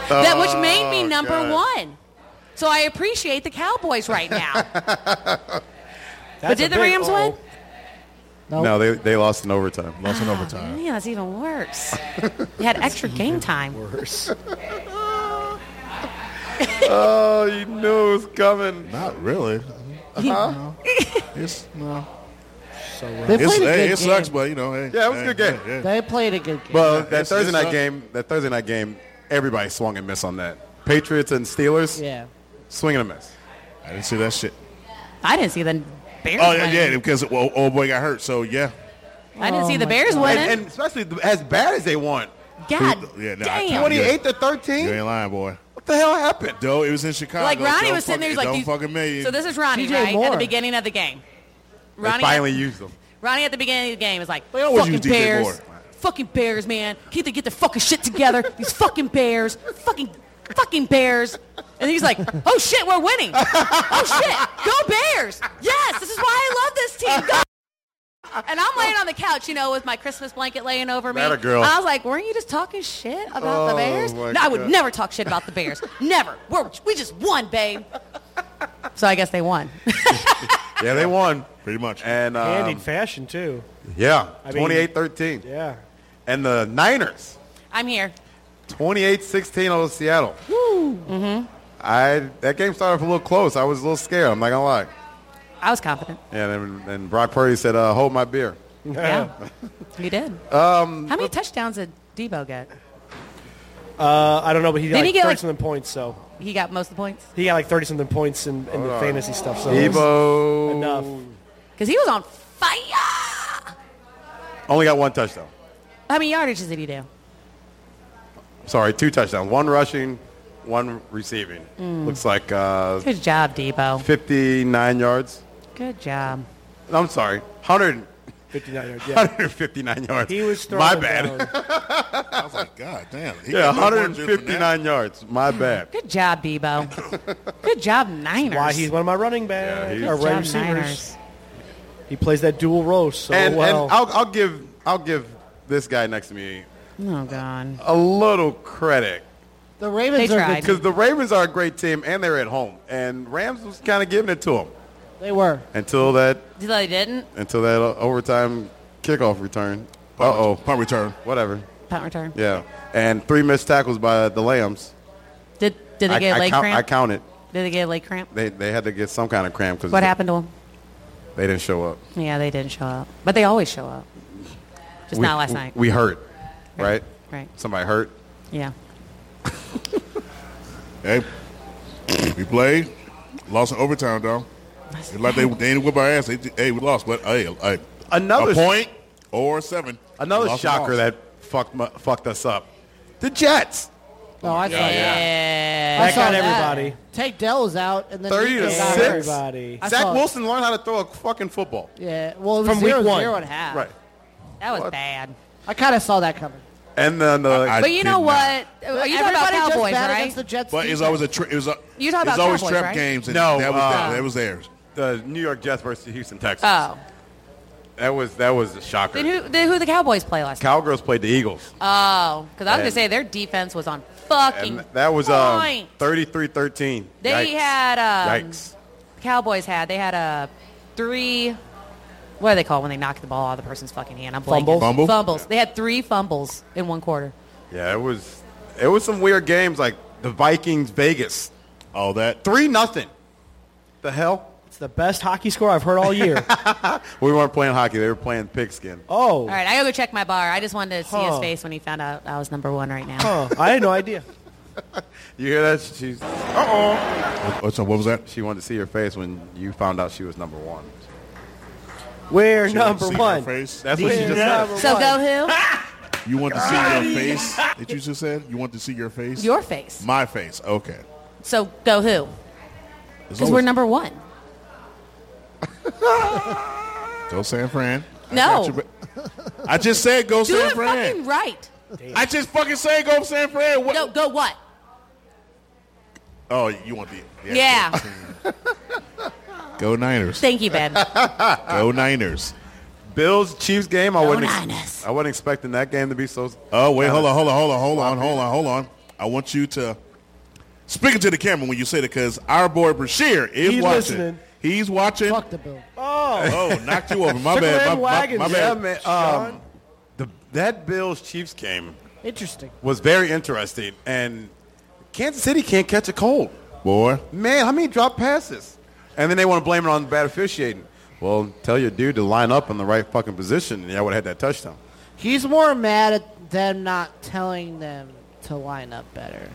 S8: that which made me
S5: Oh,
S8: number
S5: God.
S8: one. So I appreciate the Cowboys
S1: <laughs>
S8: right now.
S2: That's
S8: did
S2: a
S8: the
S2: big-
S8: Rams
S2: uh-oh.
S8: win?
S5: No, they, they lost in overtime.
S1: Lost in overtime.
S8: Yeah, that's even
S1: <laughs>
S8: worse. You had extra game time.
S5: oh, you knew it was coming.
S1: Not
S8: <laughs>
S1: really. No. It's no.
S3: They
S1: It's,
S3: played a good
S1: hey, it
S3: game.
S1: sucks, but you know, hey,
S5: Yeah, it was a
S1: hey,
S5: good game.
S1: hey, hey.
S3: They played a good game.
S5: Well, that
S1: It's-
S5: Thursday
S1: it's
S5: night
S1: not-
S5: game, that Thursday night game, everybody swung and miss on that. Patriots and Steelers,
S3: yeah.
S5: swing and a miss.
S1: I didn't see that shit.
S8: I didn't see the Bears
S1: Oh yeah,
S8: winning.
S1: yeah, because well, old boy got hurt. So yeah,
S8: I didn't
S3: Oh,
S8: see the
S3: my
S8: Bears
S3: God.
S8: winning.
S5: And, and especially th- as bad as they won,
S8: God
S1: Yeah, no, I
S8: damn.
S1: can't.
S5: 28 to
S1: you
S5: 13.
S1: ain't lying, boy.
S5: What the hell happened?
S1: Though it was in Chicago.
S8: Like Ronnie
S1: don't
S8: was sitting there, he
S1: fucking-
S8: was like,
S1: don't
S8: these-
S1: fucking million.
S8: So this is Ronnie,
S3: DJ
S8: right? At
S3: Moore.
S8: the beginning of the game.
S5: They
S8: Ronnie,
S5: finally
S8: at,
S5: used them.
S8: Ronnie at the beginning of the game was like,
S1: always
S8: fucking
S1: use DJ
S8: bears.
S1: Moore."
S8: Fucking bears, man. Keep to get their fucking shit together. <laughs> These fucking bears. Fucking fucking bears. And he's like, oh shit, we're winning. Oh shit. Go bears. Yes, this is why I love this team. Go. And I'm laying on the couch, you know, with my Christmas blanket laying over me.
S5: That a girl.
S8: And I was like, weren't you just talking shit about the
S5: Oh,
S8: Bears?
S5: my
S8: No, I would
S5: God.
S8: never talk shit about the
S5: <laughs>
S8: Bears. never. We're, we just won, babe. So I guess they won.
S5: Yeah, they won.
S1: pretty much.
S5: And
S2: And in
S5: um,
S2: fashion too.
S5: yeah,
S2: I mean-
S5: 28 13.
S2: Yeah.
S5: And the Niners,
S8: <laughs> I'm here.
S5: 28 16 over Seattle. Woo. Mm-hmm. I, that game started off a little close. I was a little scared. I'm not going to lie.
S8: I was confident.
S5: And then and Brock Purdy said, uh, hold my beer.
S8: Yeah. <laughs> you did. Um, How many touchdowns did Debo get?
S2: Uh, I don't know, but he got
S8: Didn't he
S2: like
S8: get,
S2: thirty
S8: like-
S2: something points. So
S8: He got most of the points?
S2: he got like thirty something points in, in the fantasy stuff. So
S5: Debo
S2: enough.
S8: Because he was on fire.
S5: only got one touchdown.
S8: How many yardages did he do?
S5: Sorry, two touchdowns. One rushing, one receiving.
S2: Mm.
S5: Looks like uh,
S8: Good job, Debo.
S5: 59 yards.
S8: Good job.
S5: I'm sorry, 100,
S2: Fifty nine
S5: <laughs>
S2: yards. Yeah.
S5: 159 yards.
S2: He was throwing
S5: My bad.
S2: down.
S1: I was like, God damn.
S5: <laughs>
S1: He
S5: Yeah,
S1: got no oranges for that.
S5: 159 yards.
S2: Mm.
S5: My bad.
S2: Oh,
S8: Good job, Debo. Good job, Niners.
S2: Why he's one of my running backs
S5: he's-
S2: or
S8: Good job,
S2: wide receivers.
S8: Niners.
S2: He plays that dual role so
S5: and
S2: well.
S5: and I'll, I'll give I'll give this guy next to me
S8: Oh, God.
S5: a little credit
S3: The Ravens
S8: They
S3: are
S8: tried.
S3: good.
S5: because the Ravens are a great team and they're at home, and Rams was kind of giving it to them
S3: They were.
S5: until that
S8: They didn't?
S5: until that overtime kickoff return. Uh oh.
S1: Punt return.
S5: Whatever.
S8: Punt return.
S5: Yeah. And three missed tackles by the Lambs.
S8: Did did they
S5: I,
S8: get
S5: I,
S8: a leg
S5: count-
S8: cramp?
S5: I counted.
S8: Did they get a leg cramp?
S5: They, they had to get some kind of cramp because
S8: What happened to them?
S5: They didn't show up.
S8: Yeah, they didn't show up, but they always show up. Just
S5: we,
S8: not last night.
S5: We hurt, right?
S8: Right.
S5: Somebody hurt.
S8: yeah.
S1: Hey, we played, lost in overtime, dog. It's like they, they didn't whip our ass. They, hey, we lost, but hey, hey,
S5: Another
S1: a point or seven.
S5: Another
S1: Lost and
S5: shocker
S1: lost.
S5: that fucked mu- fucked us up. The Jets, Oh,
S3: No, I saw that.
S8: Eh, Yeah.
S3: I
S2: That
S3: saw
S2: got
S3: that.
S2: everybody.
S3: Take Dell was out, and then
S5: 30 to
S3: Nico got
S5: six?
S3: hurt.
S2: Everybody.
S3: I
S5: Zach
S3: saw it.
S5: Wilson learned how to throw a fucking football.
S3: Yeah, well, it was
S2: From week
S3: zero,
S2: one.
S3: zero and a half.
S5: Right.
S8: That was bad.
S3: I kind of saw that coming.
S5: And then the
S1: I-
S8: But you
S1: did not.
S8: know what? Are you talking about
S3: Everybody just
S8: Cowboys,
S3: bad
S8: right?
S3: Against the Jets
S1: But it's
S3: defense.
S1: always a tri- it was a,
S8: You talking
S1: it's
S8: about
S1: always
S8: Cowboys,
S1: trap
S8: right?
S1: games. And
S5: No,
S1: that was,
S5: uh,
S1: that was theirs.
S5: the New York Jets versus Houston Texans.
S8: oh.
S5: That was that was a shocker.
S8: Then who then who the Cowboys play last night?
S5: Cowgirls played the Eagles.
S8: Oh, because I was gonna
S5: And-
S8: say their defense was on fucking.
S5: and that was um,
S8: point.
S5: 33-13.
S8: They
S5: Yikes.
S8: had um,
S5: Yikes.
S8: Cowboys had they had a three. What do they call when they knock the ball out of the person's fucking hand? I'm blanking.
S2: Fumble?
S1: Fumble?
S8: Fumbles. They had three fumbles in one quarter.
S5: Yeah, it was it was some weird games like the Vikings Vegas.
S1: All that.
S5: Three nothing. The hell?
S2: It's the best hockey score I've heard all year.
S5: We weren't playing hockey, they were playing pigskin.
S2: Oh,
S8: All right, I gotta go check my bar. I just wanted to see his
S2: Huh.
S8: face when he found out I was number one right now.
S2: huh. I had no idea.
S5: You hear that? She's
S1: What's up? Oh, What
S5: <laughs>
S1: was that?
S5: She wanted to see your face when you found out she was number one.
S2: We're
S1: You want to
S2: number
S1: see
S2: one.
S1: Your face?
S5: That's what she just said.
S8: So go
S1: You want to see your face? That you just said. You want to see your face? <laughs>
S8: who? Your face.
S1: My face. Okay.
S8: So go who?
S1: As
S8: Because
S1: long
S8: we're
S1: as-
S8: number one.
S1: Go San Fran. I
S8: No.
S1: got you, but- <laughs> I just said go
S8: Do
S1: San
S8: it
S1: Fran.
S8: fucking right.
S1: I just fucking said go San Fran. What?
S8: Go go what?
S1: Oh, you want the, the
S8: Yeah.
S1: actual- Go Niners.
S8: Thank you, Ben.
S1: Go Niners.
S5: Bills Chiefs game. I wasn't.
S8: Niners.
S5: Ex- I wasn't expecting that game to be so.
S1: Oh wait, hold on, hold on, hold on, hold on, hold on, hold on. I want you to speak into the camera when you say that because our boy Brashear is
S2: He's
S1: watching.
S2: listening.
S1: He's watching.
S3: fuck the bill.
S1: Oh, knocked you over. My
S2: Circle
S1: bad. My,
S2: them
S1: my,
S2: wagons,
S1: my
S5: Yeah,
S1: bad.
S5: man. Um, the that Bills Chiefs game
S3: Interesting.
S5: was very interesting, and Kansas City can't catch a cold.
S1: Boy,
S5: Man, how many drop passes? And then they want to blame it on bad officiating. Well, tell your dude to line up in the right fucking position, and I would have had that touchdown.
S3: He's more mad at them not telling them to line up better.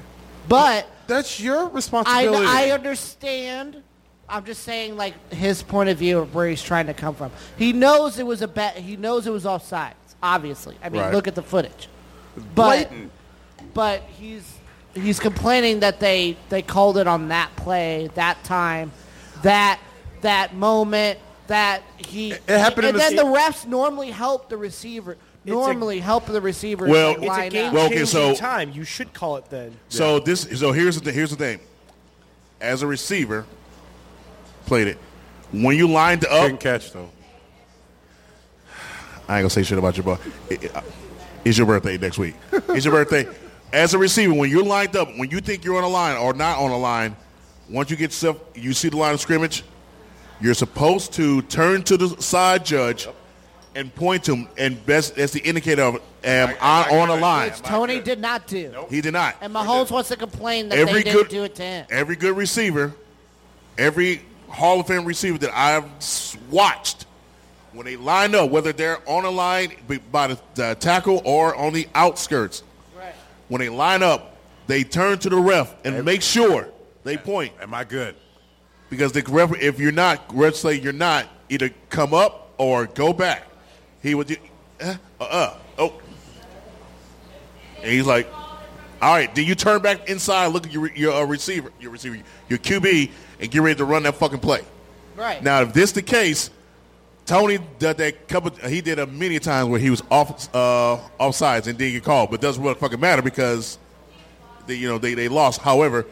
S3: But
S5: That's your
S3: I,
S5: responsibility.
S3: I understand. I'm just saying, like his point of view of where he's trying to come from. He knows it was a bet. He knows it was offsides. Obviously, I mean,
S1: Right.
S3: look at the footage. But
S5: Blatant.
S3: but he's he's complaining that they they called it on that play, that time, that that moment, that he. It
S5: happened in
S3: And
S5: the
S3: then
S5: se-
S3: the refs normally help the receiver. Normally help the receiver.
S1: Well,
S3: like,
S1: It's a
S3: line
S2: Game
S3: up.
S1: Well, okay,
S2: changing
S1: so-
S2: time. You should call it then.
S1: So this so here's the thing, here's the thing. As a receiver, played it. When you lined up,
S5: Couldn't catch though.
S1: I ain't gonna say shit about your boy. It- it- uh, It's your birthday next week. It's your birthday. As a receiver, when you're lined up, when you think you're on a line or not on a line, once you get self, you see the line of scrimmage, you're supposed to turn to the side judge and point to him, and best that's the indicator of am I, on a line?
S3: which Tony did not do.
S1: He did not.
S3: And Mahomes wants to complain that
S1: Every
S3: they
S1: good
S3: didn't do it to him.
S1: every good receiver, every Hall of Fame receiver that I've s- watched, when they line up, whether they're on a line b- by the, the tackle or on the outskirts, when they line up, they turn to the ref and make sure they point
S5: Am I good?
S1: because the ref, if you're not, ref say you're not, either come up or go back. He would do, uh, uh, uh oh, and he's like, all right, then you turn back inside, look at your your uh, receiver, your receiver, your QB, and get ready to run that fucking play.
S3: Right.
S1: Now, if this the case, Tony did that couple. He did a many times where he was off uh, off sides and didn't get called, but doesn't really fucking matter because they, you know they, they lost. However,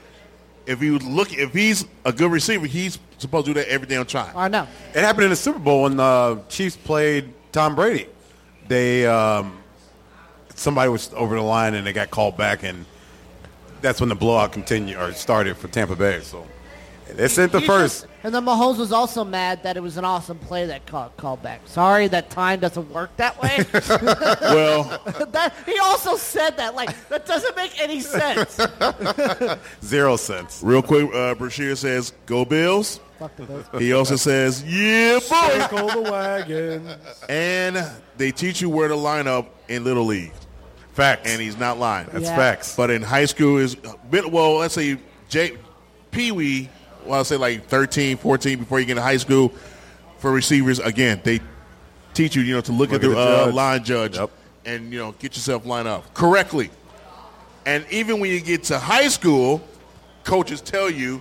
S1: if you look, if he's a good receiver, he's supposed to do that every damn time.
S3: I know.
S5: It happened in the Super Bowl when the Chiefs played Tom Brady. They um, somebody was over the line and they got called back, and that's when the blowout continued or started for Tampa Bay. So This ain't the
S3: You
S5: first.
S3: should- And then Mahomes was also mad that it was an awesome play that caught called back. Sorry, that time doesn't work that
S5: <laughs>
S3: way. <laughs>
S1: Well,
S3: that, he also said that like that doesn't make any sense.
S5: Zero cents.
S1: real quick, uh, Brashear says, go Bills.
S3: Fuck the Bills.
S1: He also says, yeah, boy.
S2: Circle the wagon.
S1: And they teach you where to line up in Little League.
S5: Facts.
S1: And he's not lying.
S5: That's
S3: Yeah.
S5: facts.
S1: But in high school is bit well, let's say J Pee Wee, well I'll say like 13, 14 before you get to high school for receivers again, they teach you, you know, to look,
S5: Look
S1: at
S5: at
S1: the,
S5: the
S1: uh,
S5: judge.
S1: line judge
S5: Yep.
S1: and you know, get yourself lined up correctly. And even when you get to high school, coaches tell you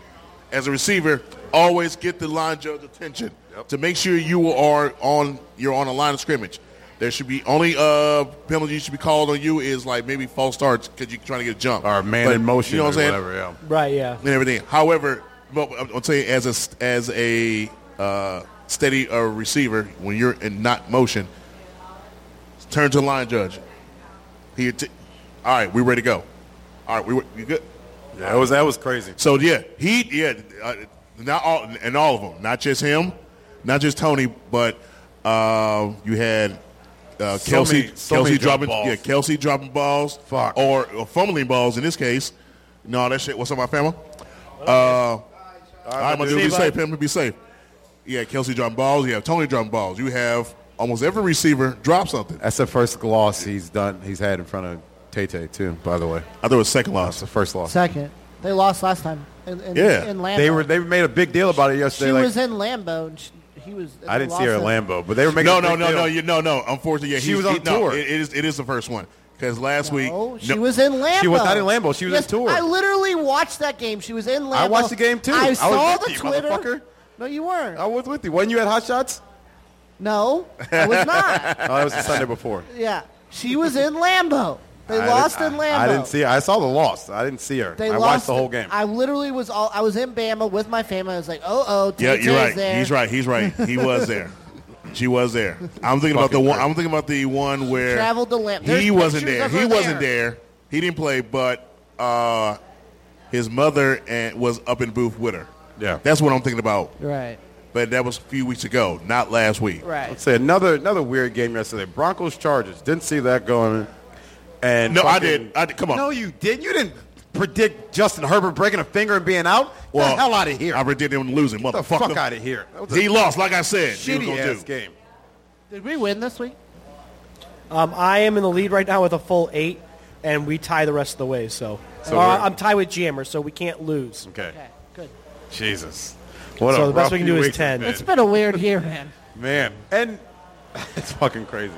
S1: as a receiver, always get the line judge attention to make sure you are on you're on a line of scrimmage. There should be only uh, penalty should be called on you is like maybe false starts because you're trying to get a jump
S5: or man
S1: But
S5: in motion
S1: You know what
S5: or
S1: I'm saying?
S5: whatever. Yeah.
S2: Right, yeah.
S1: and everything. However, but I'm I'm saying as a as a uh, steady uh, receiver, when you're in not motion, turn to the line judge. He, t- all right, we ready to go. All right, we re- you good?
S5: Yeah, that was that was crazy.
S1: So yeah, he yeah, uh, not all and all of them, not just him, not just Tony, but uh, you had uh,
S5: So
S1: Kelsey
S5: many- so
S1: Kelsey
S5: many drop
S1: dropping
S5: balls.
S1: yeah Kelsey dropping balls
S5: Fuck.
S1: Or, or fumbling balls in this case. No, that shit. What's up, my family? Uh, all right, my dude, be safe, him be safe. Yeah, Kelsey dropping balls. You have Tony dropping balls. You have almost every receiver drop something.
S5: That's the first loss he's done. He's had in front of Tay Tay too. By the way,
S1: I thought it was second
S5: that's
S1: loss.
S5: the first loss.
S3: Second, they lost last time. In, in,
S1: Yeah.
S3: in Lambeau.
S5: They were they made a big deal about it
S3: She
S5: yesterday. like,
S3: was in Lambo. And she, he was.
S5: I didn't
S3: they
S5: see her at
S3: lost it.
S5: Lambo, but they were making
S1: No,
S5: a
S1: no,
S5: big
S1: no,
S5: deal.
S1: no, you, no, no. Unfortunately, yeah,
S5: She
S1: he's-
S5: was on
S1: he- no,
S5: tour.
S1: it- it is, it is the first one because last week,
S3: No, she
S1: no,
S3: was in Lambo.
S5: She was not in Lambeau. She was in
S3: yes,
S5: tour.
S3: I literally watched that game. She was in Lambo.
S5: I watched the game, too. I
S3: I
S5: was
S3: saw
S5: with
S3: the
S5: you,
S3: Twitter.
S5: motherfucker. Oh.
S3: No, you weren't.
S5: I was with you. Wasn't you at Hot Shots?
S3: No, I
S5: <laughs>
S3: was not.
S5: Oh, that was the Sunday before.
S3: Yeah, she was in Lambo. <laughs> They
S5: I
S3: lost in
S5: didn't-
S3: Lambo.
S5: I, I didn't see. Her. I saw the loss. I didn't see her.
S3: They
S5: I
S3: lost
S5: watched the whole game.
S3: I literally was all. I was in Bama with my family. I was like, oh, oh,
S1: Yeah,
S3: Tay-Tay's
S1: you're right.
S3: There.
S1: He's right. He's right. He was there. She was there. I'm thinking about the
S5: Fucking
S1: one.
S5: crazy.
S1: I'm thinking about the one where
S3: Traveled to Lam-
S1: He
S3: There's
S1: wasn't
S3: pictures
S1: there.
S3: of
S1: He
S3: her
S1: wasn't
S3: there.
S1: there. He didn't play, but uh, his mother and was up in the booth with her.
S5: Yeah.
S1: that's what I'm thinking about.
S3: right.
S1: But that was a few weeks ago, not last week.
S3: Right.
S5: Let's say another another weird game yesterday. Broncos Chargers. Didn't see that going. And
S1: No, I
S5: fucking-
S1: did. I did. Come on.
S5: No, you did. You didn't predict Justin Herbert breaking a finger and being out. Get the hell out of here.
S1: I predicted him losing.
S5: Get the
S1: Motherfucker.
S5: fuck out of here. That was a
S1: He lost, like I said. he was
S5: shitty
S1: gonna
S5: ass
S1: do.
S5: game.
S3: Did we win this week?
S2: Um, I am in the lead right now with a full eight, and we tie the rest of the way. So,
S5: So
S2: Or
S5: we're-
S2: I'm tied with Jammer, so we can't lose.
S5: Okay.
S3: Okay, good.
S5: Jesus. What
S2: So
S5: a
S2: the best
S5: rough
S2: we can
S5: few
S2: do is
S5: weeks
S2: 10.
S5: it's
S3: It's been a weird year, man.
S5: been. Man, and <laughs> it's fucking crazy.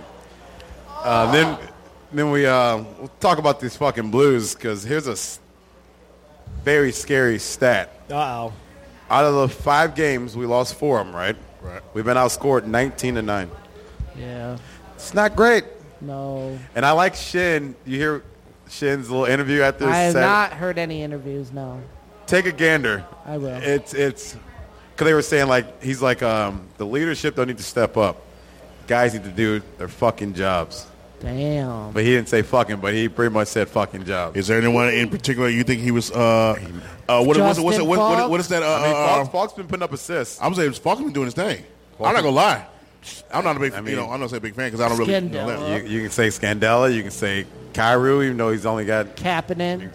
S5: Uh, then, then we uh, we'll talk about these fucking Blues because here's a s- very scary stat.
S2: Uh oh.
S5: Out of the five games, we lost four of them, right?
S1: Right.
S5: We've been outscored 19 to 9.
S3: Yeah.
S5: It's not great.
S3: No.
S5: And I like Shin. You hear Shin's little interview after
S3: I have
S5: Sat-
S3: not heard any interviews. No.
S5: Take a gander.
S3: I will.
S5: It's, it's, because they were saying, like, he's like, um, the leadership don't need to step up. Guys need to do their fucking jobs.
S3: Damn.
S5: But he didn't say fucking, but he pretty much said fucking jobs.
S1: Is there anyone in particular you think he was? Uh, uh, what, what's, what's,
S3: Justin
S1: what, what,
S3: Falk?
S1: what is that? Uh,
S5: I mean,
S1: uh,
S5: Falk's, Falk's been putting up assists.
S1: I'm saying Falk's been doing his thing. I'm not gonna lie. I'm not a big, you know, I'm not saying big fan because I don't really.
S3: Skin
S1: know
S3: down.
S1: that.
S5: You, you can say Scandella. You can say Cairo, even though he's only got
S3: Capping in.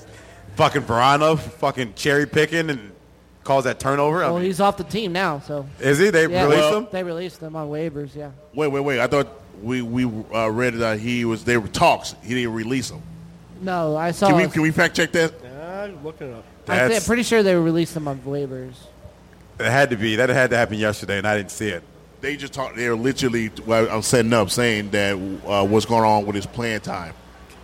S5: fucking Veranov, fucking cherry picking and calls that turnover. I
S3: Well,
S5: mean,
S3: he's off the team now, so.
S5: is he? They
S3: Yeah,
S5: released
S3: they-
S5: him?
S3: They released him on waivers, yeah.
S1: Wait, wait, wait. I thought we we uh, read that he was they were talks. He didn't release them.
S3: No, I saw.
S1: Can we can we fact check that?
S2: I'm looking it up.
S3: I
S5: That's-
S3: am pretty sure they released him on waivers.
S5: It had to be. That had to happen yesterday, and I didn't see it.
S1: They just talked. They're literally. Well, I'm setting up saying that uh, what's going on with his playing time,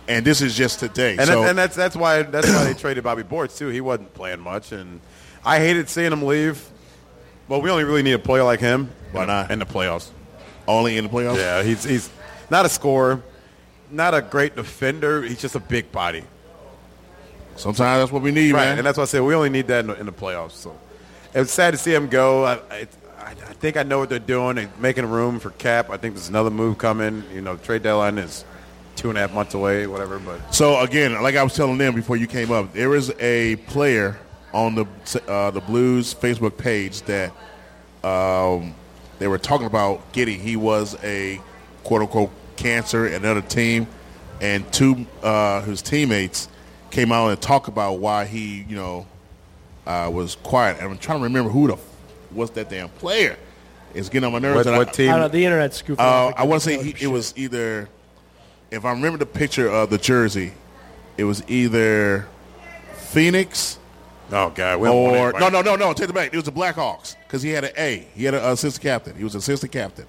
S1: and this is just today.
S5: And,
S1: so
S5: that, and that's that's why that's why they traded Bobby Bortz too. He wasn't playing much, and I hated seeing him leave. Well, we only really need a player like him.
S1: Why not?
S5: in the playoffs?
S1: only in the playoffs.
S5: Yeah, he's he's not a scorer, not a great defender. He's just a big body,
S1: Sometimes that's what we need,
S5: right?
S1: man.
S5: And that's why I said we only need that in the, in the playoffs. So it was sad to see him go. I, I, I think I know what they're doing. They're making room for cap. I think there's another move coming. You know, trade deadline is two and a half months away, whatever. But
S1: So again, like I was telling them before you came up, there is a player on the uh, the Blues Facebook page that um, they were talking about Giddy. He was a quote unquote cancer at another team, and two uh, his teammates came out and talked about why he you know uh, was quiet. And I'm trying to remember who the f- was that damn player. It's getting on my nerves.
S5: What,
S1: and I-
S5: what
S2: I
S5: team?
S2: don't know. The internet scooped.
S1: uh, I want to say he, it was either, if I remember the picture of the jersey, it was either Phoenix
S5: Oh God, we don't want
S1: or
S5: anybody-
S1: no, no, no, no. Take the back. It was the Blackhawks because he had an A. He had an assistant captain. He was assistant captain.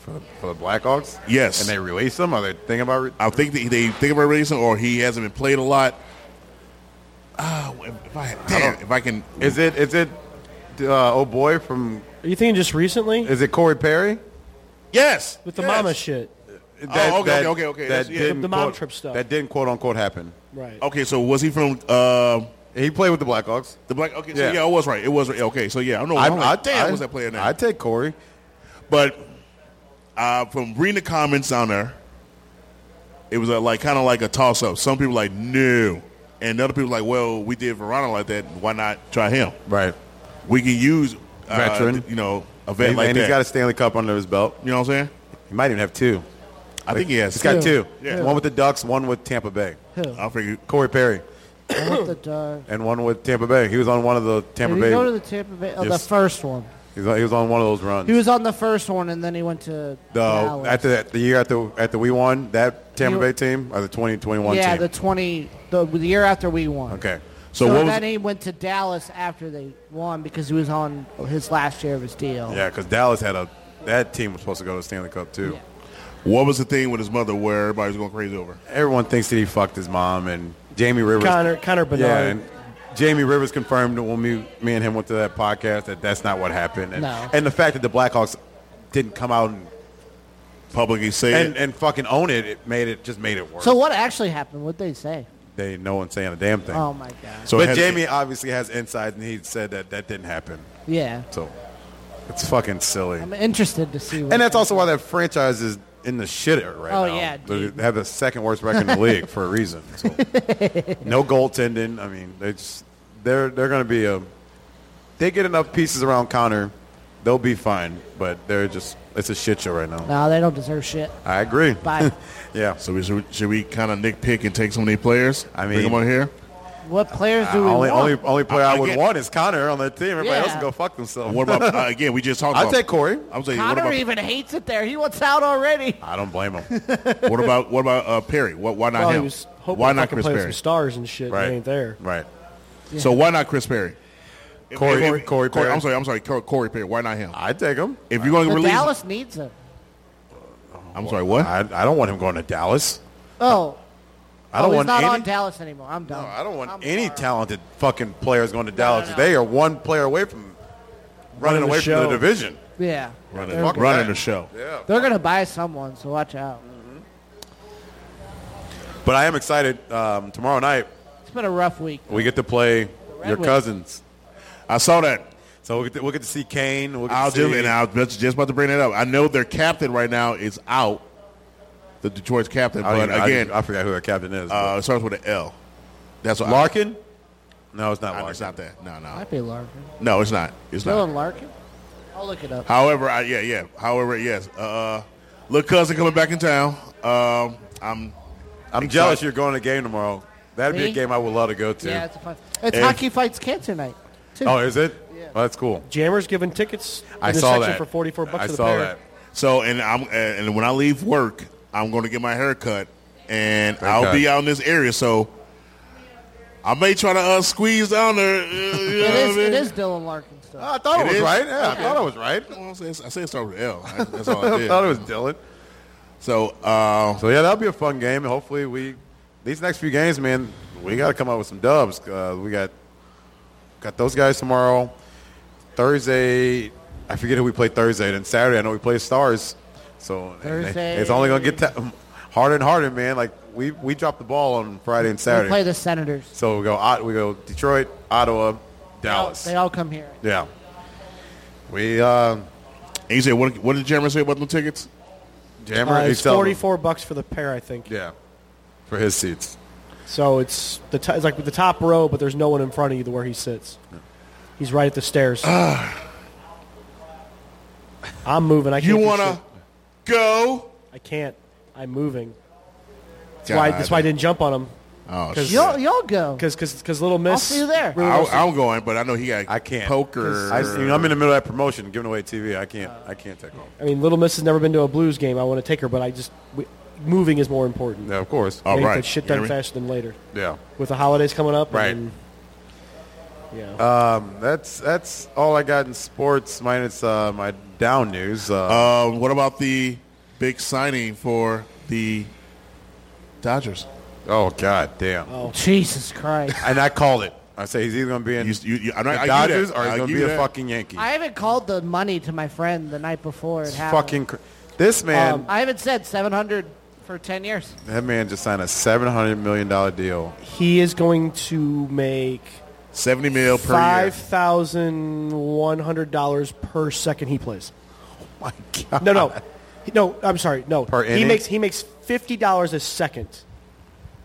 S5: for the, for the Blackhawks.
S1: Yes.
S5: and they release them. Are they thinking about? Re-
S1: I think they, they think about releasing, or he hasn't been played a lot. Ah, if I damn, if I can,
S5: is it is it uh, oh boy from
S2: Are you thinking just recently
S5: is it Corey Perry?
S1: yes,
S2: with the
S1: yes.
S2: mama shit?
S1: Oh, okay, okay, okay, okay.
S5: That
S1: That's- yeah.
S5: didn't
S2: The mom
S5: quote-
S2: trip stuff.
S5: That didn't quote unquote happen.
S2: Right.
S1: Okay, so was he from uh,
S5: He played with the Blackhawks.
S1: the black? Okay, so
S5: Yeah.
S1: yeah, I was right. It was right. Okay, so yeah, I know.
S5: I-
S1: I'm like,
S5: I-
S1: damn,
S5: I-
S1: was that player name?
S5: I take Corey.
S1: But uh, from reading the comments on there, it was a, like kind of like a toss up. Some people like no, and other people like, well, we did Verona like that. Why not try him?
S5: Right.
S1: We can use uh,
S5: Veteran.
S1: you know, a vet
S5: and
S1: like
S5: and
S1: that.
S5: he's got a Stanley Cup under his belt.
S1: you know what I'm saying?
S5: He might even have two.
S1: I think he has.
S5: He's got two.
S1: Yeah.
S5: One with the Ducks, one with Tampa Bay.
S1: I figure.
S5: Corey Perry.
S3: What the dog?
S5: And one with Tampa Bay. He was on one of the
S3: Did
S5: Tampa
S3: he
S5: Bay.
S3: go to the Tampa Bay? Oh, the
S5: Yes.
S3: first one.
S5: He's on- he was on one of those runs.
S3: He was on the first one, and then he went to
S5: the
S3: Dallas.
S5: after that, the year after after we won that Tampa
S3: He-
S5: Bay team or the twenty twenty one
S3: yeah,
S5: team.
S3: the twenty, the, the year after we won.
S5: okay.
S1: So,
S3: so
S1: what was?
S3: then he went to Dallas after they won because he was on his last year of his deal.
S5: Yeah, because Dallas had a that team was supposed to go to the Stanley Cup too.
S1: What was the thing with his mother where everybody's going crazy over?
S5: Everyone thinks that he fucked his mom and Jamie Rivers.
S2: Connor Connor
S5: Yeah,
S2: Bernard.
S5: and Jamie Rivers confirmed when we, me and him went to that podcast that that's not what happened. And,
S3: No.
S5: and the fact that the Blackhawks didn't come out and
S1: Publicly say
S5: and,
S1: it.
S5: and fucking own it, it made it just made it worse.
S3: So what actually happened? What they say?
S5: they no one saying a damn thing.
S3: Oh my god.
S1: So it
S5: but
S1: had-
S5: Jamie obviously has insight, and he said that that didn't happen.
S3: Yeah,
S5: So it's fucking silly.
S3: I'm interested to see. What
S5: and that's also why that franchise is in the shitter right
S3: Oh,
S5: now.
S3: yeah, dude.
S5: they have the second worst record in the league for a reason.
S3: <laughs>
S5: So. no goaltending. I mean, they just, they're they're going to be a. They get enough pieces around Connor, they'll be fine. But they're just it's a shit show right now.
S3: No, they don't deserve shit.
S5: I agree.
S3: Bye.
S5: <laughs> yeah.
S1: so we, should, should we kind of nitpick and take some of these players?
S5: I
S1: bring
S5: mean-
S1: them on here.
S3: What players do we
S5: only,
S3: want?
S5: only only player
S1: I-
S5: I,
S1: I
S5: would
S1: get-
S5: want is Connor on that team. Everybody
S3: Yeah.
S5: else can go fuck themselves.
S1: What
S5: <laughs>
S1: about uh, again? We just talked.
S5: I'd
S1: about
S5: take Corey.
S1: I'm saying what
S3: Connor
S1: about
S3: even hates it there. He wants out already.
S5: I don't blame
S1: <laughs>
S5: him.
S1: what about what about uh, Perry? What, why not
S2: Well, he
S1: him?
S2: was hoping
S1: Why
S2: to
S1: not
S2: fucking
S1: Chris
S2: play with some
S1: Perry?
S2: stars and shit.
S5: Right.
S2: They ain't there.
S5: Right.
S1: So why not Chris Perry? If-
S5: Corey-
S1: if- if-
S5: Corey Perry.
S1: I'm sorry, I'm sorry, Cor- Corey Perry. Why not him?
S5: I'd take him.
S1: If you're going to
S3: The
S1: release,
S3: Dallas needs him.
S1: I'm sorry, what?
S5: I, I don't want him going to Dallas.
S3: Oh,
S5: I don't
S3: oh, he's
S5: want
S3: not
S5: any.
S3: on Dallas anymore. I'm done.
S5: No, I don't want
S3: I'm
S5: any
S3: sorry.
S5: talented fucking players going to Dallas.
S3: no.
S5: They are one player away from running
S2: the
S5: away from the
S2: show.
S5: division.
S3: Yeah,
S1: running
S3: they're,
S1: running
S5: that.
S1: the show.
S5: Yeah.
S3: they're gonna buy someone, so watch out.
S5: But I am excited. Um, tomorrow night
S3: It's been a rough week.
S5: we get to play your
S3: Wings.
S5: cousins.
S1: I saw that.
S5: So we'll get to, we'll get to see Kane. We'll get
S1: I'll
S5: to see,
S1: just and I was just about to bring that up. I know their captain right now is out, the Detroit's captain.
S5: I don't
S1: But
S5: even- I
S1: again,
S5: didn't- I, forgot who our captain is.
S1: uh, it starts with an L. That's what
S5: Larkin? No, it's not
S1: I, I,
S5: Larkin.
S1: it's not that. No, no,
S3: Might be Larkin.
S1: no. It's not. It's
S3: Dylan
S1: not.
S3: Larkin. I'll look it up.
S1: However, I, yeah, yeah. However, yes. Uh, look, cousin coming back in town. Um, I'm
S5: I'm
S1: Excited.
S5: jealous you're going to a game tomorrow. That'd be
S3: Me?
S5: a game I would love to go to.
S3: Yeah, it's a fun. It's
S1: If-
S3: hockey fights cancer night. Too.
S5: oh, is it? Oh, that's cool.
S2: Jammers giving tickets. in
S5: I
S2: the
S5: saw
S2: section
S5: that
S2: for forty four bucks.
S5: I
S2: for the
S5: saw
S2: pair.
S5: that.
S1: So and I'm and when I leave work, I'm going to get my hair cut, and I'll
S5: God.
S1: be out in this area. So I may try to uh, squeeze down there. uh, you know
S3: It
S1: what I
S3: is.
S1: mean?
S3: It is Dylan Larkin
S5: Oh,
S3: stuff.
S5: I thought it,
S1: It
S5: was
S1: is?
S5: right. Yeah, I thought it was right.
S1: Well, I said I said it started with
S5: <laughs>
S1: L. I- That's all I
S5: I
S1: did.
S5: thought it was Dylan.
S1: so uh,
S5: So yeah, that'll be a fun game. Hopefully, we these next few games, man, we got to come up with some dubs. Uh, we got got those guys tomorrow, Thursday. I forget who we play Thursday. Then Saturday, I know we play Stars. So and they-
S3: Thursday.
S5: it's only gonna get ta- harder and harder, man. Like we we dropped the ball on Friday and
S3: They
S5: Saturday.
S3: play the Senators.
S5: so we go Ot- we go Detroit, Ottawa,
S3: They all-
S5: Dallas.
S3: They all come here.
S5: yeah. We uh,
S1: and you said what? What did Jeremy say about the tickets?
S5: Jammer.
S2: Uh,
S5: he's
S2: it's
S5: selling-
S2: forty four bucks for the pair, I think.
S5: Yeah, for his seats.
S2: So it's the t- it's like the top row, but there's no one in front of you to where he sits. He's right at the stairs. I'm moving. I can't.
S1: You
S2: do
S1: want
S2: shit.
S1: to go?
S2: I can't. I'm moving. That's why. That's why I didn't jump on him.
S1: Oh,
S2: 'Cause-
S1: shit.
S3: You'll, you'll go.
S2: Because because little miss.
S3: I'll see you there.
S1: I, I'm going, but I know he got
S5: I can't.
S1: poker.
S5: I, am in the middle of that promotion, giving away TV. I can't. I can't take off.
S2: I mean, little miss has never been to a Blues game. I want to take her, but I just we, moving is more important.
S5: Yeah, of course.
S1: All
S2: Make
S1: right.
S2: that shit
S1: You know
S2: done
S1: what I mean?
S2: faster than later.
S5: Oh, Yeah.
S2: With the holidays coming up.
S5: Right.
S2: And, yeah.
S5: That's that's all I got in sports, minus uh, my down news. Uh,
S1: Um, what about the big signing for the Dodgers?
S5: oh God, damn!
S3: Jesus Christ.
S5: And I called it. I say he's either going to be in
S1: You, you, you, I,
S5: the
S1: I,
S5: Dodgers
S1: I
S5: or he's going to be a fucking Yankee.
S3: I haven't called the money to my friend the night before. It
S5: It's
S3: happened. Um,
S5: fucking cr- this man.
S3: I haven't said 700 for 10 years.
S5: that man just signed a seven hundred million dollar deal.
S2: he is going to make
S1: seventy mil per
S2: five
S1: year.
S2: thousand one hundred dollars per second he plays. Oh my god!
S5: <laughs>
S2: No, no, He- no. I'm sorry. No,
S5: Per
S2: he
S5: inning?
S2: makes he makes fifty dollars a second,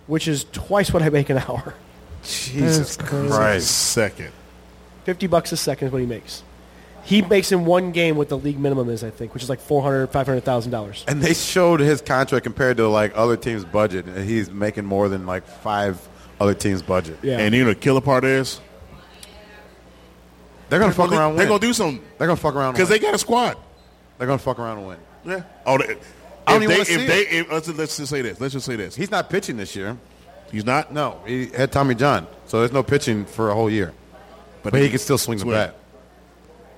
S2: which is twice what I make an hour. <laughs>
S5: Jesus Christ!
S1: Second.
S2: Fifty bucks a second is what he makes. He makes in one game what the league minimum is, I think, which is like four hundred, five hundred thousand dollars.
S5: And they showed his contract compared to like other teams' budget, and he's making more than like five other teams' budget.
S2: Yeah,
S1: And you know the killer part is
S5: They're gonna fuck around.
S1: Well, they, are
S5: and win.
S1: gonna do something
S5: They're gonna fuck around and
S1: because they
S5: win.
S1: got a squad.
S5: They're gonna fuck around and win.
S1: Yeah. Oh, they,
S5: I don't
S1: if
S5: even
S1: they,
S5: wanna
S1: if
S5: see
S1: they, if, let's, let's just say this. Let's just say this.
S5: He's not pitching this year.
S1: He's not.
S5: No, he had Tommy John, so there's no pitching for a whole year. But, he can still swing the
S1: Swing.
S5: bat.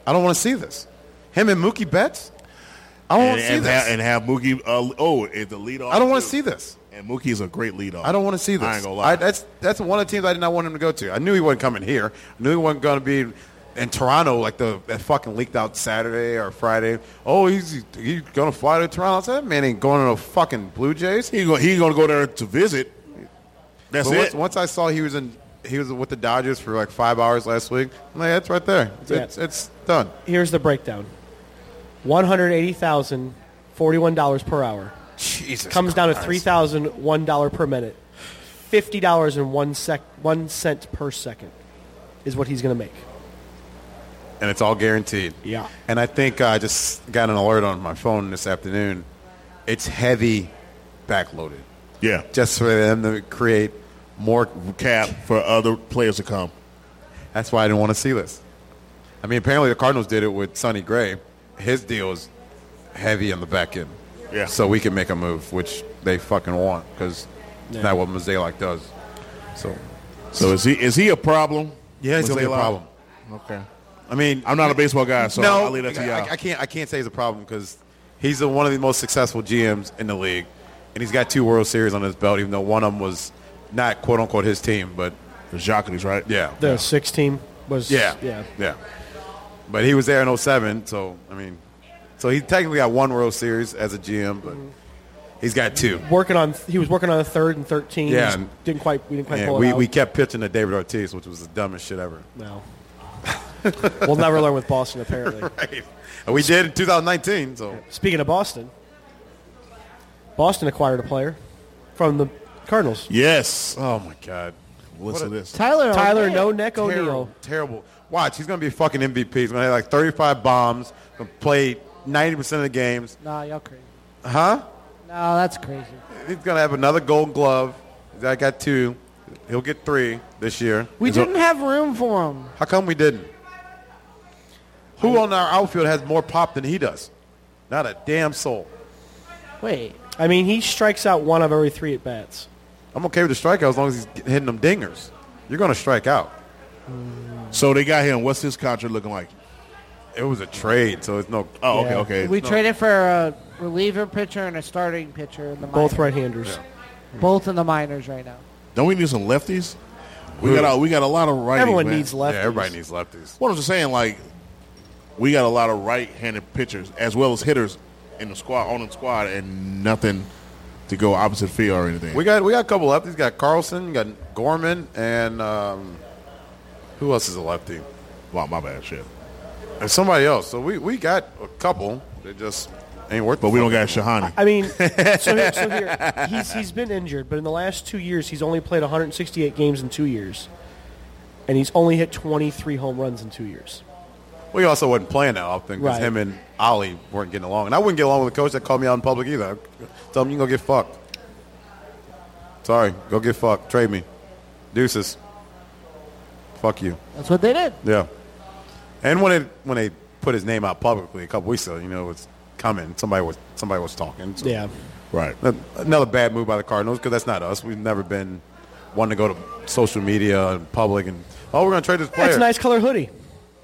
S5: I don't want to see this. Him and Mookie Betts. I don't
S1: And,
S5: want to see
S1: and,
S5: this.
S1: have, and have Mookie. Uh, oh, it's the lead off.
S5: I don't want to see this.
S1: And Mookie's a great lead off.
S5: I don't want to see this.
S1: I ain't gonna lie.
S5: that's that's one of the teams I did not want him to go to. I knew he wasn't coming here. I knew he wasn't going to be in Toronto like the that fucking leaked out Saturday or Friday. Oh, he's he's going to fly to Toronto. I said, that man ain't going to no fucking Blue Jays.
S1: He's gonna, he gonna go there to visit. That's
S5: But once,
S1: it.
S5: once I saw he was in he was with the Dodgers for like five hours last week, I'm like, that's right there. It's,
S2: Yeah.
S5: it's, it's done.
S2: here's the breakdown: one hundred eighty thousand forty-one dollars per hour.
S5: Jesus
S2: comes down to
S5: Christ.
S2: three thousand one dollar per minute, fifty dollars and one sec one cent per second is what he's going to make.
S5: and it's all guaranteed.
S2: Yeah.
S5: And I think uh, I just got an alert on my phone this afternoon. It's heavy backloaded
S1: yeah.
S5: just for them to create more.
S1: Cap for other players to come.
S5: That's why I didn't want to see this. I mean, apparently the Cardinals did it with Sonny Gray. His deal is heavy on the back end.
S1: Yeah.
S5: So we can make a move, which they fucking want because that's not what Mazalak does. So,
S1: So is he is he a problem?
S5: yeah, it's
S1: Was
S5: going to be
S1: they
S5: a
S1: lost?
S5: problem.
S1: Okay.
S5: I mean,
S1: I'm not a baseball guy, so
S5: no,
S1: I'll leave that to
S5: I-
S1: y'all.
S5: I, I can't. I can't say he's a problem because he's the, one of the most successful GMs in the league, and he's got two World Series on his belt. Even though one of them was not quote unquote his team, but
S1: the Jacques, right?
S5: yeah,
S2: The six team was
S5: yeah,
S2: yeah.
S5: yeah. But he was there in 07, so I mean, so he technically got one World Series as a GM, but he's got two.
S2: Working on he was working on a third and thirteen.
S5: Yeah,
S2: Just
S5: and-
S2: didn't quite we didn't quite
S5: And
S2: pull it
S5: we,
S2: out.
S5: we kept pitching to David Ortiz, which was the dumbest shit ever.
S2: no. <laughs> we'll never learn with Boston apparently.
S5: And we did in 2019, so
S2: Speaking of Boston, Boston acquired a player from the Cardinals.
S1: Yes.
S5: oh my god.
S1: Listen to this.
S3: Tyler,
S2: Tyler
S3: O'Neill.
S2: No Neck
S5: terrible,
S2: O'Neill.
S5: terrible. Watch, he's gonna be a fucking MVP. He's gonna have like 35 bombs. Gonna play 90 percent of the games.
S3: Nah, y'all crazy.
S5: Huh?
S3: No, that's crazy.
S5: He's gonna have another Gold Glove. I got two. He'll get three this year.
S3: We
S5: He's
S3: didn't
S5: gonna-
S3: have room for him.
S5: How come we didn't? Who on our outfield has more pop than he does? Not a damn soul.
S3: Wait.
S2: I mean, he strikes out one of every three at bats.
S5: I'm okay with the strikeout as long as he's get- hitting them dingers. You're gonna strike out.
S1: So they got him. What's his contract looking like?
S5: It was a trade, so it's no.
S2: Yeah.
S1: Oh, okay, okay.
S3: We traded for a reliever pitcher and a starting pitcher in the
S2: Both
S3: minors.
S2: right-handers.
S3: Both in the minors right now.
S1: Don't we need some lefties? We got a, we got a lot of righties.
S2: Everyone
S1: man.
S2: needs
S5: Yeah,
S2: left.
S5: everybody needs lefties.
S1: What I'm just saying, like, we got a lot of right-handed pitchers as well as hitters in the squad, on the squad, and nothing to go opposite field or anything.
S5: We got we got a couple lefties. Got Carlson, got Gorman, and um, who else is a lefty?
S1: wow, my bad, shit.
S5: And somebody else. So we, we got a couple. They just Ain't worth.
S1: But we don't got
S5: fucking-
S1: Shahani.
S2: I mean, so here, so
S1: <laughs>
S2: here he's, he's been injured, but in the last two years, he's only played 168 games in two years, and he's only hit 23 home runs in two years.
S5: We also wasn't playing that often because
S2: Right.
S5: him and Ollie weren't getting along, and I wouldn't get along with the coach that called me out in public either. I Tell him you can go get fucked. Sorry, go get fucked. Trade me, deuces. Fuck you.
S3: That's what they did.
S5: Yeah. And when it when they put his name out publicly a couple weeks ago, you know it was coming. Somebody was somebody was talking. So
S2: Yeah.
S1: right.
S5: An- Another bad move by the Cardinals because that's not us. We've never been one to go to social media and public and oh we're gonna trade this player.
S2: That's a nice color hoodie.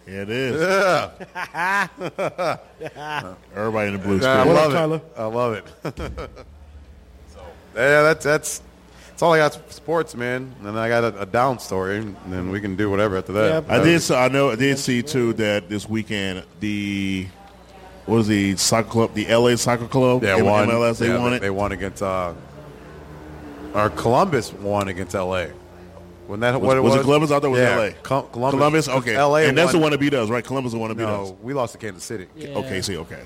S1: It is. Yeah.
S5: <laughs>
S1: Everybody in the blue.
S5: Yeah, I
S1: spirit.
S5: love it.
S2: Tyler?
S5: I love it. <laughs> so yeah, that's that's that's all I got for sports, man. And then I got a, a down story, and then we can do whatever after that.
S1: I did. So I know. I did see too that this weekend the what was the soccer club, the LA Soccer Club,
S5: Yeah,
S1: M-
S5: won.
S1: MLS. They
S5: Yeah,
S1: won
S5: they,
S1: it.
S5: They won against. Uh, or Columbus won against LA. Wasn't that
S1: was,
S5: what it was?
S1: was it Columbus? I thought it was
S5: yeah,
S1: LA.
S5: Col- Columbus.
S1: Columbus, Okay.
S5: LA.
S1: and
S5: won-
S1: that's the one that beat us, right? Columbus is the one that beat
S5: No, we lost to Kansas City.
S1: us. Okay. See. Okay.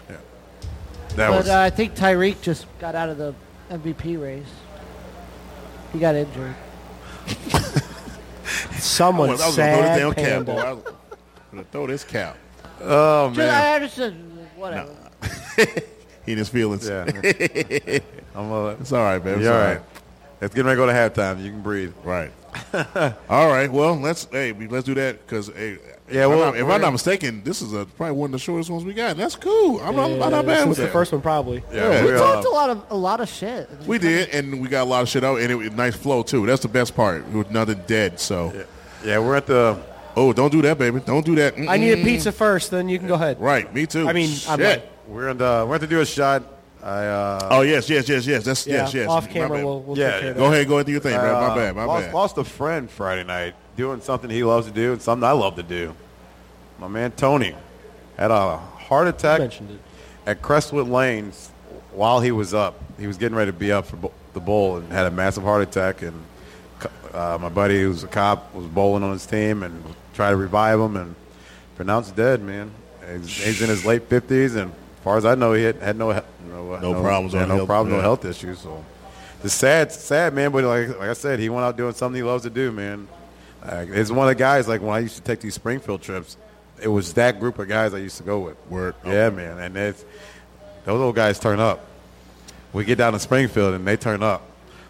S5: That
S3: but
S5: was.
S3: uh, I think Tyreek just got out of the MVP race. He got injured.
S2: Someone
S1: I was, I was gonna throw this
S2: sad
S1: damn cap.
S2: panda.
S1: Boy. I was gonna throw this cap.
S5: oh
S3: Just,
S5: man.
S3: I understand. Whatever.
S1: He in his feelings.
S5: yeah. I'm uh,
S1: <laughs> It's all right, man. It's
S5: you're all right. It's getting ready to go to halftime. You can breathe.
S2: <laughs>
S1: Right. All right. Well, let's hey we- let's do that because hey,
S5: Yeah,
S1: If,
S5: well,
S1: I'm, not, if I'm not mistaken, this is a, probably one of the shortest ones we got. and That's cool. I'm not, I'm not
S2: This
S1: bad
S2: was
S1: with
S2: the
S1: that.
S2: first one, probably.
S1: Yeah.
S3: We
S5: we, uh,
S3: talked a lot of a lot of shit. <laughs>
S1: We did, and we got a lot of shit out, and it was nice flow too. That's the best part. It was nothing dead. So,
S5: yeah, we're at the.
S1: oh, don't do that, baby. Don't do that. Mm-mm.
S2: I need a pizza first, then you can go ahead.
S1: Right. Me too.
S2: I mean, I'm
S1: Shit.
S2: like-
S5: We're at the. We're at to do a shot. I. Uh,
S1: oh yes, yes, yes, yes. That's
S2: Yeah,
S1: yes, yes.
S2: off
S1: My
S2: camera,
S1: bad.
S2: we'll, we'll
S5: Yeah,
S2: take care of
S1: go
S2: that.
S1: ahead. Go ahead do your thing, bro.
S5: uh,
S1: My bad. My
S5: lost,
S1: bad.
S5: Lost a friend Friday night doing something he loves to do and something I love to do. My man Tony had a heart attack
S2: mentioned it.
S5: at Crestwood Lanes while he was up. He was getting ready to be up for bo- the bowl and had a massive heart attack. And co- uh, my buddy, who's a cop, was bowling on his team and tried to revive him and pronounced dead. Man, he's, he's in his late fifties, and as far as I know, he had, had no he- no, uh,
S1: No problems
S5: yeah,
S1: on
S5: no
S1: health-
S5: problem,
S1: yeah.
S5: no health issues. So the sad, sad man. But like like I said, he went out doing something he loves to do, man. Like, it's one of the guys. Like when I used to take these Springfield trips, it was that group of guys I used to go with.
S1: Word.
S5: Yeah, man. And it's, those old guys turn up. We get down to Springfield and they turn up.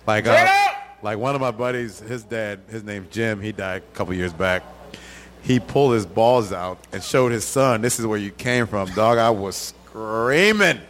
S5: Like uh, like one of my buddies, his dad, his name's Jim. He died a couple years back. He pulled his balls out and showed his son, "This is where you came from, dog." I was screaming.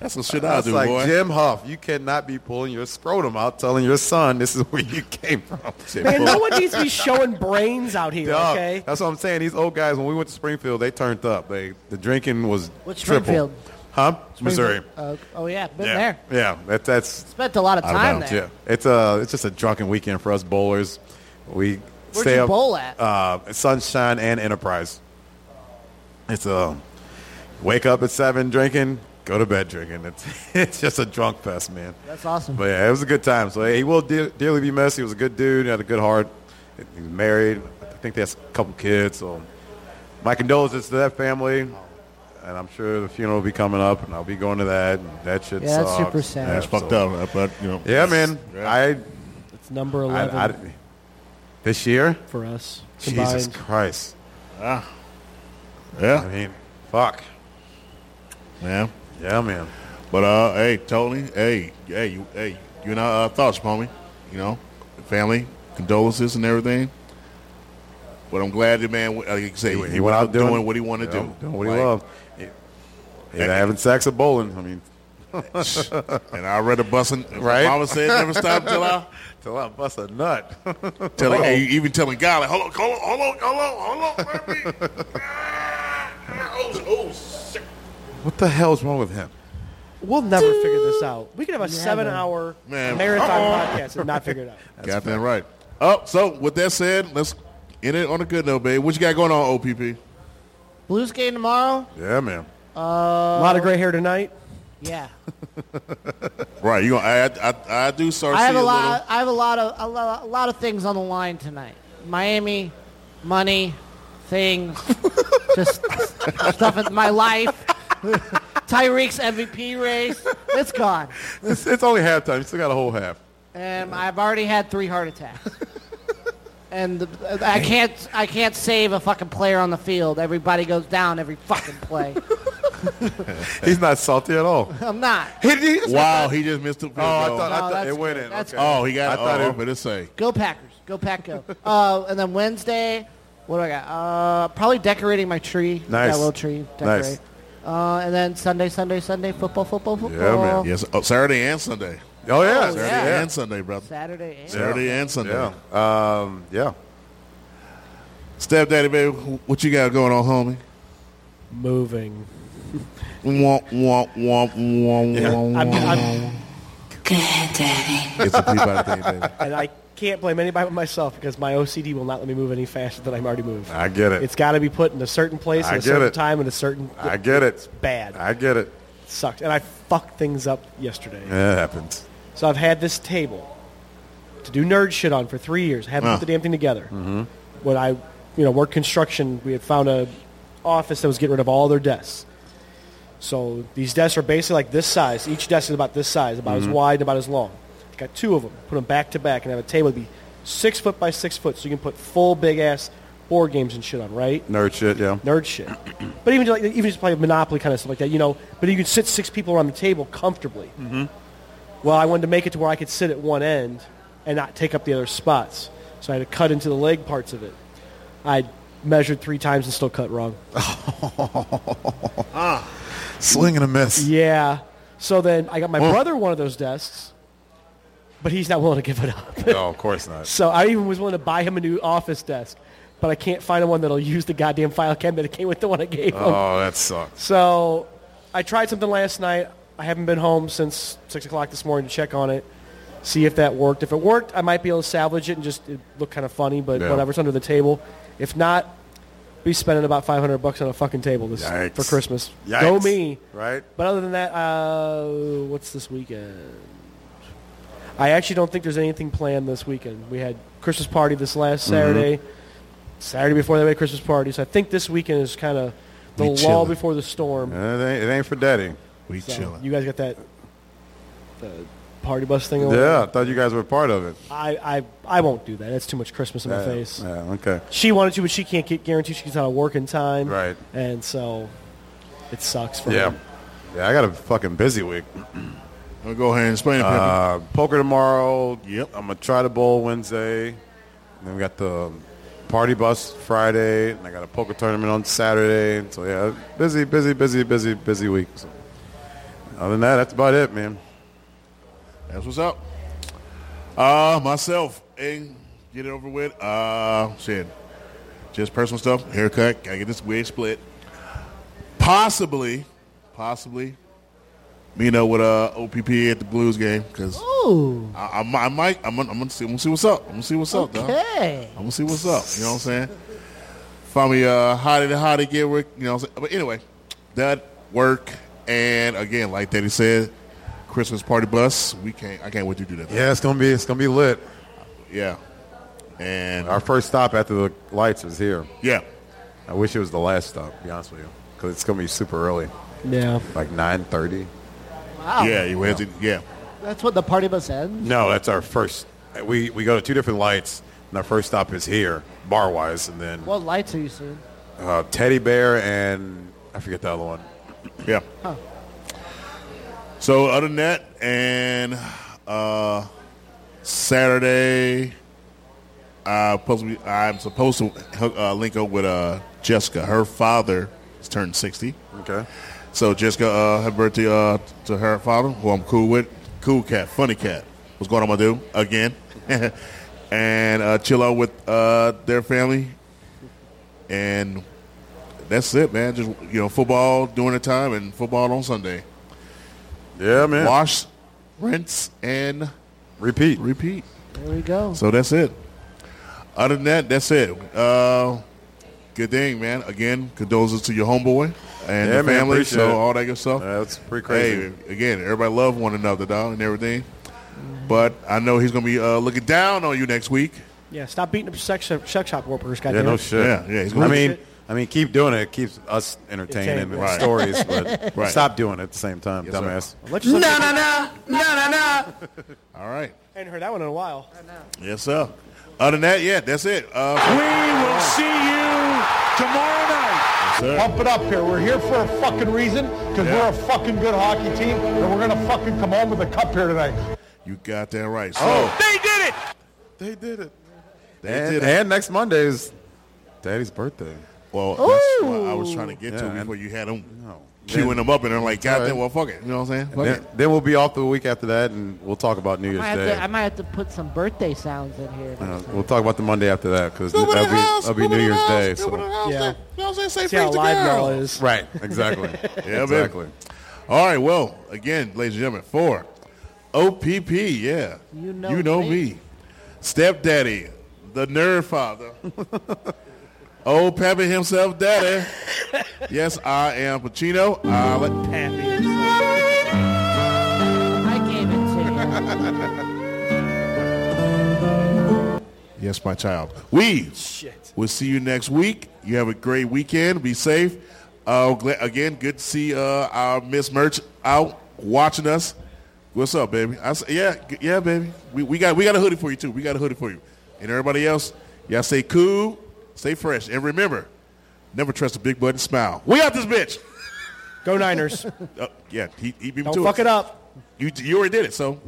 S1: That's the shit
S5: I
S1: I
S5: was
S1: do,
S5: like,
S1: boy.
S5: Jim Huff, you cannot be pulling your scrotum out, telling your son, "This is where you <laughs> came from."
S2: Man, no
S5: <laughs>
S2: one needs to be showing brains out here,
S5: Dog,
S2: okay?
S5: That's what I'm saying. These old guys, when we went to Springfield, they turned up. They the drinking was
S3: What's
S5: triple.
S3: Springfield?
S5: Huh? Missouri.
S3: Uh, oh yeah, been
S5: Yeah.
S3: there.
S5: Yeah. That, that's
S3: Spent a lot of
S1: of
S3: time
S1: bounds,
S3: there.
S5: yeah. It's a it's just a drunken weekend for us bowlers. We
S3: Where'd
S5: stay
S3: you
S5: up,
S3: bowl at?
S5: Uh, Sunshine and Enterprise. It's a wake up at seven drinking, go to bed drinking. It's <laughs> it's just a drunk fest, man.
S3: That's awesome.
S5: But yeah, it was a good time. So he will de- dearly be missed. He was a good dude. He had a good heart. He was married. I think they has a couple kids. So my condolences to that family. And I'm sure the funeral will be coming up, and I'll be going to that. And that shit
S3: Yeah, that's
S5: sucks.
S3: super sad.
S1: That's fucked
S5: so-
S1: up, but you know.
S5: Yeah, man. I,
S2: It's number
S5: I,
S2: 11
S5: I, this year,
S2: for us
S5: Jesus
S2: combined.
S5: Christ. I
S1: Yeah,
S5: mean, fuck.
S1: yeah.
S5: Yeah, man.
S1: But uh, hey, Tony, hey, hey, you, hey, you and our uh, thoughts, homie. You know, family, condolences, and everything. But I'm glad the man, like you say,
S5: He, went out doing,
S1: what he wanted to
S5: Yeah,
S1: do,
S5: doing what he
S1: Like,
S5: loved. He- Either having sex or bowling. I mean,
S1: <laughs> And I read a busting.
S5: <laughs> Right.
S1: Mama said never stop till I
S5: till I bust a nut. <laughs>
S1: tell
S5: Oh.
S1: hey, even telling God like, hold on, hold on, hold on, hold on, hold on.
S5: <laughs>
S1: let me- Ah, oh, oh, shit.
S5: What the hell's wrong with him?
S2: We'll never figure this out. We could have a seven-hour
S1: Man.
S2: marathon
S1: Uh-uh.
S2: podcast and not figure it out.
S1: Got that right. Oh, so with that said, let's end it on a good note, babe. What you got going on, OPP?
S3: Blues game tomorrow.
S5: Yeah, man.
S2: <laughs> a lot of gray hair tonight.
S3: Yeah,
S1: Right, you gonna? I I, I do start.
S3: I have
S1: seeing
S3: a
S1: little-
S3: lot. I have a lot of a lot, a lot of things on the line tonight. Miami, money, things, just stuff in my life. <laughs> Tyreek's MVP race. It's gone.
S5: It's, it's only halftime. You still got a whole half.
S3: And I've already had three heart attacks. and the, I can't I can't save a fucking player on the field. Everybody goes down every fucking play.
S5: He's not salty at all.
S3: I'm not.
S5: He, he just-
S1: Wow, he just missed the
S5: <laughs>
S1: field
S5: Oh, I
S1: goal.
S5: thought, I
S3: No,
S5: thought
S3: that's
S5: it went
S3: good.
S5: in.
S3: That's
S5: okay.
S1: oh, he got.
S5: I thought
S1: oh,
S5: it-
S1: I'm gonna say.
S3: Go Packers. Go
S5: <laughs>
S3: Pack Go. uh, and then Wednesday, what do I got? Uh, probably decorating my tree.
S5: Nice.
S3: That little tree. Decorate.
S5: Nice.
S3: Uh, and then Sunday, Sunday, Sunday, football, football, football.
S5: man.
S1: Yes, oh, Saturday and Sunday.
S5: Oh yeah,
S3: Oh,
S1: Saturday
S5: yeah.
S3: yeah.
S1: and Sunday, brother.
S3: Saturday. And
S1: Saturday and Sunday.
S5: Yeah. Um, yeah.
S1: Stepdaddy, baby, wh- what you got going on, homie?
S2: Moving.
S1: Womp, womp, womp, womp, womp,
S2: I'm,
S1: womp.
S2: I'm,
S7: Go ahead, Daddy.
S1: It's a Peabody
S3: <laughs>
S1: thing, baby.
S2: and I can't blame anybody but myself because my OCD will not let me move any faster than I'm already moved.
S5: I get it.
S2: It's got to be put in a certain place
S5: I
S2: at a
S5: get
S2: certain
S5: it.
S2: time at a certain.
S5: I get it.
S2: It's bad.
S5: I get it.
S2: it sucks, and I fucked things up yesterday.
S5: Yeah, it happens.
S2: So I've had this table to do nerd shit on for three years. I haven't
S1: Huh.
S2: put the damn thing together. When I, you know, worked construction, we had found a office that was getting rid of all their desks. So these desks are basically like this size. Each desk is about this size, about as wide, and about as long. Got two of them. Put them back to back, and have a table that'd be six foot by six foot, so you can put full big ass board games and shit on, right?
S5: Nerd shit. Yeah.
S2: nerd shit. But even like even just play Monopoly kind of stuff like that, you know. But you could sit six people around the table comfortably. Mm-hmm. Well, I wanted to make it to where I could sit at one end and not take up the other spots, so I had to cut into the leg parts of it. I measured three times and still cut wrong.
S5: Sling and a miss.
S2: yeah. So then I got my brother one of those desks, but he's not willing to give it up. <laughs>
S5: No, of course not.
S2: So I even was willing to buy him a new office desk, but I can't find one that'll use the goddamn file cabinet that came with the one I gave him.
S5: Oh, that sucks.
S2: So I tried something last night. I haven't been home since six o'clock this morning to check on it, see if that worked. If it worked, I might be able to salvage it and just it looked kind of funny, but
S5: Yeah.
S2: whatever's under the table. If not, be spending about five hundred bucks on a fucking table this
S5: Yikes.
S2: for Christmas.
S5: Yikes.
S2: Go me.
S5: Right.
S2: But other than that, uh, what's this weekend? I actually don't think there's anything planned this weekend. We had Christmas party this last
S5: Mm-hmm.
S2: Saturday. Saturday before that, we had Christmas party. So I think this weekend is kind of the
S1: We
S2: lull
S1: chillin'.
S2: before the storm.
S5: Uh, It ain't, it ain't for daddy.
S1: We
S2: So,
S1: chilling.
S2: You guys got that the party bus thing? over
S5: Yeah, I
S2: there?
S5: thought you guys were part of it.
S2: I, I, I won't do that. That's too much Christmas in my
S5: Yeah,
S2: face.
S5: Yeah, okay.
S2: She wanted to, but she can't get guarantee she gets out of work in time.
S5: Right.
S2: And so it sucks for
S5: Yeah.
S2: her.
S5: Yeah, I got a fucking busy week.
S1: I'm gonna go ahead and explain it. Peppy.
S5: Uh, poker tomorrow.
S1: Yep.
S5: I'm gonna try the bowl Wednesday. And then we got the party bus Friday, and I got a poker tournament on Saturday. So yeah, busy, busy, busy, busy, busy week. So, other than that, that's about it, man.
S1: That's what's up. Uh, myself and get it over with. Uh, shit, just personal stuff. Haircut. Gotta get this wig split. Possibly, possibly, me know with uh OPP at the Blues game because
S3: Ooh.
S1: I, I, mi- I might. I'm, gonna- I'm gonna see. I'm gonna see what's up. I'm gonna see what's up. Dog.
S3: Okay.
S1: I'm gonna see what's up. You know what I'm saying? Find me uh hottie to hottie get work, you know what I'm saying? But anyway, that work and again, like Daddy said, Christmas party bus. We can't I can't wait to do that.
S5: Yeah, it's gonna be it's gonna be lit.
S1: Yeah. And
S5: Our first stop after the lights is here.
S1: yeah.
S5: I wish it was the last stop. To be honest with you, because it's gonna be super early,
S2: Yeah.
S5: like nine thirty. Oh.
S3: Wow.
S1: Yeah, you went to yeah.
S3: That's what the party bus ends.
S5: No, that's our first. We we go to two different lights, and our first stop is here, bar wise, and then
S3: What lights are you seeing?
S5: uh, teddy bear and I forget the other one.
S1: Yeah. So other than that, and uh, Saturday, I supposed to be, I'm supposed to uh, link up with uh, Jessica. Her father is turned sixty,
S5: Okay.
S1: so Jessica, uh, happy birthday uh, to her father, who I'm cool with. Cool cat, funny cat. What's going on, my dude? Again, <laughs> and uh, chill out with uh, their family, and that's it, man. Just you know, football during the time and football on Sunday.
S5: Yeah, man.
S1: Wash, rinse, and
S5: Repeat.
S1: repeat.
S3: There we go.
S1: So that's it. Other than that, that's it. Uh, good thing, man. Again, condolences to your homeboy and
S5: Yeah,
S1: the
S5: man,
S1: family.
S5: appreciate
S1: so
S5: it.
S1: all that good stuff.
S5: Yeah, that's pretty crazy.
S1: Hey, again, everybody love one another, dog, and everything. But I know he's gonna be uh, looking down on you next week.
S2: Yeah. Stop beating up sex, sex shop workers,
S5: yeah,
S2: goddamn.
S5: no
S2: it.
S5: shit.
S1: Yeah, yeah, he's
S5: I
S1: gonna-
S5: mean,
S2: Shit.
S5: I mean, keep doing it. It keeps us entertained and
S2: Entertained.
S5: stories, but
S1: Right.
S5: stop doing it at the same time,
S1: Yes, sir.
S5: dumbass.
S2: Let yourself
S5: no, no, no, no, no, no.
S1: All right.
S2: I hadn't heard that one in a while.
S1: Yes, sir. Other than that, yeah, that's it. Uh,
S10: We will see you tomorrow night.
S1: yes, sir.
S10: Pump it up here. We're here for a fucking reason because
S1: Yeah.
S10: we're a fucking good hockey team and we're going to fucking come home with a cup here tonight.
S1: You got that right. So
S10: They did it!
S5: They did it.
S1: they
S5: And,
S1: did it.
S5: and next Monday is Daddy's birthday.
S1: Well, that's what I was trying to get to
S5: Yeah, and-
S1: before you had them
S5: No.
S1: queuing them up, and I'm like, God
S5: All right.
S1: damn, well, fuck it. You know what I'm saying? Fuck
S5: Then,
S1: it.
S5: then we'll be off the week after that, and we'll talk about New
S3: I
S5: Year's
S3: might, have
S5: Day.
S3: to, I might have to put some birthday sounds in here.
S5: Uh, we'll talk about the Monday after that because that'll
S1: Scoop
S5: be,
S1: it in the house,
S5: that'll be
S1: scoop it
S5: New
S1: in the
S5: Year's
S1: house,
S5: Day.
S1: scoop it in the
S5: So.
S1: house,
S2: Yeah.
S1: say- You know what I'm saying? Say
S2: See how
S1: freeze the
S2: live
S1: girl.
S2: y'all is.
S5: Right, exactly.
S1: baby.
S5: exactly.
S1: All right, well, again, ladies and gentlemen, for OPP, yeah.
S3: You know
S1: me.
S3: me.
S1: Stepdaddy, the
S3: <laughs>
S1: nerd father. Old Pappy himself,
S3: <laughs>
S1: Daddy. yes, I am Pacino. I like-
S3: I gave it to you.
S1: Yes, my child. We
S2: Shit.
S1: will see you next week. You have a great weekend. Be safe. Uh, gla- again, good to see uh, our Miss Merch out watching us. What's up, baby? I say, yeah, g- yeah, baby. We, we got we got a hoodie for you too. We got a hoodie for you. And everybody else, y'all stay cool, stay fresh, and remember, never trust a big button smile. We out this bitch. <laughs>
S10: <laughs>
S2: Go Niners.
S1: Uh, yeah, he, he beat me
S2: Don't
S1: to
S2: fuck it up.
S1: You you already did it. So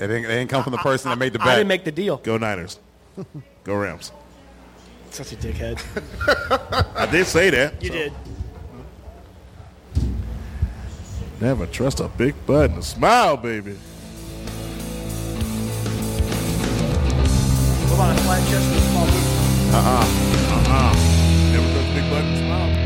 S5: It ain't, it ain't come from the person that made the bet.
S2: I didn't make the deal.
S1: go Niners, <laughs> go Rams.
S2: Such a dickhead.
S1: I did say that.
S2: You did.
S1: Never trust a big butt and a smile, baby.
S2: Come on, flat chest.
S1: Never trust a big butt and a smile.